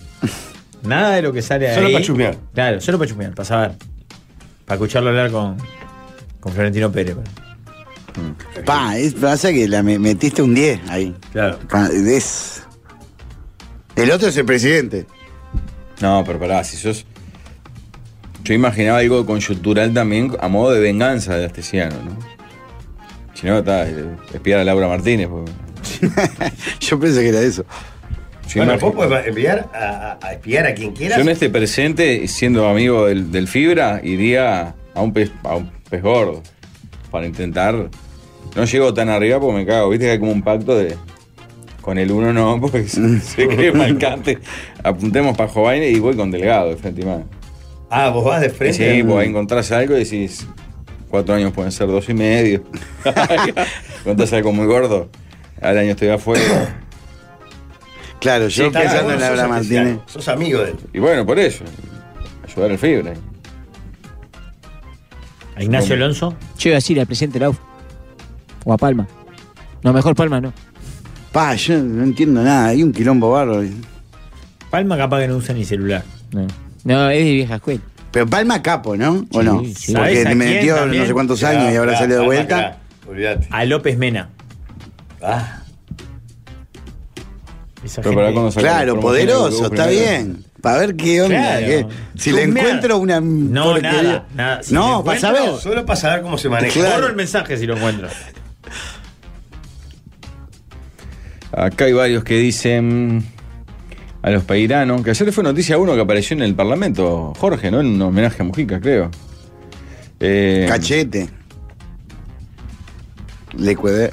S9: Nada de lo que sale
S6: Solo
S9: ahí.
S6: para chusmear.
S9: Claro, solo para chusmear, para saber. Para escucharlo hablar con, con Florentino Pérez.
S7: Pa, es, pasa que la me- metiste un 10 ahí.
S9: Claro.
S8: Ah,
S7: es... El otro es el presidente.
S8: No, pero pará, si sos. Yo imaginaba algo coyuntural también a modo de venganza de Astesiano, ¿no? Si no, está, eh, espiar a Laura Martínez.
S7: Yo pensé que era eso.
S6: Bueno, vos podés enviar a, a- a espiar a quien quieras.
S8: Yo en este presente, siendo amigo del, del Fibra, iría a un, pez, a un pez gordo para intentar. No llego tan arriba porque me cago, viste que hay como un pacto de. Con el uno no, porque se, se quema el cante. Apuntemos para Jovaine y voy con Delgado, de frente y más.
S6: Ah, vos vas de frente.
S8: Sí, pues ahí encontrás algo y decís. Cuatro años pueden ser dos y medio. encontrás algo muy gordo. Al año estoy afuera.
S7: Claro,
S6: Sí, está, vos sos especial, Sos amigo de él.
S8: Y bueno, por eso. Ayudar al Fibra.
S9: ¿A Ignacio Alonso?
S11: Yo iba a decir al presidente Lau. O a Palma. No, mejor Palma no.
S7: Pa, yo no entiendo nada. Hay un quilombo barro.
S9: Palma capaz que no usa ni celular.
S11: No, es de vieja escuela.
S7: Pero Palma capo, ¿no? ¿O no? Porque
S9: sí. ¿Sabés a
S7: me
S9: quién
S7: metió
S9: también?
S7: no sé cuántos
S9: Claro,
S7: años y ahora
S9: claro,
S7: salió de
S9: Palma,
S7: vuelta.
S9: claro. A López Mena.
S7: Pero
S9: Esa gente-
S7: para cuando saca Claro, la promoción poderoso, de Google está primero. bien. Para ver qué onda, qué- si le encuentro una
S9: No,
S7: porquería.
S9: nada, nada. Si
S7: No,
S9: le
S7: para
S9: encuentro,
S7: saber.
S6: Solo para saber cómo se maneja.
S9: Claro. Borro el mensaje si lo encuentro.
S8: Acá hay varios que dicen a los peiranos, que ayer fue noticia uno que apareció en el Parlamento, Jorge, ¿no? En un homenaje a Mujica, creo. Eh,
S7: Cachete. Le cuedé.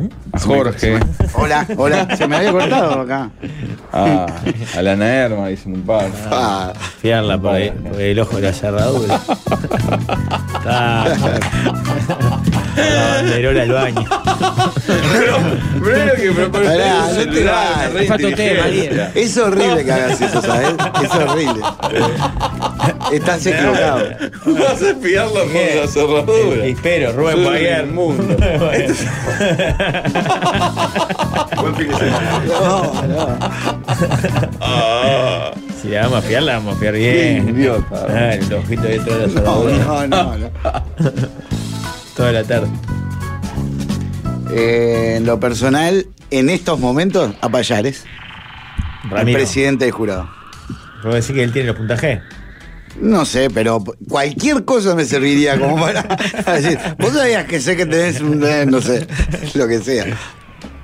S6: ¿Eh?
S8: A Jorge,
S7: Hola, hola. Se me había cortado acá.
S8: a, Ah, a la Naerma, dicen un par.
S11: Ah,
S9: Fiarla por ahí, por el ojo de la cerradura. Está. La banderola al baño.
S8: Pero lo que propone
S7: Pará,
S8: usted,
S7: no te
S8: celular,
S7: vayas.
S8: re
S7: Falta un tema,
S8: inteligencia.
S7: Diego. Es horrible que hagas eso, ¿sabes? Es horrible. Estás equivocado.
S8: Vas a espiarlo por la cerradura.
S13: Eh,
S9: Espero,
S8: Soy
S9: Rubén Paguer.
S8: el mundo.
S9: Si la vamos a fiar, la vamos a fiar bien.
S8: Ah. Qué idiota.
S9: Ah, el ojito detrás de la
S7: No,
S9: cerradura.
S7: no, no.
S9: Toda la tarde.
S7: Eh, en lo personal, en estos momentos, a Payares. El
S9: Ramiro.
S7: presidente del jurado.
S9: Puedo decir que él tiene los puntajes.
S7: No sé, pero cualquier cosa me serviría como para decir. Vos sabías que sé que tenés un. eh, No sé, lo que sea.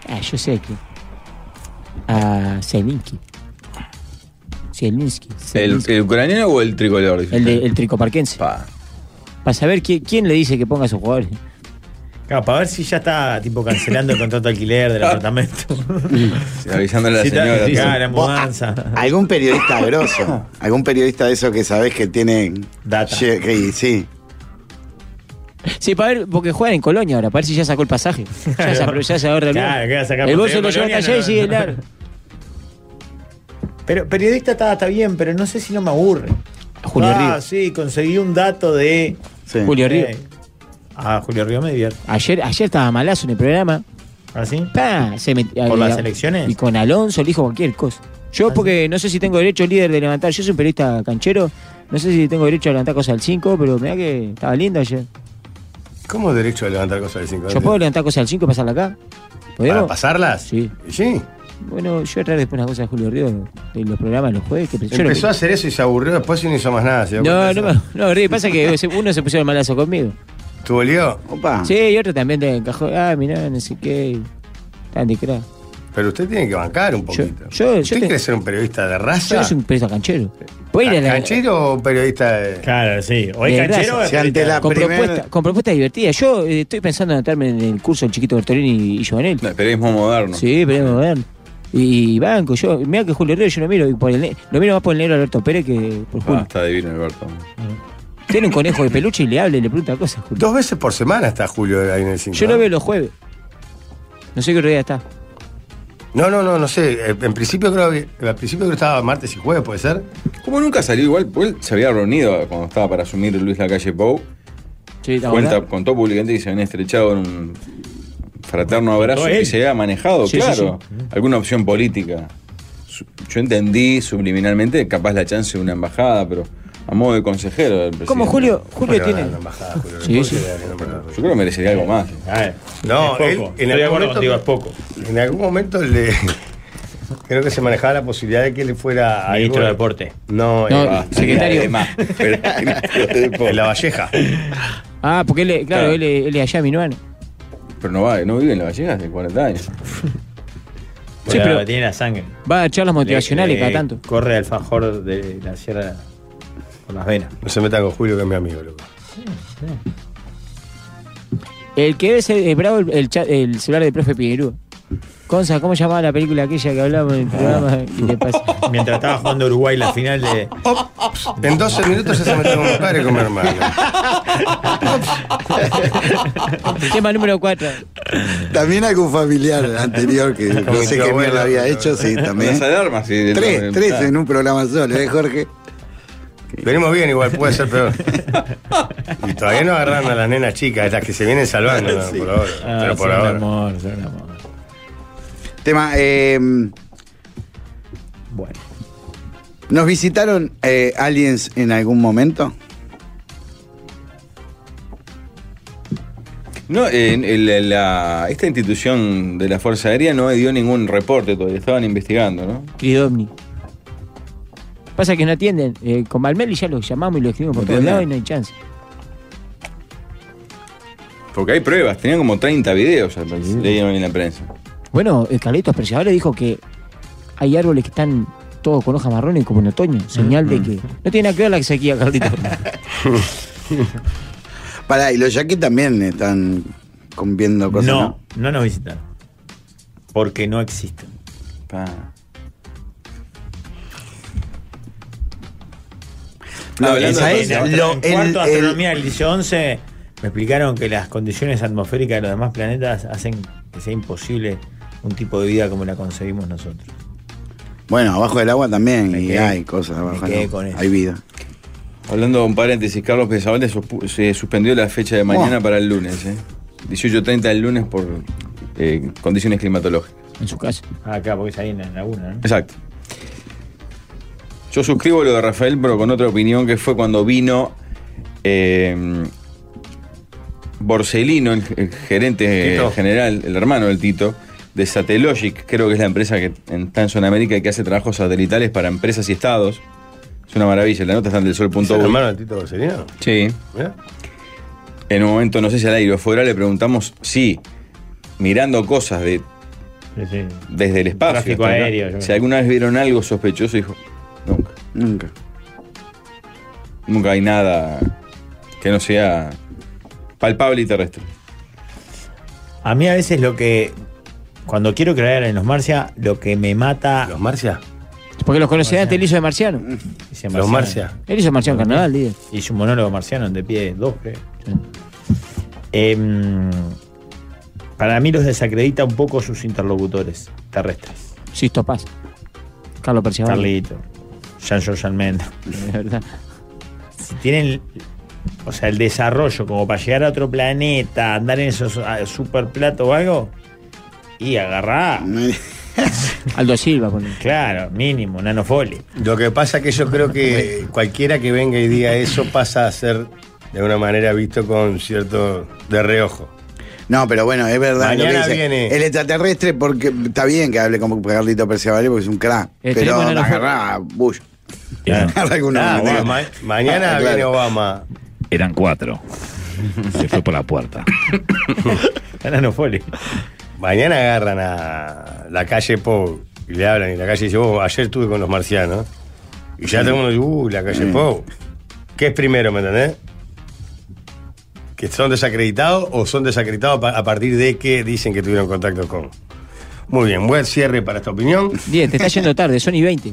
S11: Ah, yo sé que. A Zelinski. Zelinski.
S8: ¿El, el ucraniano o el tricolor? dice?
S11: El, de- el tricoparquense. Para saber quién, quién le dice que ponga a sus jugadores.
S9: Claro, para ver si ya está tipo cancelando el contrato de alquiler del apartamento.
S8: Avisando a la
S9: Sí, está-
S8: señora.
S9: sí,
S8: todo.
S9: claro, mudanza.
S7: Algún periodista grosso. Algún periodista de esos que sabés que tiene.
S9: Data.
S7: Sí, sí.
S11: Sí, para ver, porque juegan en Colonia ahora, para ver si ya sacó el pasaje. Ya se aprovechó, ya se ahorra el
S9: Claro,
S11: viaje.
S9: que va a sacar
S11: El
S9: por
S11: bolso lo lleva
S9: Colonia,
S11: hasta allá y
S9: no.
S11: sigue largo.
S9: Pero periodista está, está bien, pero no sé si no me aburre.
S11: Julio
S9: ah,
S11: Río.
S9: sí, conseguí un dato de.
S11: Julio Río.
S9: Eh, Ah, Julio Río me divierte.
S11: Ayer, ayer estaba malazo en el programa.
S9: ¿Ah, sí?
S11: Pa, se met-
S9: ¿Por las elecciones? Ah,
S11: Y con Alonso le dijo cualquier cosa. Yo, porque no sé si tengo derecho líder de levantar. Yo soy un periodista canchero. No sé si tengo derecho a levantar cosas al 5, pero mirá que estaba lindo ayer.
S6: ¿Cómo derecho a levantar cosas del 5?
S11: ¿Yo puedo levantar cosas al 5 y pasarla acá?
S6: ¿Para
S11: ¿Podemos?
S6: pasarlas?
S11: Sí.
S6: Sí.
S11: Bueno, yo voy a traer después unas cosas de Julio Río de los programas de los jueves. Que yo
S6: Empezó
S11: no-
S6: a hacer eso y se aburrió, después y no hizo más nada. ¿se dio cuenta
S11: No,
S6: de
S11: no,
S6: eso?
S11: me- no, Río, pasa que se- uno se pusieron malazo conmigo.
S6: ¿Te volvió?
S7: Opa.
S11: Sí, y otro también te encajó. Ah, mirá, no sé qué. Ah, Tan de crack.
S6: Pero usted tiene que bancar un poquito.
S11: yo- yo
S6: ¿Usted
S11: te-
S6: quiere ser un periodista de raza?
S11: Yo soy un periodista canchero. Puedo ir a la-
S6: ¿Canchero o periodista de.?
S9: Claro, sí.
S11: De grasa. con, propuesta, con propuestas divertidas. Yo eh, estoy pensando en meterme en el curso del chiquito Bertolini y, y Giovanelli.
S8: No, el periodismo moderno.
S11: Sí, pero es moderno. Y, y banco, yo, mira que Julio Río yo lo miro, y por el ne- lo miro más por el negro Alberto Pérez que por
S8: Ah,
S11: Julio.
S8: está divino, Alberto.
S11: Tiene un conejo de peluche y le habla y le pregunta cosas. Julio.
S6: Dos veces por semana está Julio ahí en el 5.
S11: Yo lo veo los jueves. No sé qué otro día está.
S6: No, no, no, no sé. Eh, En principio creo que, al principio creo que estaba martes y jueves, ¿puede ser?
S8: Como nunca salió igual, él se había reunido cuando estaba para asumir Luis Lacalle Pou.
S11: Sí, ¿te acordás?
S8: Cuenta, contó públicamente que se habían estrechado en un fraterno abrazo
S11: Contó él.
S8: y se había manejado,
S11: Sí, sí,
S8: claro. Alguna opción política. su- yo entendí subliminalmente, capaz la chance de una embajada, pero a modo de consejero del presidente.
S11: ¿Cómo Julio? Julio
S8: Bueno,
S11: tiene.
S8: no,
S11: Sí, sí.
S8: Yo creo que merecería algo más.
S6: No,
S8: Es
S6: él,
S8: poco.
S6: en
S8: Estoy de
S6: algún
S8: acuerdo
S6: momento,
S8: contigo, es
S6: poco. En algún momento le, creo que se manejaba la posibilidad de que él fuera a
S9: Ministro de Deporte.
S6: No,
S9: No,
S6: eh,
S9: secretario.
S6: eh, más, pero- en La Valleja.
S11: Ah, porque él, es- claro,
S8: Claro.
S11: él, es- él es allá minuano.
S8: Pero no va, no vive en la Valleja hace 40 años.
S11: Sí, pero
S9: tiene la sangre.
S11: va a charlas motivacionales
S9: Le-
S11: cada
S9: le
S11: tanto.
S9: Corre al fajor de la sierra con las venas.
S6: No se metan con Julio, que es mi amigo, loco.
S11: El que es el, bravo el, el chat- el celular del profe Pinerú. Consa, ¿cómo llamaba la película aquella que hablamos en el programa? Y le pasa.
S9: Mientras estaba jugando Uruguay la final de.
S6: En 12 minutos ya se metió con mi padre y con mi hermano.
S11: Tema número 4.
S7: También algún familiar anterior que no sé qué mierda había hecho, sí, también.
S8: Las alarmas, sí.
S7: Tres, tres en un programa solo, ¿eh, Jorge?
S6: Venimos bien igual, puede ser peor. Y todavía no agarran a las nenas chicas, las que se vienen salvando ¿no? por ahora.
S9: Ah,
S6: pero
S9: son
S6: por
S9: un
S6: ahora.
S9: amor, son un amor.
S7: Tema, eh,
S9: Bueno.
S7: ¿Nos visitaron eh, aliens en algún momento?
S8: No, en el- la- esta institución de la Fuerza Aérea no dio ningún reporte todavía, estaban investigando, ¿no?
S11: Cridovni. Pasa que no atienden. Eh, con Malmeli ya lo llamamos y lo escribimos por
S8: No
S11: todos
S8: atienden.
S11: lados y no hay chance.
S8: Porque hay pruebas, tenían como 30 videos, al parecer, leían hoy en la prensa.
S11: Bueno, el Carlitos Preciadores dijo que hay árboles que están todos con hojas marrones como en otoño. Señal de que. No tiene nada que ver la sequía, Carlitos.
S7: Pará, y los yaquis también están con- viendo cosas.
S9: No, no nos visitan. Porque no existen.
S7: No,
S9: Hablando
S7: esa
S9: de-
S7: es
S9: en
S7: lo-
S9: cuarto
S7: el-
S9: de astronomía del 11 me explicaron que las condiciones atmosféricas de los demás planetas hacen que sea imposible un tipo de vida como la concebimos nosotros.
S7: Bueno, abajo del agua también, y
S8: quedé-
S7: hay cosas abajo
S8: quedé
S7: del
S8: con
S7: agua.
S8: eso.
S7: Hay vida.
S8: Hablando de un paréntesis, Carlos Pesabalde suspu- se suspendió la fecha de mañana para el lunes, ¿eh? 18.30 el lunes por eh, condiciones climatológicas.
S11: En su casa.
S9: Ah, acá, porque es ahí en la laguna, ¿no?
S8: Exacto. Yo suscribo lo de Rafael, pero con otra opinión que fue cuando vino eh, Borsellino, el, el gerente
S6: Tito.
S8: general, el hermano del Tito, de Satellogic, creo que es la empresa que en- está en Sudamérica y que hace trabajos satelitales para empresas y estados. Es una maravilla, la nota está en del
S6: ¿Es el
S8: sol.uy.
S6: hermano del Tito Borsellino?
S8: Sí.
S6: Mirá.
S8: En un momento, no sé si al aire o fuera, le preguntamos si, mirando cosas de
S9: Sí, sí.
S8: desde el espacio.
S9: Tráfico
S8: hasta acá.
S9: aéreo, yo
S8: Si
S9: creo.
S8: alguna vez vieron algo sospechoso, dijo, nunca.
S7: Nunca.
S8: Nunca hay nada que no sea palpable y terrestre.
S9: A mí a veces lo que. Cuando quiero creer en los Marcia, lo que me mata. ¿Los
S6: Marcia?
S11: Porque los conocía antes, él hizo de marciano.
S9: Los Marcia.
S11: Él hizo marciano en carnaval, líder.
S9: Hizo un monólogo marciano en de pie dos, creo. Em, para mí los desacredita un poco sus interlocutores terrestres.
S11: Sisto Paz. Carlos Perciabal.
S9: Carlito, Jean-Georges Almendra.
S11: De verdad.
S9: Si tienen. O sea, el desarrollo como para llegar a otro planeta, andar en esos ah, superplatos o algo. Y agarrar.
S11: Aldo Silva, ponele.
S9: Claro, mínimo, nanofoli.
S6: Lo que pasa es que yo creo que cualquiera que venga y diga eso pasa a ser de una manera visto con cierto de reojo.
S7: No, pero bueno, es verdad. lo que
S6: Mañana
S7: dice.
S6: viene.
S7: El extraterrestre, porque está bien que hable como Carlito Perciabale porque es un crack.
S6: El
S7: pero
S6: teléfono no fue-
S7: agarrá, Bush. Agarrá alguna
S6: Ah,
S7: manera.
S6: bueno, ma- mañana
S7: Ah, claro.
S6: viene Obama.
S12: Eran cuatro. Se fue por la puerta.
S6: Mañana agarran a la calle Pou y le hablan y la calle dice, vos, ayer estuve con los marcianos. Y ya todo el mundo dice, uh, la calle Pou. ¿Qué es primero, me entendés? ¿Que son desacreditados o son desacreditados pa- a partir de que dicen que tuvieron contacto con? Muy bien, buen cierre para esta opinión.
S11: Bien, te está yendo tarde, son y 20.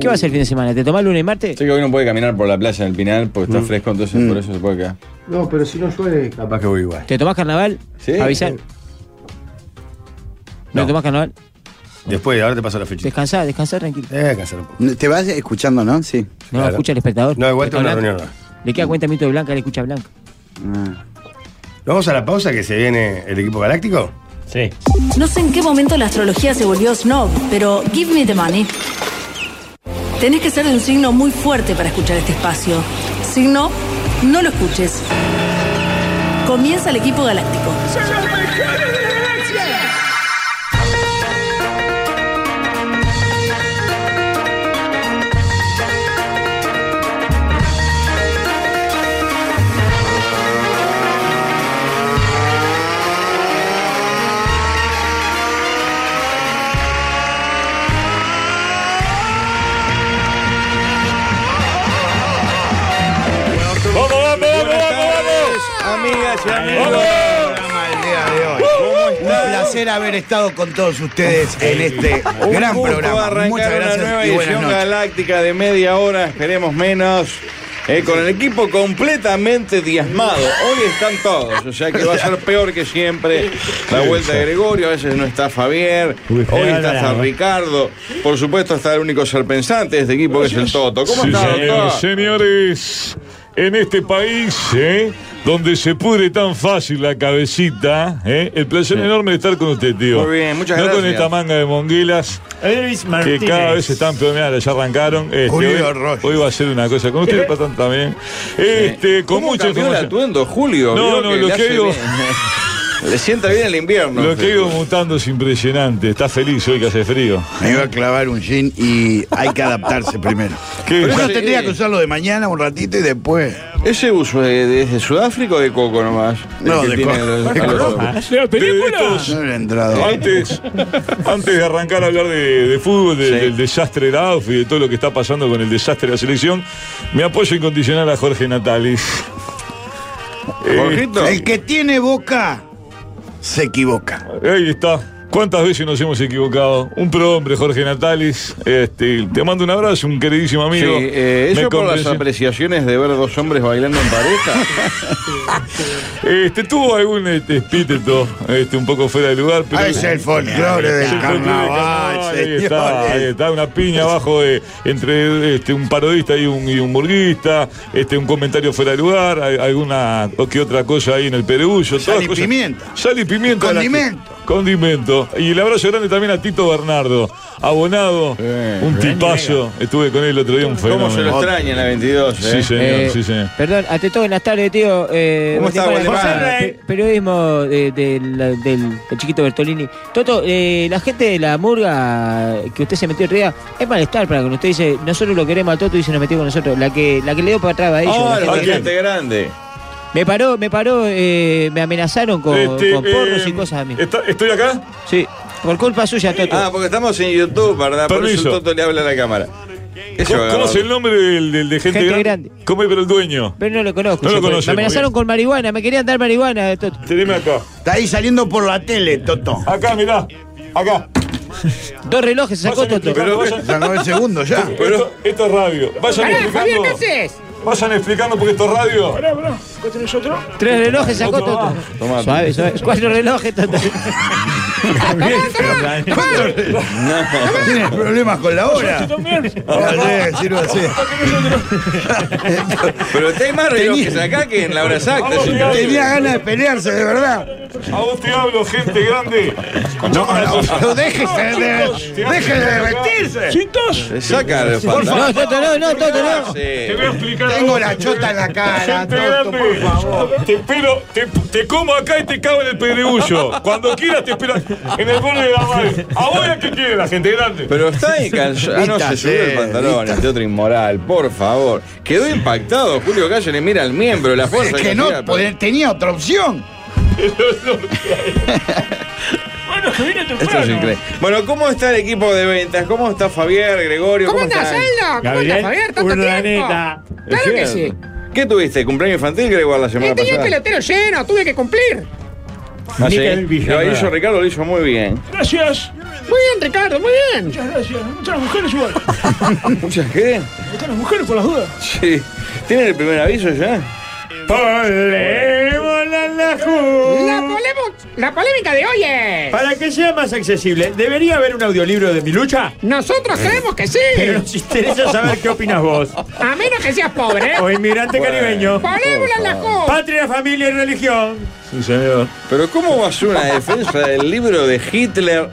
S11: ¿Qué va a hacer el fin de semana? ¿Te tomás lunes y martes? Mm.
S8: Sé que hoy no puede caminar por la playa en el Pinar porque está fresco, entonces por eso se puede quedar.
S6: No, pero si no llueve, capaz que voy igual.
S11: ¿Te tomás carnaval?
S8: Sí.
S11: Avisar. ¿No, te tomás carnaval?
S6: Después, ahora te paso la fecha.
S11: Descansá, descansá tranquilo.
S6: Descansar un poco.
S7: ¿Te vas escuchando, no? Sí.
S11: No, escucha el espectador.
S6: No, igual tengo
S11: Está
S6: una
S11: Blanca.
S6: reunión.
S11: Le queda 40 minutos de Blanca, le escucha a Blanca.
S6: Vamos a la pausa que se viene el equipo galáctico.
S9: Sí.
S14: No sé en qué momento la astrología se volvió snob, pero give me the money. Tenés que ser de un signo muy fuerte para escuchar este espacio. Signo, no lo escuches. Comienza el equipo galáctico.
S6: ¡Vamos, vamos, vamos, vamos! Amigas y amigos. Programa del día de hoy.
S7: Un placer haber estado con todos ustedes en este
S8: Un
S7: gran
S8: gusto
S7: programa.
S8: arrancar
S7: Muchas
S8: una nueva
S7: gracias y buenas
S8: edición
S7: noches.
S8: galáctica de media hora, esperemos menos. eh, con el equipo completamente diezmado. Hoy están todos, o sea que va a ser peor que siempre. La vuelta de Gregorio, a veces no está Fabier, hoy
S9: Fernando
S8: está hasta
S7: ¿eh?
S9: Bravo.
S8: Ricardo. Por supuesto está el único serpensante de este equipo que es el Toto. ¿Cómo
S12: Sí,
S8: está,
S12: señor,
S8: doctor?
S12: señores, en este país, ¿eh? donde se pudre tan fácil la cabecita, ¿eh? el placer enorme de estar con usted, tío.
S8: Muy bien, muchas
S12: no con
S8: gracias.
S12: esta manga de monguelas que
S9: Martínez.
S12: cada vez están peoneadas, ya arrancaron. Este,
S9: Julio
S12: hoy, hoy va a ser una cosa con usted, Patán, también. Este, con
S8: ¿Cómo
S12: mucha
S8: cambió el
S12: información.
S8: atuendo, Julio?
S12: No,
S8: Vio
S12: no, lo
S8: le
S12: que
S8: hace
S12: digo-
S8: bien. Le sienta bien el invierno.
S12: Lo que iba mutando es impresionante. Está feliz hoy que hace frío.
S7: Me iba a clavar un jean y hay que adaptarse primero.
S12: ¿Qué?
S7: Uno
S12: Sí.
S7: tendría que usarlo de mañana un ratito y después.
S8: ¿Ese uso es de, es de Sudáfrica o de Coco nomás?
S7: No,
S8: El
S7: de
S8: que tiene
S7: Coco.
S8: los-
S7: De
S8: los-
S7: Coco.
S12: ¿La película?
S8: Este
S12: Antes, antes de arrancar a hablar de, de fútbol, de- del desastre de AUF y de todo lo que está pasando con el desastre de la selección, me apoyo incondicional a Jorge Natali.
S8: Eh,
S7: Jorgito. El que tiene boca se equivoca.
S12: Ahí está. ¿Cuántas veces nos hemos equivocado? Un prohombre, Jorge Natalis. Este, te mando un abrazo, un queridísimo amigo.
S8: Sí, eh,
S12: Me
S8: eso por las
S12: convenció.
S8: apreciaciones de ver dos hombres bailando en pareja.
S12: Este, tuvo algún este, epíteto este, un poco fuera de lugar. Pero
S7: Ah, es el folclore del
S12: Es el folclore
S7: carnaval,
S12: Ahí está,
S7: señores.
S12: ahí está, una piña abajo de, entre este, un parodista y un, y un burguista, este, un comentario fuera de lugar, hay- alguna o que otra cosa ahí en el perullo. Sal
S7: y pimienta.
S12: Sal y pimienta.
S7: Condimento.
S12: la- Condimento. Y el abrazo grande también a Tito Bernardo, abonado, un tipazo. Estuve con él el otro día, un fenómeno.
S8: ¿Cómo se lo extraña en la 22?
S12: Sí,
S8: eh?
S12: señor,
S11: Eh,
S12: sí, señor.
S11: Perdón, ante todo, buenas tardes, tío. Eh,
S8: ¿Cómo está,
S11: Martín Pala,
S8: Waldemar?
S11: Gonzalo,
S12: eh.
S11: pe- Periodismo de- de la- del, del chiquito Bertolini. Toto, eh, la gente de la murga que usted se metió arriba, es malestar para que usted dice, nosotros lo queremos a Toto y se nos metió con nosotros. La que, la que le dio para atrás a ellos. la
S8: Ah,
S11: gente
S8: la
S11: grande.
S8: gente grande.
S11: Me paró, me paró, eh, me amenazaron con,
S12: Este,
S11: con porros
S12: eh,
S11: y cosas a mí.
S12: ¿Estoy acá?
S11: Sí, por culpa suya, Toto.
S8: Ah, porque estamos en YouTube, ¿verdad? Por
S12: Permiso.
S8: eso Toto le habla a la cámara. Eso
S12: ¿Cómo,
S8: agarró.
S12: cómo es el nombre del, del de gente,
S11: Gente
S12: grande? ¿Cómo es pero el dueño?
S11: Pero no lo conozco.
S12: No
S11: yo,
S12: lo
S11: pues.
S12: conoce,
S11: me
S12: muy
S11: amenazaron con marihuana, me querían dar marihuana, eh, Toto.
S12: Teneme acá.
S7: Está ahí saliendo por la tele, Toto.
S12: Acá, mirá. Acá.
S11: Dos relojes se sacó, Toto.
S12: Pero vayan-
S7: Sacó el segundo ya.
S12: Esto, esto es radio. Vayan explicando.
S11: haces?
S12: Vayan explicando porque esto es radio.
S11: Tres relojes sacó,
S12: Otro ah.
S11: Toto.
S12: más.
S8: Tomá.
S11: Suave, suave. Cuatro relojes, Toto.
S7: Ah, Tienes problemas con la hora. Ah, Dale, sírvase.
S8: Pero usted hay más relojes acá que en la hora exacta. señor.
S7: Tenía ganas de pelearse, de verdad.
S12: A vos te hablo, gente grande.
S7: No, no, déjese de, déjese de
S8: Se
S7: vestirse.
S8: Saca de
S7: Por
S11: No,
S7: favor.
S11: Toto, no, no, Toto, no.
S8: Sí.
S7: Tengo la chota en la cara,
S12: Gente
S7: Toto, por
S12: grande,
S7: favor.
S12: te espero, te, te como acá y te cago en el pedregullo. Cuando quieras te espero en el borde de la madre. Ahora que quieras, gente grande.
S8: Pero está en calzón. Ah, no, se
S7: Vista,
S8: subió el
S11: eh,
S7: sí,
S8: pantalón,
S7: vista.
S8: este otro inmoral, por favor. Quedó impactado, Julio Calle le mira al miembro, la
S7: Es
S8: fuerza pues.
S7: que no
S8: tira, pero-
S7: podía- tenía otra opción.
S8: Esto es increíble. Bueno, ¿cómo está el equipo de ventas? ¿Cómo está Fabián, Gregorio? ¿Cómo, están?
S9: Gabriel Urdaneta.
S8: Es
S17: Claro que Eh,
S8: cierto. ¿Qué tuviste? ¿Cumpleaños infantil, Gregorio, la semana
S17: tenía el
S8: pasada?
S17: pelotero lleno, tuve que cumplir.
S8: Ah, sí.
S9: Miquel
S8: Lo
S9: Villanueva.
S8: hizo Ricardo, lo hizo muy bien.
S17: Gracias. Muy bien, Ricardo, muy bien. Muchas gracias. Muchas mujeres igual.
S8: ¿Muchas qué?
S17: Están las mujeres por las dudas.
S8: Sí. ¿Tienen el primer aviso ya?
S9: Polémola la ju-
S17: La polémica polemo- la polémica de hoy es.
S18: Para que sea más accesible, ¿debería haber un audiolibro de mi lucha?
S17: Nosotros creemos que sí.
S18: Pero nos interesa saber qué opinas vos.
S17: A menos que seas pobre.
S18: O inmigrante caribeño.
S17: Polémola en la joven.
S18: Patria, familia y religión.
S12: Sí, señor.
S8: Pero ¿cómo vas a una defensa del libro de Hitler?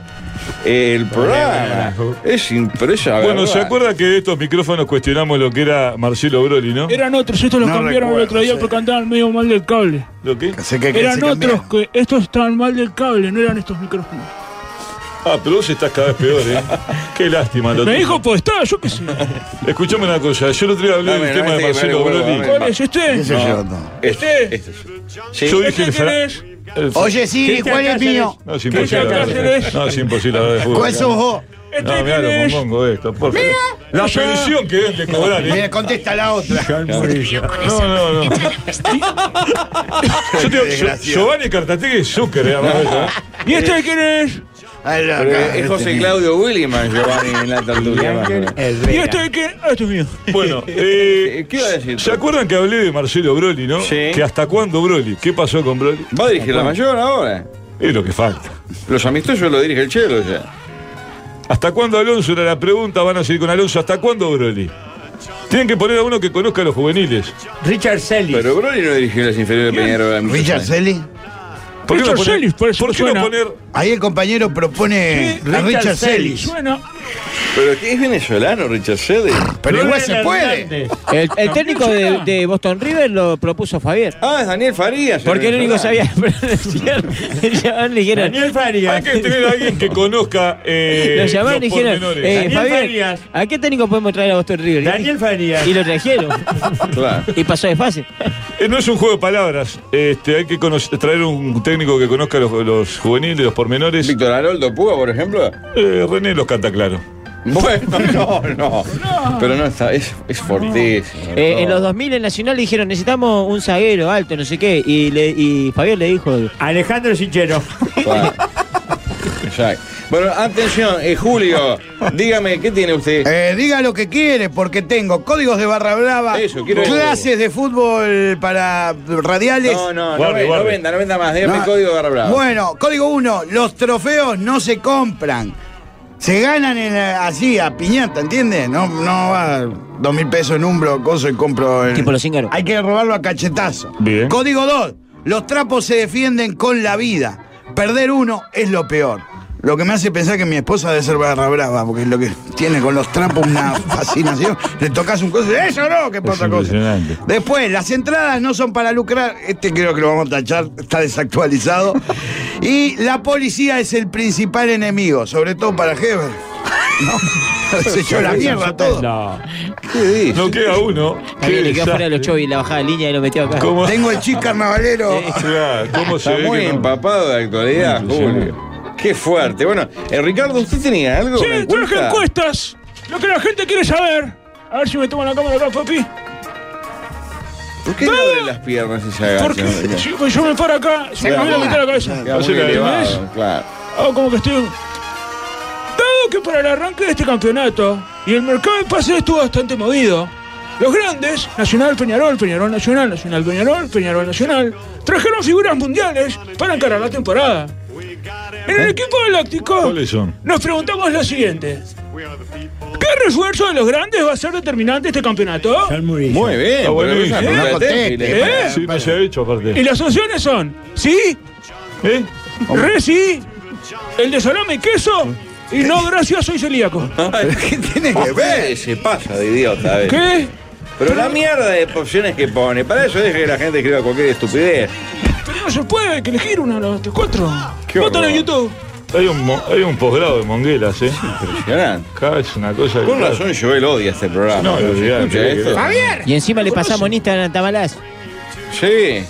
S8: eh, El programa. Es impresionante.
S12: Bueno, ¿se acuerda que de estos micrófonos cuestionamos lo que era Marcelo Broli, no?
S19: Eran otros, estos los
S12: No
S19: cambiaron el
S12: recuerdo,
S19: otro día
S12: sí.
S19: porque andaban medio mal del cable.
S12: ¿Lo qué?
S19: eran otros que estos estaban mal del cable, no eran estos micrófonos.
S12: Ah, pero vos estás cada vez peor, ¿eh? Qué lástima. lo
S19: Me
S12: tuyo.
S19: dijo, pues está, yo qué sé.
S12: Escuchame una cosa, yo el otro día hablé
S19: Dame,
S12: del
S19: no,
S12: tema de
S19: este que me
S12: Marcelo
S19: da el huevo,
S12: Broli.
S19: dame. ¿Cuál es este? Ese
S12: No.
S19: yo, Este.
S12: Sí.
S19: Yo
S12: Yo
S19: dije
S12: dije
S19: el fra- el fra-
S12: Oye,
S19: sí, Cristian ¿cuál es Cáceres. mío?
S12: No, es
S19: Cristian
S12: imposible. hablar de-
S19: Cáceres.
S12: No, es imposible hablar de fútbol.
S19: ¿Cuál sos vos? Este,
S12: No, mirá lo
S19: Cáceres.
S12: mongongo esto, por favor. La pensión que deben de ¿eh? cobrar.
S19: Mira,
S12: contesta la otra. No, no, no.
S2: Yo
S12: Yo te digo, Gio- Giovanni Cartategui es Zucker, eh, además de eso, ¿eh?
S19: ¿Y este quién es?
S8: Pero es José Claudio Williman, Giovanni, en la tertulia.
S19: ¿Y este quién? Ah, Este es mío.
S12: Bueno, eh, ¿se acuerdan que hablé de Marcelo Broly, no?
S8: Sí.
S12: Que hasta cuándo Broly, ¿qué pasó con Broly?
S8: ¿Va a dirigir la mayor ahora?
S12: Es lo que falta.
S8: Los amistosos lo dirige el Chelo ya.
S12: ¿Hasta cuándo Alonso? Era la pregunta, van a seguir con Alonso. ¿Hasta cuándo Broly? Tienen que poner a uno que conozca a los juveniles.
S18: Richard Selly.
S8: Pero Broly no dirigió las inferiores de Peñarol. amistosos.
S7: Richard Selly.
S12: ¿Por qué no
S7: Richard
S12: poner-
S7: Selly, por eso
S12: ¿Por qué
S7: suena.
S12: no poner
S7: Ahí el compañero propone a Richard Selly.
S19: Bueno,
S8: Pero ¿qué es venezolano, Richard Selly?
S7: Ah, Pero igual se
S8: puede.
S11: El, el técnico de, de Boston River lo propuso Fabier.
S8: Ah, es Daniel Farías.
S11: Porque el
S8: el
S11: único que sabía pronunciar. llamaron y dijeron.
S12: Hay que tener a alguien que conozca este eh,
S11: Lo llamaron y
S12: los
S11: dijeron.
S12: pormenores.
S11: eh, Fabier, ¿a qué técnico podemos traer a Boston River?
S12: Daniel Farías.
S11: Y lo trajeron. Y pasó de fase.
S12: Eh, no es un juego de palabras. Este, hay que conocer- traer un técnico que conozca los, los juveniles, los pormenores. Eh,
S8: ¿Víctor Aroldo Puga, por ejemplo?
S12: René los canta claro.
S8: Bueno, no, no. Pero no está, es, es fortísimo.
S11: Eh, en
S8: no.
S11: los 2000 en Nacional dijeron, necesitamos un zaguero alto, no sé qué. Y, le, y Fabián le dijo...
S18: Alejandro Sinchero.
S8: Exacto. Bueno, atención, eh, Julio, dígame, ¿qué tiene usted?
S7: Eh, diga lo que quiere, porque tengo códigos de barra brava,
S8: Eso, quiero-
S7: clases de fútbol para radiales.
S8: No, no, no, ve- no venda, no venda más, déjame el código de barra brava.
S7: Bueno, código 1, los trofeos no se compran. Se ganan en, eh, así, a piñata, ¿entiendes? No, no va dos mil pesos en umbro, coso y compro el. Tipo
S11: los cíngaros.
S7: Hay que robarlo a cachetazo.
S12: Bien.
S7: Código 2, los trapos se defienden con la vida. Perder uno es lo peor. Lo que me hace pensar que mi esposa debe ser barra brava, porque lo que tiene con los trapos una fascinación. Le tocas un coso, y, eso no, que por
S12: Es
S7: otra cosa.
S12: impresionante.
S7: Después, las entradas no son para lucrar. Este creo que lo vamos a tachar, está desactualizado. Y la policía es el principal enemigo, sobre todo para Heber. No, se echó la mierda todo.
S18: No.
S12: No queda uno.
S11: Fabián le quedó
S12: desastre.
S11: fuera de los chovis la bajada de línea y lo metió acá.
S12: ¿Cómo?
S7: Tengo el chip carnavalero.
S12: Claro, ¿Cómo se
S8: Está
S12: ve
S8: muy
S12: que no?
S8: empapado de actualidad, Julio. Qué fuerte. Bueno, eh, Ricardo, ¿usted tenía algo?
S19: Sí,
S8: ¿Una
S19: traje
S8: encuesta?
S19: encuestas. Lo que la gente quiere saber. A ver si me toman la cámara acá, papi.
S8: ¿Por qué no abre las piernas y se agacha?
S19: Porque si pues yo me paro acá, se me
S8: Claro.
S19: voy a meter la cabeza.
S8: Queda muy
S19: ¿Entendés?
S8: elevado, claro.
S19: Hago como Ah, que estoy. Dado que para el arranque de este campeonato y el mercado de pases estuvo bastante movido, los grandes, Nacional Peñarol, Peñarol Nacional, Nacional Peñarol, Peñarol Nacional, trajeron figuras mundiales para encarar la temporada. En el equipo galáctico
S12: ¿Cuáles son?
S19: nos preguntamos lo siguiente. ¿Qué refuerzo de los grandes va a ser determinante este campeonato?
S8: Muy bien,
S12: Está
S8: pero
S12: buenísimo.
S8: es una pregunta
S19: ¿Eh?
S8: técnica.
S19: ¿Eh?
S12: Sí, no se ha hecho aparte.
S19: Y las opciones son sí,
S12: ¿Eh?
S19: re sí, el de salame y queso y no gracias soy celíaco.
S8: ¿Qué tiene
S19: que
S8: ver? Se pasa de idiota. a veces.
S19: ¿Qué?
S8: Pero la mierda de opciones que pone, para eso deje que la gente escriba cualquier estupidez.
S19: Pero no se puede hay que elegir una de las cuatro.
S12: Qué
S19: Bótalo en
S12: horror.
S19: YouTube.
S12: Hay un, mo- hay un posgrado de Monguelas, ¿eh? Impresionante. Es una cosa que-
S8: Con razón Joel odia este programa.
S12: No,
S8: ¿Se
S12: olvidate,
S8: escucha
S12: que-
S8: esto?
S17: Javier.
S11: Y encima le pasamos en Instagram a Tamalás.
S8: Sí.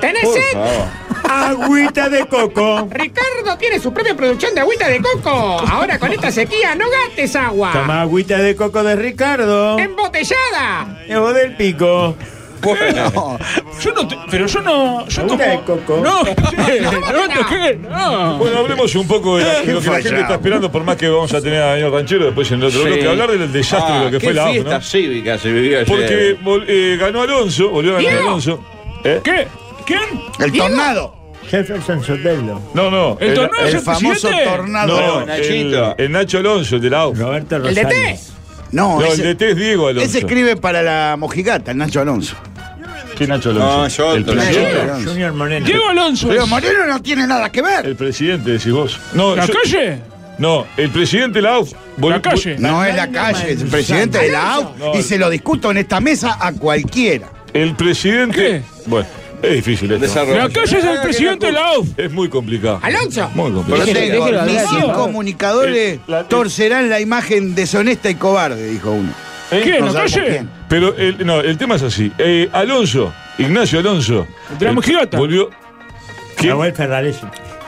S17: ¿Tenés
S8: Por
S17: sed?
S8: favor.
S18: Agüita de coco.
S17: Ricardo tiene su propia producción de agüita de coco. Ahora con esta sequía no gastes agua.
S18: Toma agüita de coco de Ricardo.
S17: Embotellada.
S18: Llevo del pico.
S8: Bueno.
S19: Yo no te- pero yo no. Yo
S18: Agüita de coco.
S19: No, no toqué, no.
S12: Bueno, hablemos un poco de la-
S19: Eh, qué
S12: lo que la gente
S19: fallado.
S12: está esperando, por más que vamos a tener a Daniel Ranchero después en el otro
S8: Sí.
S12: bloque, hablar del desastre
S8: Ah,
S12: de lo que
S8: qué
S12: fue la AUF,
S8: fiesta
S12: ¿no?
S8: cívica se vivió ayer.
S12: Porque vol- eh, ganó Alonso, volvió a ganar
S8: Diego.
S12: Alonso. ¿Eh?
S19: ¿Qué? ¿Quién?
S7: El tornado.
S9: Jefferson Sotelo.
S12: No, no.
S9: El tornado es el presidente.
S12: No, Nachito. El, Nacho Alonso, el de la
S9: Roberto
S7: ¿El DT? Rosales. No,
S12: No, el
S7: ese-
S12: DT es Diego Alonso.
S7: Ese escribe para la mojigata, el Nacho Alonso.
S12: ¿Quién Nacho
S7: Alonso?
S12: No, yo.
S7: El presidente. Junior
S9: Moreno.
S7: Diego Alonso
S12: Diego
S7: es- Moreno no tiene nada que ver.
S12: El presidente, decís vos. No,
S7: ¿La
S12: calle? No, el presidente de la AUF. La calle.
S7: No es la calle, es el presidente de la AUF y se lo discuto en esta mesa a cualquiera.
S12: El presidente. Bueno, es difícil esto.
S7: Desarrollo. La calle es el presidente
S12: de la AUF. Es muy complicado.
S7: Alonso.
S12: Muy
S7: Yo
S12: complicado.
S7: tengo, mis
S12: No.
S7: comunicadores torcerán la imagen deshonesta y cobarde, dijo uno.
S12: ¿Eh?
S7: No
S12: No
S7: sabemos
S12: sabemos
S7: quién.
S12: Pero el, no, el tema es así. Eh, Alonso, Ignacio Alonso.
S19: de la
S12: eh,
S19: mojigata.
S12: Volvió. ¿Quién?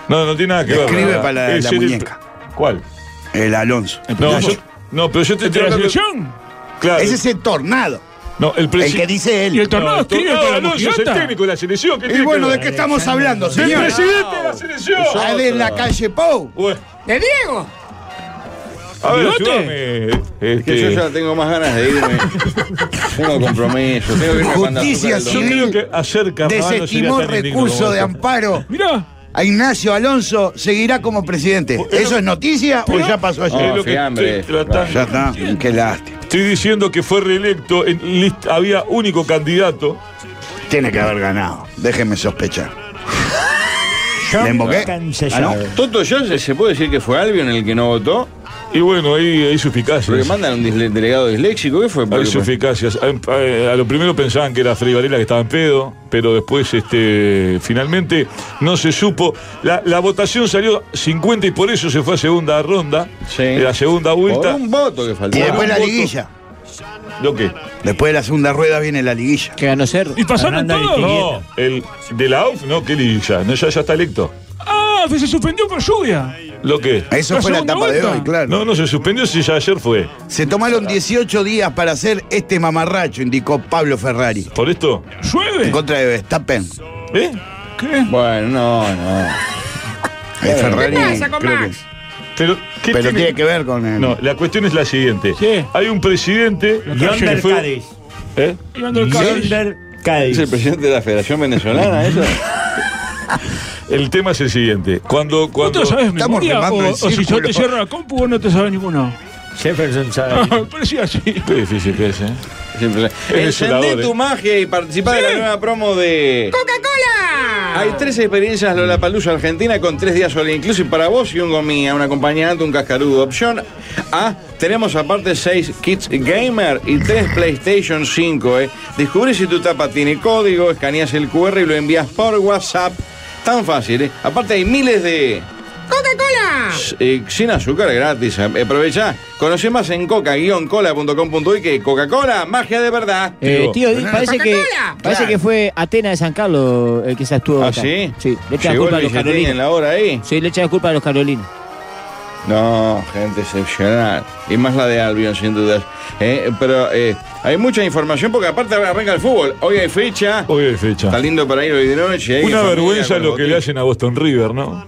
S12: No, no tiene nada que ver.
S7: Escribe
S12: ¿verdad?
S7: para la-
S12: Es
S7: la
S12: el-
S7: muñeca.
S12: ¿Cuál?
S7: El Alonso.
S12: No, yo- no, pero yo te
S7: ¿El de la
S12: hablando-
S7: selección?
S12: Claro.
S7: Ese es el tornado.
S12: No, el
S7: El que dice él. ¿Y el tornado
S12: No,
S7: escribe
S12: tornado
S7: para la
S12: Alonso es el
S7: mojigata?
S12: técnico de la selección. ¿qué
S7: Y
S12: tiene que
S7: bueno,
S12: ver?
S7: ¿de qué estamos hablando,
S12: Del
S7: señor?
S12: presidente de la selección.
S7: Ah, de la calle Pou.
S12: Bueno,
S17: ¡De Diego!
S12: a ver,
S17: ¿Bigote?
S12: ayúdame.
S8: Es que yo
S12: este-
S8: ya tengo más ganas de irme. tengo compromiso. Tengo que irme cuando
S7: Justicia
S8: azúcar
S12: Yo
S8: el
S12: creo
S8: domingo.
S12: que ayer Carnaval no sería
S7: Desestimó
S12: tan indigno como
S7: recurso de
S12: esto.
S7: amparo. A Ignacio Alonso seguirá como presidente. ¿Eso es noticia o ya pasó
S12: Es
S8: Ah,
S7: ayer?
S12: lo que estoy tratando.
S7: Ya está. Qué lástima.
S12: Estoy diciendo que fue reelecto, en list- había único candidato.
S7: Tiene que haber ganado. Déjeme sospechar. ¿Le invoqué? Ah, no.
S8: Toto yo se, se puede decir que fue Albion el que no votó.
S12: Y bueno, ahí, ahí suspicacias.
S8: Porque mandan un disle- delegado disléxico, ¿qué fue?
S12: Hay
S8: Porque-
S12: suficacias. A, a- a lo primero pensaban que era Freddy Varela que estaba en pedo, pero después este, finalmente no se supo. La, la votación salió 50 y por eso se fue a segunda ronda, eh, la segunda vuelta.
S8: Por un voto que faltó.
S7: Y
S12: Por
S7: después
S12: un
S7: la
S12: voto.
S7: liguilla.
S12: ¿Lo qué?
S7: Después de la segunda rueda viene la liguilla.
S11: Que ganó Cerro.
S19: ¿Y pasaron todos?
S12: No, el de la AUF, no, qué liguilla, no, ya, ya está electo.
S19: Ah, se suspendió por lluvia.
S12: ¿Lo qué?
S7: Eso fue la
S12: segunda
S7: etapa de hoy, claro.
S12: No, no se suspendió si ya ayer fue.
S7: Se tomaron 18 días para hacer este mamarracho, indicó Pablo Ferrari.
S12: ¿Por esto?
S19: ¡Llueve!
S7: En contra de Verstappen.
S12: ¿Eh?
S19: ¿Qué?
S8: Bueno, no, no.
S7: El Ferrari.
S12: Eh, ¿Qué pasa con
S7: creo
S12: Max?
S7: que-
S12: Pero, ¿qué
S7: Pero tiene que ver con el-
S12: No, la cuestión es la siguiente. Hay un presidente.
S9: Yonder
S12: que fue-
S9: Cádiz.
S12: ¿Eh?
S9: Yonder Cádiz.
S8: ¿Es el presidente de la Federación Venezolana eso?
S12: El tema es el siguiente.
S19: ¿Vos
S12: Cuando,
S19: te
S12: cuando
S19: lo sabes memoria o, o si yo te cierro la compu vos no te sabes ninguno?
S9: Jefferson
S19: Ah, Parecía así.
S12: Qué difícil que es, ¿eh?
S8: Encendé
S12: desolador,
S8: tu
S12: eh.
S8: magia y participá de la nueva promo de.
S17: ¡Coca-Cola!
S8: Hay tres experiencias Lollapalooza Argentina con tres días solo inclusive para vos y un gomía, un acompañante, un cascarudo. Opción A, tenemos aparte seis kits gamer y tres PlayStation 5. Eh. Descubrí si tu tapa tiene código, escaneas el QR y lo envías por WhatsApp. Tan fácil, eh. Aparte hay miles de...
S17: ¡Coca-Cola!
S8: eh, sin azúcar gratis. eh. Aprovechá. Conoce más en coca-cola.com.uy que Coca-Cola, magia de verdad.
S11: Eh, tío, Di, parece que, parece que fue Atena de San Carlos el que se actuó.
S8: ¿Ah,
S11: acá.
S8: sí?
S11: Sí, le echa la
S8: Llegó
S11: culpa a
S8: el
S11: los
S8: billetín
S11: carolinos.
S8: en la hora ahí.
S11: Sí, le echa la culpa a los carolinos.
S8: No, gente excepcional. Y más la de Albion, sin dudas. Eh, pero eh, hay mucha información porque aparte ahora arranca el fútbol. Hoy hay fecha.
S12: Hoy hay fecha.
S8: Está lindo para ir hoy de noche. eh, hay
S12: Una
S8: familia
S12: vergüenza
S8: con
S12: lo que
S8: botín.
S12: le hacen a Boston River, ¿no?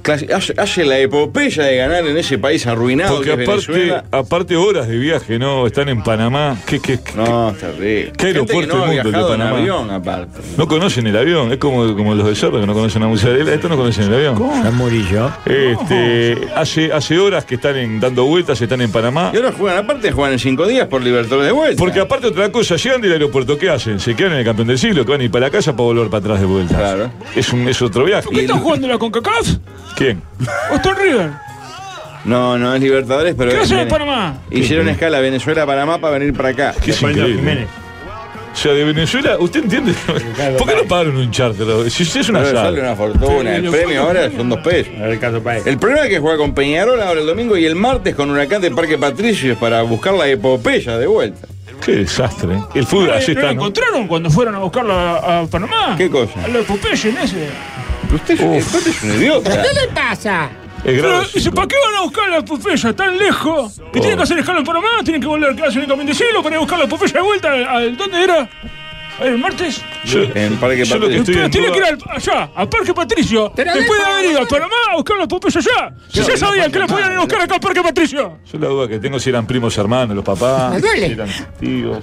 S8: Clase- Hace, hace la epopeya de ganar en ese país arruinado
S12: Porque
S8: que es
S12: aparte,
S8: Venezuela.
S12: aparte horas de viaje, ¿no? Están en Panamá. ¿Qué, qué, qué-
S8: No, es terrible.
S12: ¿Qué
S8: Gente que
S12: aeropuerto
S8: no ha
S12: del mundo el de
S8: viajado en
S12: Panamá?
S8: avión, ah, aparte.
S12: No conocen el avión, es como, como los de cerdo que no conocen la mozzarella, estos no conocen el avión.
S9: San Murillo.
S12: Este, hace, hace horas que están en- dando vueltas, están en Panamá.
S8: Y ahora juegan, aparte juegan en cinco días por Libertadores de vuelta.
S12: Porque aparte otra cosa, llegan del aeropuerto, ¿qué hacen? Se quedan en el campeón del siglo, que van a ir para casa para volver para atrás de vuelta.
S8: Claro.
S12: Es, un, es otro viaje.
S19: ¿Por qué están jugando la CONCACAF?
S12: ¿Quién?
S19: Boston River.
S8: No, no es Libertadores, pero.
S19: ¿Qué
S8: es
S19: hacen en
S8: Vene-
S19: Panamá?
S8: Hicieron escala Venezuela-Panamá para venir para acá.
S12: Qué es increíble. O sea, de Venezuela, ¿usted entiende? ¿Por qué no pagaron un charter? Si si es una
S8: Pero
S12: sal.
S8: sale una fortuna. El premio ahora son dos pesos. El problema es que juega con Peñarol ahora el domingo y el martes con Huracán de Parque Patricios para buscar la epopeya de vuelta.
S12: Qué desastre. ¿eh? El fútbol
S19: ¿No la- no
S12: así
S19: la
S12: está, ¿no?
S19: encontraron cuando fueron a buscarla a, a Panamá?
S12: ¿Qué cosa?
S19: A los Popeye en ese.
S8: Usted
S19: Este
S8: es, usted es un idiota.
S19: ¿Qué le pasa?
S12: Es grave,
S19: dice, ¿para qué van a buscar la Popeye tan lejos?
S8: Oh.
S19: Que tienen que hacer escala en Panamá, tienen que volver casi únicamente cielo para ir a buscar la Popeye de vuelta al, al- ¿dónde era? ¿El martes?
S12: Yo-
S8: en Parque
S12: yo lo que estoy
S8: Patricios.
S19: Pero
S12: en
S19: tiene
S12: duda-
S19: que ir al- allá, a Parque Patricio,
S17: Pero
S19: después de
S17: deja-
S19: haber ido a Panamá a buscar la Popeye allá. Si
S12: Yo-
S19: ya sabían que la podían ir a buscar acá a Parque Patricio.
S12: Yo la duda que tengo si eran primos hermanos, los papás.
S19: Me duele.
S12: si eran tíos.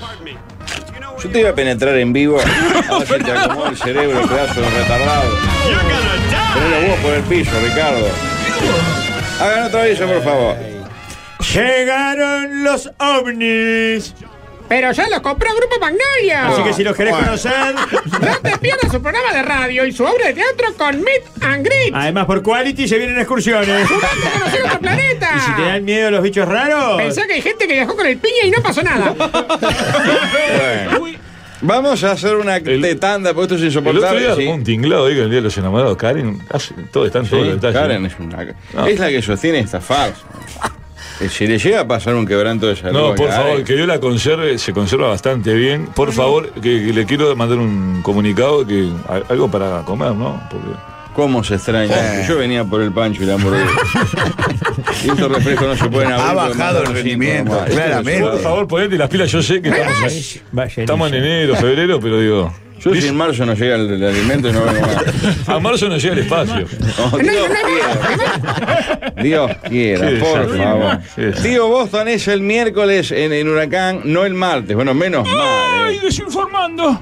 S8: Yo te iba a penetrar en vivo. Ahora se te acomodó el cerebro, pedazo de retardado. Ponelo vos por el piso, Ricardo. Hagan otro aviso, por favor.
S17: Llegaron los ovnis. Pero ya los compró Grupo Magnolia.
S18: Así que si los querés
S17: Bueno.
S18: conocer.
S17: No te pierdas su programa de radio y su obra de teatro con Meet and Greet.
S18: Además, por quality se vienen excursiones.
S17: ¡Conocer otro planeta!
S18: Y si te dan miedo los bichos raros.
S17: Pensá que hay gente que viajó con el piña y no pasó nada.
S8: Bueno. Vamos a hacer una de tanda, porque esto es
S12: El otro
S8: insoportable.
S12: día
S8: sí.
S12: armó un tinglado ahí con el día de los enamorados. Karen, hace- todo está en todo
S8: Sí,
S12: el detalle.
S8: Karen es una- es la que sostiene esta farsa. Eh, Si le llega a pasar un quebranto de salud.
S12: No,
S8: a
S12: por
S8: Karen,
S12: favor, que yo la conserve, se conserva bastante bien. Por favor, que, que le quiero mandar un comunicado, que a- algo para comer, ¿no? Porque...
S8: ¿Cómo se extraña? Yo venía por el pancho y la hamburguesa. y estos refrescos no se pueden abrir.
S12: Ha bajado
S8: porque mandan
S12: el
S8: cinco
S12: rendimiento,
S8: nomás. Esto Este es
S12: claramente.
S8: absurdo.
S12: Por favor, ponete las pilas. Yo sé que estamos ahí. Estamos en enero, febrero, pero digo.
S8: Yo si en marzo no llega el, el alimento no vengo más.
S12: A marzo no llega el espacio.
S8: No, Dios quiera. Dios quiera,
S12: Qué
S8: por
S12: desastre.
S8: favor.
S12: Qué desastre.
S8: Tío Boston es el miércoles en, en Huracán, no el martes. Bueno, menos mal.
S19: ¡Ay,
S8: eh.
S19: desinformando!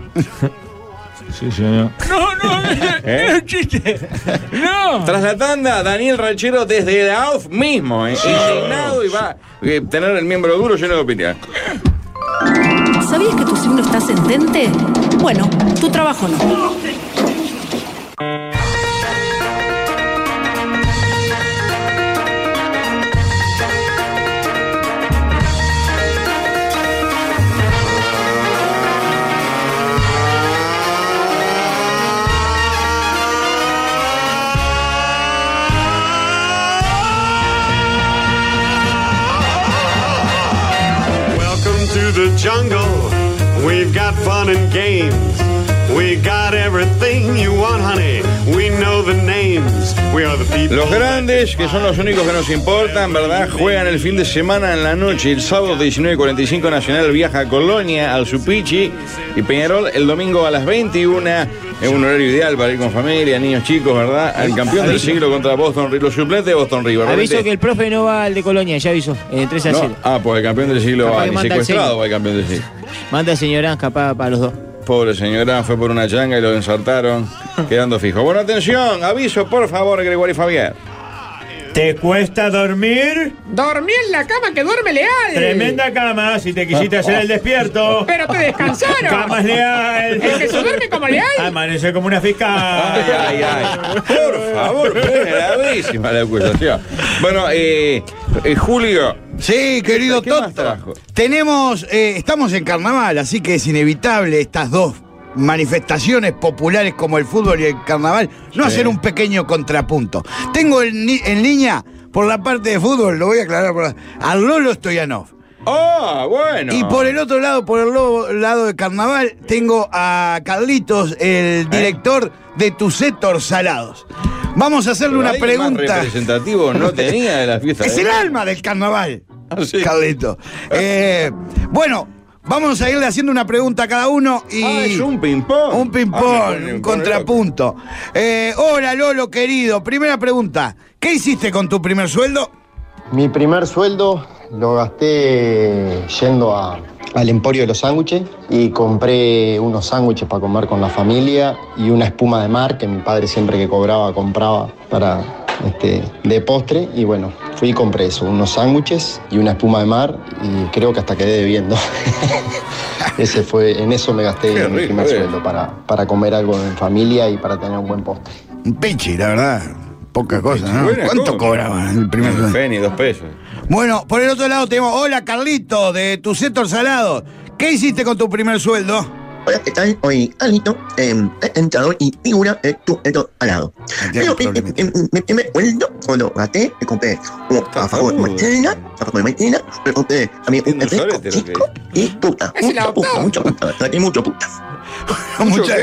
S12: Sí, señor.
S19: No, no,
S8: ¿Eh?
S19: es un chiste. No.
S8: Tras la tanda, Daniel Ranchero desde la AUF mismo, eh, indignado y va eh, tener el miembro duro lleno de opinión.
S14: ¿Sabías que tu signo está ascendente? Bueno, tu trabajo no.
S20: Welcome to the jungle. We've got fun and games. We got everything you want, honey. We know the names. We are the people.
S8: Los grandes, que son los únicos que nos importan, ¿verdad? Juegan el fin de semana en la noche. El sábado 19.45 Nacional viaja a Colonia, al Supichi y Peñarol el domingo a las 21. Es un horario ideal para ir con familia, niños chicos, ¿verdad? Al campeón del siglo contra Boston River, los suplentes de Boston River.
S11: Aviso que el profe no va al de Colonia, ya aviso. En el 3 a 0.
S8: No, Ah, pues el campeón del siglo
S11: Capaz
S8: va,
S11: que
S8: ni
S11: manda al
S8: secuestrado
S11: siglo.
S8: va el campeón del siglo.
S11: Manda el señor Anja para los dos.
S8: Pobre señora, fue por una changa y lo ensartaron, quedando fijo. Bueno, atención, aviso por favor, Gregorio Fabián.
S18: ¿Te cuesta dormir?
S17: Dormí en la cama que duerme leal.
S18: Tremenda cama, si te quisiste hacer el despierto.
S17: Pero te descansaron.
S18: Camas leal.
S17: El que se duerme como leal.
S18: Amanece como una fiscal.
S8: Ay, ay, ay. Por favor, es gravísima la acusación. Bueno, eh, eh, Julio.
S7: Sí, querido
S8: ¿Qué más
S7: Toto.
S8: trajo?
S7: Tenemos, eh, estamos en carnaval, así que es inevitable estas dos manifestaciones populares como el fútbol y el carnaval, no hacer un pequeño contrapunto. Tengo en, ni- en línea, por la parte de fútbol, lo voy a aclarar, por la- al Lolo Stoyanov.
S8: ¡Ah, bueno!
S7: Y por el otro lado, por el lo- lado de carnaval, tengo a Carlitos,
S8: ¿Eh?
S7: el director de Tucetor Salados. Vamos a hacerle una
S8: Ahí más
S7: pregunta.
S8: representativo no tenía de la fiesta.
S7: Es
S8: ¿eh?
S7: el alma del carnaval, Carlito. Eh, bueno, vamos a irle haciendo una pregunta a cada uno y.
S8: Ah, es un ping-pong.
S7: Un
S8: Ah, me
S7: ping-pong,
S8: pone-
S7: un
S8: me pone
S7: contrapunto. Eh, hola, Lolo, querido. Primera pregunta. ¿Qué hiciste con tu primer sueldo?
S21: Mi primer sueldo lo gasté yendo a- al emporio de los sándwiches y compré unos sándwiches para comer con la familia y una espuma de mar que mi padre siempre que cobraba compraba para este, de postre y bueno, fui y compré eso, unos sándwiches y una espuma de mar y creo que hasta quedé debiendo. Ese fue, en eso me gasté
S7: Qué
S21: mi
S7: rico,
S21: primer
S7: eh.
S21: sueldo para, para comer algo en familia y para tener un buen postre.
S7: Un pinche, la verdad. Poca cosa, ¿no?
S21: buena
S7: ¿Cuánto
S21: cosa.
S7: cobraban el primer sueldo?
S8: Penny, dos pesos.
S7: Bueno, por el otro lado tenemos, hola Carlito, de tu sector salado. ¿Qué hiciste con tu primer sueldo?
S22: Hola, ¿qué tal? Hoy Alito, eh, entrenador y figura eh, de tu esto al lado. Pero eh, eh, eh, me primer sueldo cuando gasté, me compré un zapaco de maicena, zapaco de maicena, me compré también un refresco chico y puta, mucha puta, mucha puta, saqué mucho puta.
S7: Muchas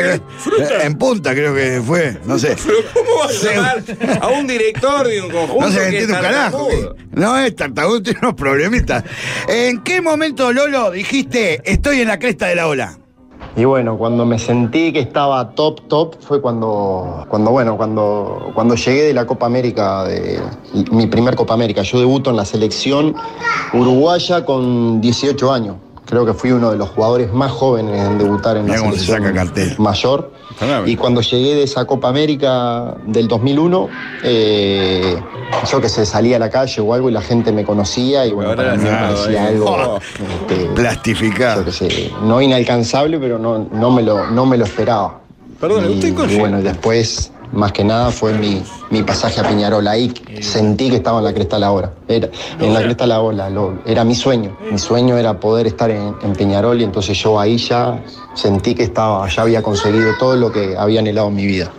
S7: gracias. En punta creo que fue, no sé.
S8: ¿Cómo vas a llamar a un director de un conjunto?
S7: No se
S8: que
S7: entiende
S8: es
S7: un carajo.
S8: tartamudo?
S7: No es tartamudo, tiene unos problemitas. ¿En qué momento, Lolo, dijiste estoy en la cresta de la ola?
S21: Y bueno, cuando me sentí que estaba top, top, fue cuando, cuando bueno, cuando, cuando llegué de la Copa América, de mi primer Copa América. Yo debuto en la selección uruguaya con 18 años. Creo que fui uno de los jugadores más jóvenes en debutar en la selección mayor. Y cuando llegué de esa Copa América del 2001, eh, yo que se salía a la calle o algo y la gente me conocía y bueno, para mí me
S7: Ah,
S21: parecía algo plastificado. no inalcanzable, pero no, no, me, lo, no me lo esperaba.
S12: Perdón,
S21: y,
S12: ¿usted
S21: y bueno, y después, más que nada, fue mi, mi pasaje a Piñarol. Ahí sentí que estaba en la cresta de la ola. Era, en la cresta de la ola, lo- era mi sueño. Mi sueño era poder estar en, en Piñarol y entonces yo ahí ya sentí que estaba, ya había conseguido todo lo que había anhelado en mi vida.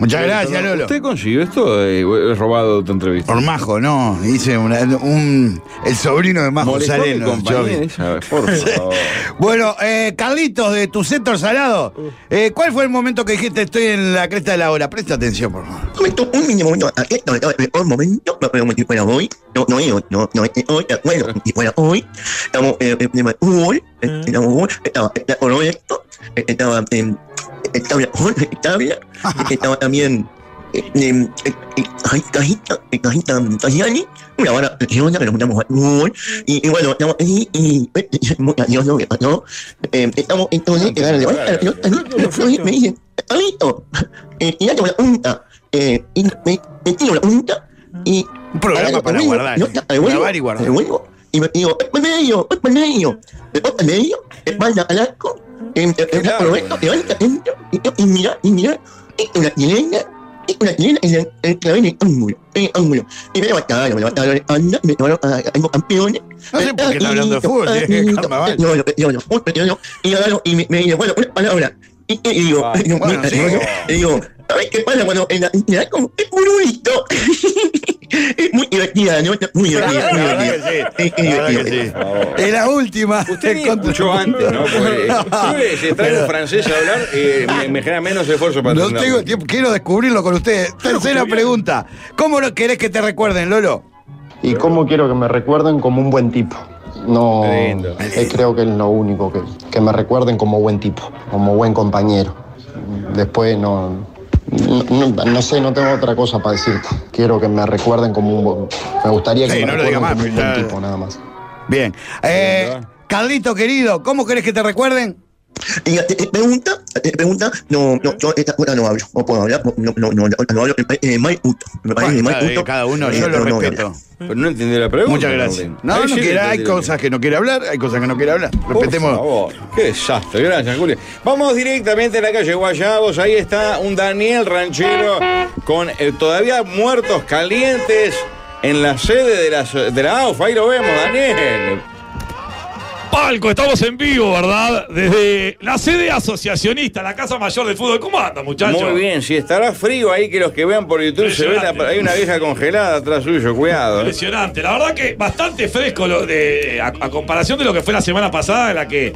S7: Muchas gracias, Lolo.
S8: eh, ¿Usted consiguió esto? Eh, o ¿Es robado tu entrevista?
S7: Por Majo, no. Hice una- un. El sobrino de Majo
S8: Molestó a mi
S7: Sareno.
S8: compañía
S7: Jovi.
S8: esa, por favor.
S7: bueno, eh, Carlitos, de tu sector salado, eh, ¿cuál fue el momento que dijiste estoy en la cresta de la hora? Presta atención, por favor.
S22: momento, un mini momento, aquí, no, no, el momento, no, no, si fuera hoy, no, no, no, no, no, eh, hoy, eh, bueno, si fuera hoy, estamos, eh, eh, eh, hoy, eh, estamos hoy, estaba, eh, Roberto, eh, estaba, eh, estaba Jorge Tabla, eh, estaba también, eh, eh, eh, eh, Caj- cajita, eh, cajita mm, Tajani, una vara preciosa que nos juntamos a hoy, y, y bueno, estamos ahí, y, eh, es muy gracioso lo que pasó, eh, estamos entonces, llegaron, levanta la pelota, entonces me dicen, Alito, eh, tirate una punta, eh, y me, me tiro la punta y. Un
S7: programa para guardar,
S22: Grabar y guardar. y me digo, es por medio, es por medio, es por medio, es banda al arco, em, em, em, Roberto, levanta dentro, y, y mira, y mira, y una chilena, y una chilena en el, en el clavel en el ángulo, en el ángulo. Y me levantaron, me levantaron, anda, me llevaron a, a los campeones.
S7: No sé por qué está hablando de fútbol, tiene que carnaval.
S22: No, no, no, no, no, no, y agarro y me, me dice, bueno, una palabra. Y, y digo,
S7: Ay,
S22: no,
S7: bueno,
S22: mira,
S7: sí.
S22: no, no. Y digo, ¿sabes qué pasa cuando en la, en la- como, es muy bonito? es muy divertida, ¿no? Está Muy divertida, muy
S7: La verdad
S22: divertida.
S7: que sí,
S22: Es- es
S7: la verdad que
S22: divertida.
S7: sí. Es la última. Usted
S8: Yo antes, ¿no? Porque, eh, yo, eh, si traigo
S7: Pero-
S8: francés a hablar, eh, me, me genera menos esfuerzo para
S7: No
S8: tener-
S7: tengo tiempo, quiero descubrirlo con ustedes. Tercera pregunta. ¿Cómo lo querés que te recuerden, Lolo?
S21: Y cómo quiero que me recuerden como un buen tipo. No, eh, creo que es lo único que, que me recuerden como buen tipo, como buen compañero. Después no, no, no- no sé, no tengo otra cosa para decirte. Quiero que me recuerden como un buen. Me gustaría que
S7: Sí,
S21: me
S7: no lo diga
S21: recuerden
S7: más,
S21: como un
S7: porque
S21: buen
S7: ya-
S21: tipo, nada más.
S7: Bien. Eh, Carlito, querido, ¿cómo querés que te recuerden?
S22: Y la te- te pregunta, te pregunta, no, no, yo esta cosa no hablo, no puedo hablar, no, no, no, no hablo, me parece de mal gusto, me parece de mal gusto. Eh, no, no, no.
S8: Pero no entendió la pregunta.
S7: Muchas gracias.
S8: Paulín.
S7: No,
S8: Ahí
S7: no
S8: sí
S7: quiere- hay
S8: entendió.
S7: cosas que no quiere hablar, hay cosas que no quiere hablar.
S8: Por
S7: Respetemos.
S8: favor, qué desastre. Gracias, Julio. Vamos directamente a la calle Guayabos. Ahí está un Daniel Ranchero con eh, todavía muertos calientes en la sede de la, de la AUF. Ahí lo vemos, Daniel.
S4: Palco, estamos en vivo, ¿verdad? Desde la sede asociacionista, la Casa Mayor del Fútbol. ¿Cómo anda, muchachos?
S8: Muy bien, si estará frío ahí que los que vean por YouTube se ven,
S4: Impresionante.
S8: la- hay una vieja congelada atrás suyo, cuidado. eh.
S4: Impresionante. La verdad que bastante fresco lo de, a, a comparación de lo que fue la semana pasada en la que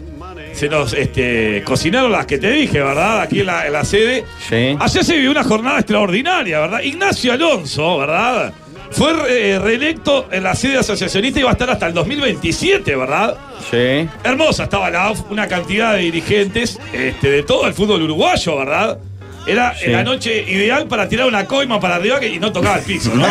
S4: se nos este, cocinaron las que te dije, ¿verdad? Aquí en la, en la sede.
S8: Sí.
S4: Ayer se vivió una jornada extraordinaria, ¿verdad? Ignacio Alonso, ¿verdad? Fue eh, reelecto en la sede asociacionista y va a estar hasta el 2027, ¿verdad?
S8: Sí.
S4: Hermosa estaba la AUF, una cantidad de dirigentes este, de todo el fútbol uruguayo, ¿verdad? Era
S8: Sí.
S4: la noche ideal para tirar una coima para arriba que- y no tocaba el piso. ¿no?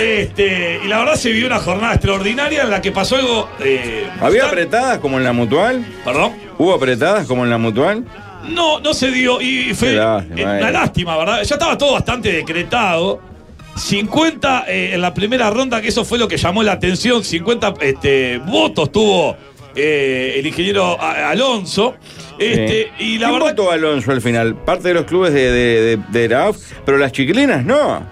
S4: Este, y la verdad se vivió una jornada extraordinaria en la que pasó algo. eh,
S8: ¿Había apretadas como en la mutual?
S4: ¿Perdón?
S8: ¿Hubo apretadas como en la mutual?
S4: no, no se dio y fue
S8: Qué lástima,
S4: eh,
S8: eh.
S4: una lástima, ¿verdad? Ya estaba todo bastante decretado. 50 eh, en la primera ronda, que eso fue lo que llamó la atención. 50 este, votos tuvo eh, el ingeniero A- Alonso. Este,
S8: Sí.
S4: Y la
S8: ¿Quién
S4: verdad.
S8: votó Alonso al final? Parte de los clubes de, de, de- de la AUF, pero las chiquilinas no.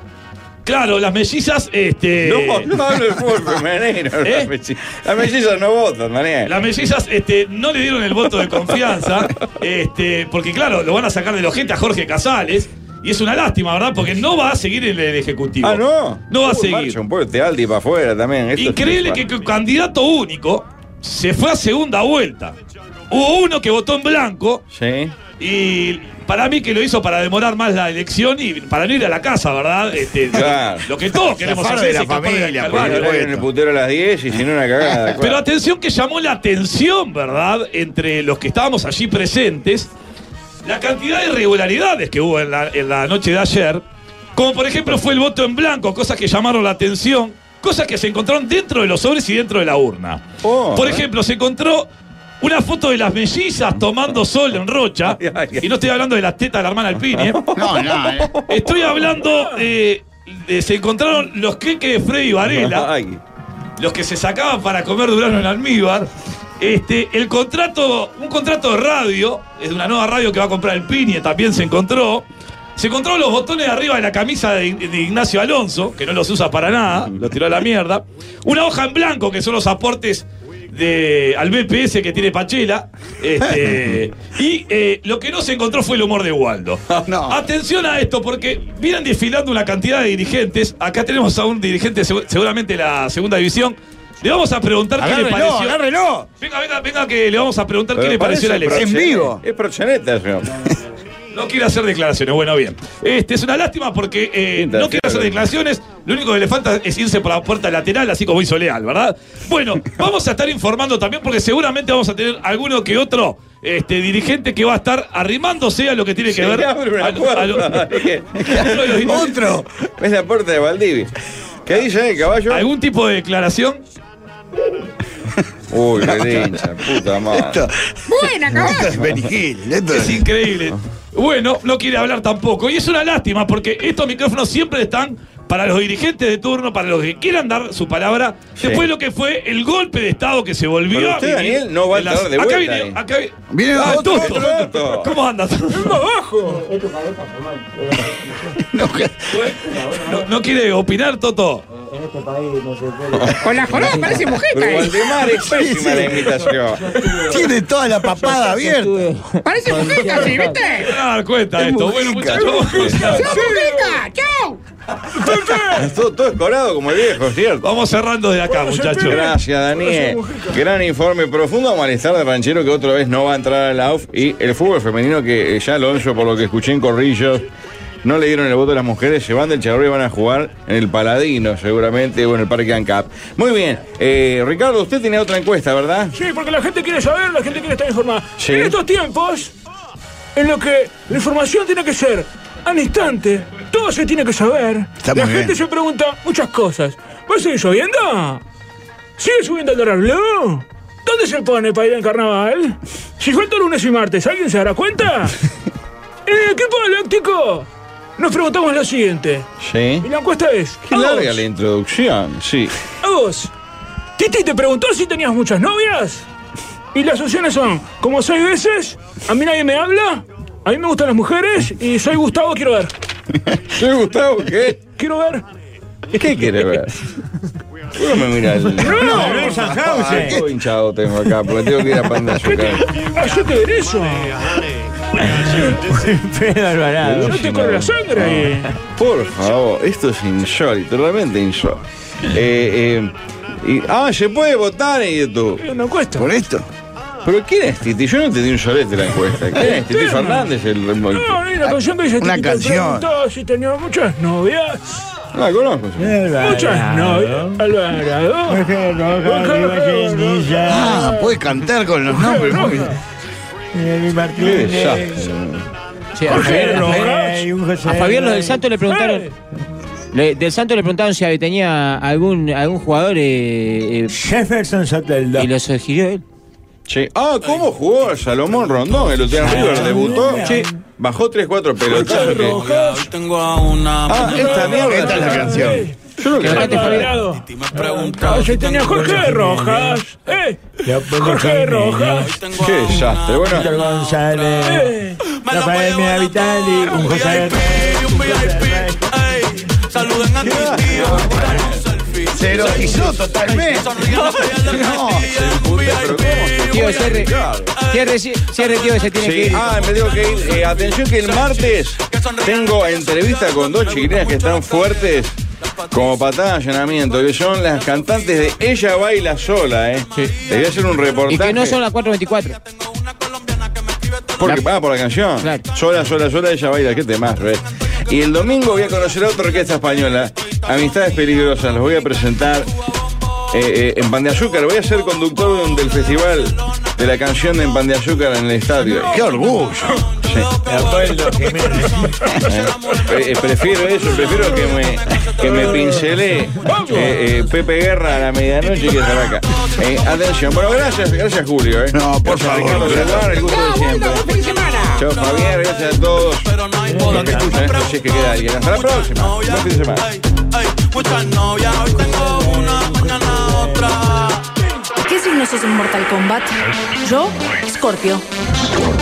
S4: Claro, las mellizas, este.
S8: No, no hablo del fútbol femenino. Las, mellizas, las mellizas no votan, Daniel.
S4: ¿Eh? Las mellizas este, no le dieron el voto de confianza, este, porque claro, lo van a sacar de la gente a Jorge Casales. Y es una lástima, ¿verdad? Porque no va a seguir en el Ejecutivo.
S8: Ah, no.
S4: No va a
S8: Uy,
S4: seguir.
S8: marcha Un poco de Aldi para afuera también. Esto es
S4: Increíble que el candidato único se fue a segunda vuelta. Hubo uno que votó en blanco
S8: Sí.
S4: y para mí que lo hizo para demorar más la elección y para no ir a la casa, ¿verdad? Este,
S8: Claro.
S4: Lo que todos queremos
S8: Zafar
S4: hacer
S8: de
S4: es
S8: la
S4: escapar del
S8: familia, por
S4: calvario.
S8: supuesto. En el putero a las 10 y si no una cagada.
S4: Pero atención que llamó la atención, ¿verdad? Entre los que estábamos allí presentes, la cantidad de irregularidades que hubo en la, en la noche de ayer, como por ejemplo fue el voto en blanco, cosas que llamaron la
S12: Oh.
S4: atención, cosas que se encontraron dentro de los sobres y dentro de la urna. por ejemplo, se encontró Una foto de las mellizas tomando sol en Rocha. Y no estoy hablando de las tetas de la hermana Alpini, ¿eh?
S2: No, no, eh.
S4: Estoy hablando eh, de- se encontraron los queques de Freddy Varela. Los que se sacaban para comer durano en almíbar. Este, el contrato, un contrato de radio, es de una nueva radio que va a comprar el Pini, también se encontró. Se encontró los botones de arriba de la camisa de, de Ignacio Alonso, que no los usa para nada, los tiró a la mierda. Una hoja en blanco, que son los aportes de, al BPS que tiene Pachela. Este, y eh, lo que no se encontró fue el humor de Waldo. Atención a esto, porque vienen desfilando una cantidad de dirigentes. Acá tenemos a un dirigente, segu- seguramente la segunda división. Le vamos a preguntar qué le
S6: Agárrelo,
S4: pareció.
S6: agárrelo.
S4: Venga, venga, venga, que le vamos a preguntar qué
S8: Pero
S4: le pareció la
S8: parece
S4: elección.
S8: proxeneta. Es proxeneta, señor.
S4: No quiere hacer declaraciones, bueno, bien. Este es una lástima porque eh, no quiere hacer declaraciones. Lo único que le falta es irse por la puerta lateral, así como hizo Leal, ¿verdad? Bueno, vamos a estar informando también porque seguramente vamos a tener alguno que otro este, dirigente que va a estar arrimándose a lo que tiene que
S8: Se
S4: ver.
S8: le abre una
S4: a lo- a lo-
S8: puerta.
S4: uno de los dirigentes.
S8: Otro. Es la puerta de Valdivia. ¿Qué dice, eh, caballo?
S4: ¿Algún tipo de declaración?
S8: Uy, qué hincha, puta madre.
S17: Buena, caballo.
S4: es increíble. Bueno, no quiere hablar tampoco. Y es una lástima porque estos micrófonos siempre están para los dirigentes de turno, para los que quieran dar su palabra. Después de lo que fue el golpe de Estado que se volvió.
S8: Pero usted,
S4: vivir
S8: Daniel, no va a
S4: en las-
S8: estar de
S4: Acá
S8: vuelta
S4: viene.
S8: ahí.
S4: Acá vi-
S8: Viene
S4: Ah,
S8: otro,
S4: Tusto.
S8: otro, otro.
S4: ¿Cómo andas?
S19: abajo!
S4: No, no quiere opinar, Toto.
S3: En este país no se
S17: Con la joroba parece mujeta.
S3: Pero
S17: eh.
S3: Valdemar es pésima la imitación.
S6: Tiene toda la papada abierta.
S18: Ah.
S17: Parece mujeta, sí, ¿viste?
S4: Van a dar cuenta de esto. Bueno, muchachos, vamos a-
S17: ¡Sos mujeta! ¡Chau!
S8: todo, todo escorado como el viejo, ¿cierto?
S4: Vamos cerrando de acá, muchachos.
S8: Gracias, Daniel. Gran informe, profundo malestar de ranchero que otra vez no va a entrar a la UF. Y el fútbol femenino que eh, ya Alonso, por lo que escuché en Corrillos, no le dieron el voto a las mujeres, se van del charro y van a jugar en el Paladino, seguramente, o en el Parque ANCAP. Muy bien. Eh, Ricardo, usted tenía otra encuesta, ¿verdad?
S19: Sí, porque la gente quiere saber, la gente quiere estar informada.
S8: Sí.
S19: En estos tiempos, en lo que la información tiene que ser al instante, todo se tiene que saber,
S7: Estamos
S19: la
S7: bien.
S19: gente se pregunta muchas cosas. ¿Va a seguir lloviendo? ¿Sigue subiendo el dólar blue? ¿Dónde se pone para ir al carnaval? Si falta lunes y martes, ¿alguien se dará cuenta? en el equipo galáctico nos preguntamos lo siguiente.
S8: Sí.
S19: Y la encuesta es...
S8: Qué
S19: ¿a vos?
S8: larga la introducción, sí.
S19: A vos, Titi te preguntó si tenías muchas novias. Y las opciones son, como seis veces, a mí nadie me habla, a mí me gustan las mujeres y soy Gustavo, quiero ver.
S8: ¿Soy Gustavo qué?
S19: Quiero ver.
S8: ¿Qué quiere ver? Uno me mira el...
S19: No, no, no,
S8: Ay, todo hinchado tengo acá, porque tengo que ir a pan de azúcar.
S19: Ah, yo te veré eso.
S8: Pedro Alvarado.
S19: Yo te corro la sangre ahí.
S8: Por favor, esto es insólito, realmente insólito. Eh, eh, y- ah, se puede votar en YouTube.
S19: Una encuesta.
S8: ¿Por esto? ¿Pero quién es Titi? Yo no te di un solete la encuesta. ¿Quién es Titi Fernández? El, el-
S19: No, no, y la canción que dice Titi te preguntó si tenías muchas novias.
S8: No la Ah, conozco.
S19: Muchas novias. Alvarado.
S6: Ah, puede cantar con los nombres. muy bien.
S11: Sí, a, Fabián, a Fabián- a Fabián los del Santo le preguntaron. le- del Santo le preguntaron si tenía algún algún jugador. Jefferson Y lo sugirió él.
S8: Che, ah, ¿cómo jugó Salomón Rondón? El Lutean River debutó. Che, bajó 3-4 pelotas.
S2: Hoy tengo a una.
S8: Ah, esta mierda.
S2: Esta es la canción.
S8: Yo lo que
S19: Alvarado. Ah, si tenía Jorge Rojas. Eh, Jorge Rojas.
S8: Qué desastre.
S3: Víctor González, Rafael Mena Vitali, un José
S2: Saluden a mis tíos.
S6: Se erotizó totalmente.
S11: Tío, cierre, cierre, cierre, tío, que se tiene que
S8: Sí,
S11: ir.
S8: ah, me tengo que ir. Eh, atención que el martes tengo entrevista con dos chiquilinas que están fuertes como patada de allanamiento, que son las cantantes de Ella Baila Sola, ¿eh? Les voy a hacer un reportaje.
S11: y que no son las 4.24.
S8: Porque paga por la canción. Sola, sola, sola, ella baila, qué temas, re. Y el domingo voy a conocer a otra orquesta española, Amistades Peligrosas, los voy a presentar eh, eh, en Pan de Azúcar. Voy a ser conductor de un- del festival de la canción en Pan de Azúcar en el estadio. ¡Qué orgullo! Eh, eh, prefiero eso, prefiero que me, que me pincele eh, eh, Pepe Guerra a la medianoche que estar acá. Eh, atención, bueno, gracias, gracias Julio. Eh. No, por favor. el gusto de siempre. Chao Javier, gracias a todos. Los que escuchan esto, si es que queda alguien. Hasta la próxima. Buen fin de semana.
S2: Muchas novias, hoy tengo una, mañana otra.
S14: ¿Qué signo sos en Mortal Kombat? Yo, Scorpio.